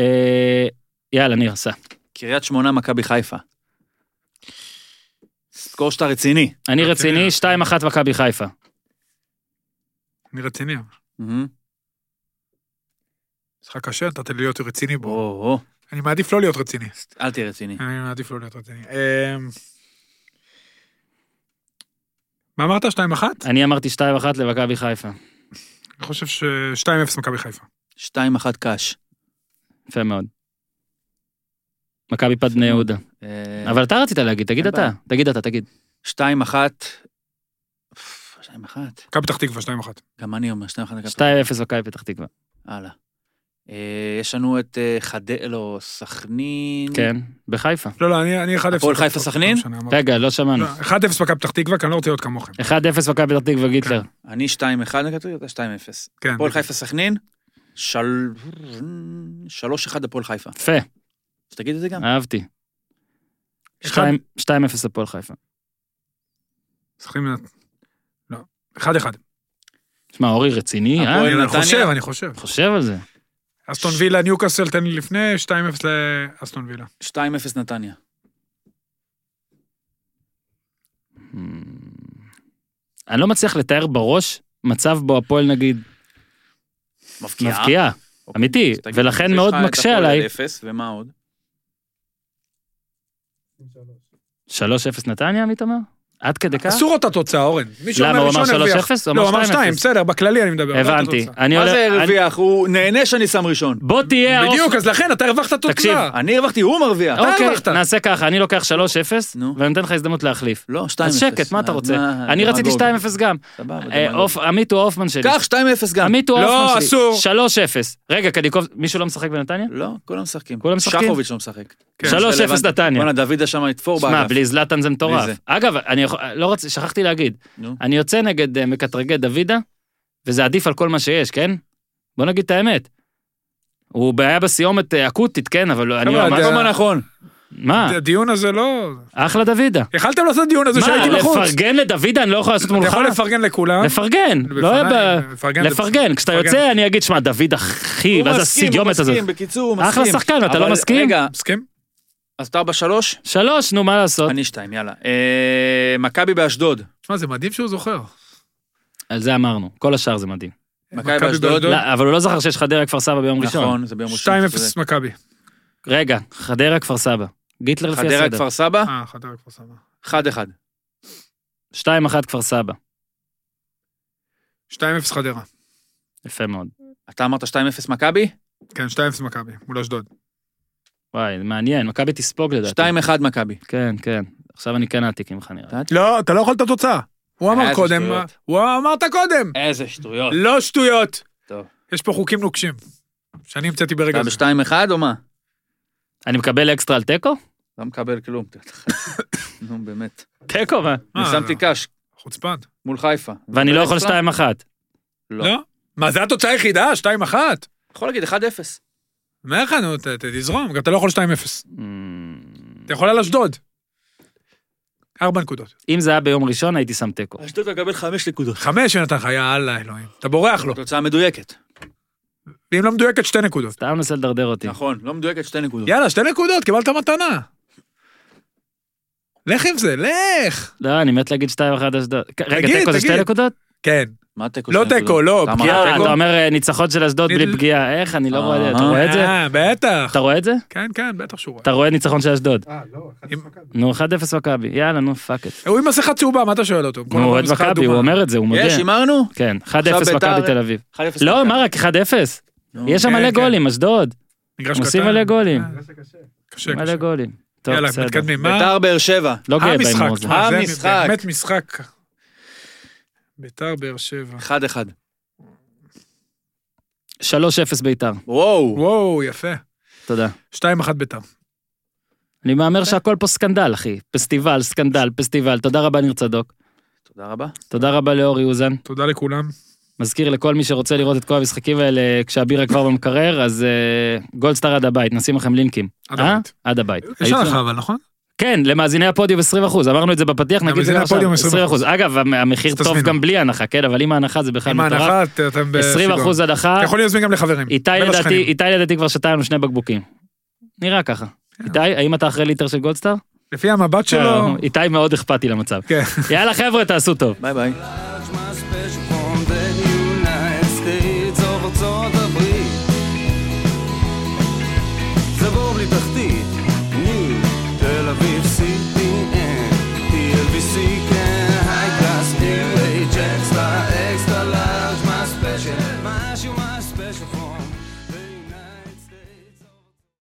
אה, יאללה, ניר, סע. קריית שמונה, מכבי חיפה. סקור שאתה רציני. אני אוקיי, רציני, 2-1 מכבי חיפה. אני רציני. אבל. מהמם. משחק קשה, נתת לי להיות רציני או, בו. או, אני מעדיף לא להיות רציני. אל תהיה רציני. אני מעדיף לא להיות רציני. אמ, מה אמרת? 2-1? אני אמרתי 2-1 למכבי חיפה. אני חושב ש-2-0 מכבי חיפה. 2-1 קאש. יפה מאוד. מכבי פד בני יהודה. אה, כן. אבל אתה רצית להגיד, תגיד אין אתה. בעיה. תגיד אתה, תגיד. 2-1. פפ, 2-1. מכבי פתח תקווה, 2-1. גם אני אומר 2-1 מכבי 2-0 מכבי פתח תקווה. הלאה. אה, יש לנו את אה, חד... לא, סכנין. כן, בחיפה. לא, לא, אני אני 1-0. הפועל חיפה, לא סכנין? כן. משנה, אמרתי. רגע, לא שמענו. לא, 1-0 מכבי פתח תקווה, כי אני לא רוצה להיות כמוכם. 1-0 מכבי פתח תקווה גיטלר. אני 2-1, אני כתוב, אתה 2-0. כן. הפועל חיפה סכנין, של... 3-1 הפועל חיפה. יפה, אז תגיד את זה גם. אהבתי. אחד- 2-0 הפועל חיפה. סכנין... לא. 1-1. שמע, אורי רציני, אה? הפועל- אני נתניה? חושב, אני חושב. חושב על זה. אסטון וילה, ניוקאסל, תן לי לפני, 2-0 לאסטון וילה. 2-0 נתניה. Hmm. אני לא מצליח לתאר בראש מצב בו הפועל נגיד מבקיעה. מבקיעה. אוקיי. אמיתי, אז תגיד, ולכן אז יש מאוד לך את מקשה הפועל עליי. עד אפס, ומה עוד? 3-0 נתניה, עמית אמר? עד כדי כך? אסור אותה תוצאה, אורן. מי למה, שאומר הוא אמר ראשון 3-0? הוא לא, הוא אמר אמר 2, 2-0. בסדר, בכללי אני מדבר. לא את הבנתי. התוצאה. אני מה הולך... זה אני- הרוויח? הוא נהנה שאני שם ראשון. בוא תהיה... האופ- בדיוק, אז לכן אתה הרווחת אה, תקשיב, אה. תוצאה. אני הרווחתי, הוא מרוויח. אוקיי, הרווחת. נעשה ככה, אני לוקח 3-0, נו. ואני נותן לך הזדמנות להחליף. לא, 2-0. אז שקט, מה אתה רוצה? אני רציתי 2-0 גם. סבבה, אה, דמגוג. עוף- עמית הוא ההופמן שלי. קח 2-0 גם. עמית הוא לא, ההופמן שלי. אסור. 3-0. רגע, קדיקוב, מישהו לא משחק בנתניה? לא, כולם משחקים. כולם משחקים? שחוביץ' לא משחק. כן. 3-0 נתניה. בואנה, דוידה שם יתפור שמע, לא, באגף. בלי זלאטן זה מטורף. בלי זה. אגב, אני יכול- לא רוצה, שכחתי להגיד. נו. אני יוצא נגד אה, מקטרגי דוידה, וזה עדיף על כל מה שיש, כן? בוא נגיד את האמת. הוא בעיה בסיומת אה, אקוטית, כן, אבל לא- אני חבר'ה, ממש... אתה- מה נכון? מה? הדיון הזה לא... אחלה דוידה. יכלתם לעשות דיון הזה מה, שהייתי בחוץ. לפרגן לדוידה אני לא יכול לעשות אתה מולך? יכול אה? לפרגן לכולם. לפרגן, לא בפניי, היה ב... לפרגן זה לפרגן, כשאתה לפרגן. יוצא אני אגיד, שמע, דוד אחי, הוא אה, ואז מסכים, הוא הסיומת הזאת. מסכים, בקיצור, הוא מסכים. אחלה שחקן, אתה לא אבל מסכים? רגע, מסכים? אז אתה בשלוש? שלוש, נו, מה לעשות? אני שתיים, יאללה. אה, מכבי באשדוד. תשמע, זה מדהים שהוא זוכר. על זה אמרנו, כל השאר זה מדהים. מכבי באשדוד. באשדוד. לא, אבל הוא לא זכר שיש חדרה כפר סבא ביום ראשון. נכון, זה ביום ראשון. 2-0 מכבי. רגע, חדרה כפר סבא. גיטלר לפי חדרה הסדר. כפר סבא, אה, חדר כפר סבא. 1-1. שתיים אחת כפר סבא. 2-0 חדרה. יפה מאוד. אתה אמרת 2-0 מכבי? כן, 2-0 מכבי, מול אשדוד. וואי, זה מעניין, מכבי תספוג לדעתי. 2-1 מכבי. כן, כן. עכשיו אני כן אעתיק ממך נראה. לי. לא, אתה לא יכול את התוצאה. הוא אמר איזה קודם, שטויות. הוא אמרת קודם. איזה אה. שטויות. לא שטויות. טוב. יש פה חוקים נוקשים. שאני המצאתי ברגע אתה הזה. ב-2-1 או מה? אני מקבל אקסטרה על תיקו? לא מקבל כלום. נו, באמת. תיקו, מה? אני אה, שמתי קאש חוצפן. מול חיפה. ואני לא יכול אקסטרה? שתיים אחת. לא. לא? מה, זה התוצאה היחידה? 2-1? יכול להגיד 1-0. אומר לך, נו, ת- ת- תזרום. גם אתה לא יכול 2-0. אתה יכול על אשדוד. ארבע נקודות. אם זה היה ביום ראשון הייתי שם תיקו. אשדוד מקבל 5 נקודות. חמש שנתן לך, יאללה אלוהים. אתה בורח לו. לא. תוצאה מדויקת. ואם לא מדויקת, שתי נקודות. סתם מנסה לדרדר אותי. נכון, לא מדויקת 2 נקודות. יאללה, שתי נקודות, קיבלת מתנה. לך עם זה, לך. לא, אני מת להגיד 2-1 אשדוד. רגע, תגיד, תיקו זה שתי תגיד. נקודות? כן. מה תיקו? לא שתי נקודות? תיקו, לא, אתה אמרת פגיעה. אה, תיקו? אתה אומר אה, ניצחון של אשדוד אני- בלי פגיעה, איך? אני לא אה, רואה, אתה אה. רואה את זה? אה, בטח. אתה רואה את זה? כן, כן, בטח שהוא רואה. אתה רואה ניצחון של אשדוד. אם- נו, 1-0 מכבי, יאללה, נו, פאק את. הוא עם מסכה צהובה, מה אתה שואל אותו? נו, כל הוא הזמן אוהד משחק מכבי, אדומה. הוא אומר את זה, הוא מודה. יש, הימרנו? כן, 1-0 עכשיו ביתר- מכבי תל אביב. 1-0. לא, מכבי. מה רק 1-0? נו. יש שם כן, מלא כן. גולים, אשדוד. מגרש הם עושים קטן. מלא גולים. אה, קשה, מלא קשה. גולים. טוב, יאללה, בסדר. מתקדמים. מה? ביתר באר שבע. לא גאה המשחק, בהימור הזה. תשמע, זה המשחק. באמת משחק. ביתר באר שבע. 1-1. 3-0 ביתר, וואו. וואו, יפה. תודה. 2-1 ביתר. אני מהמר שהכל פה סקנדל, אחי. פסטיבל, סקנדל, פסטיבל. תודה רבה, ניר צדוק. תודה רבה. תודה רבה לאורי אוזן. תודה לכולם. מזכיר לכל מי שרוצה לראות את כל המשחקים האלה כשהבירה כבר במקרר, אז אה, גולדסטאר עד הבית, נשים לכם לינקים. עד אה? הבית. עד הבית. יש היית- הנחה אבל, נכון? כן, למאזיני הפודיום 20%, אמרנו את זה בפתיח, נגיד את זה לא למאזיני עכשיו, הפודיום 20%. אגב, המ- המחיר אז טוב תזמינו. גם בלי הנחה, כן, אבל עם ההנחה זה בכלל עם מטורף. ההנחה, את- אתם 20% הנחה, אתה יכול להזמין גם לחברים. איתי בין לדעתי, השכנים. איתי לדעתי כבר שתה לנו שני בקבוקים. נראה ככה. כן. איתי, האם אתה אחרי ליטר של גולדסטאר? לפי המבט לא, שלו, איתי מאוד אכפתי למצב. כן. יאללה חבר'ה, תעשו טוב. ביי ביי. Life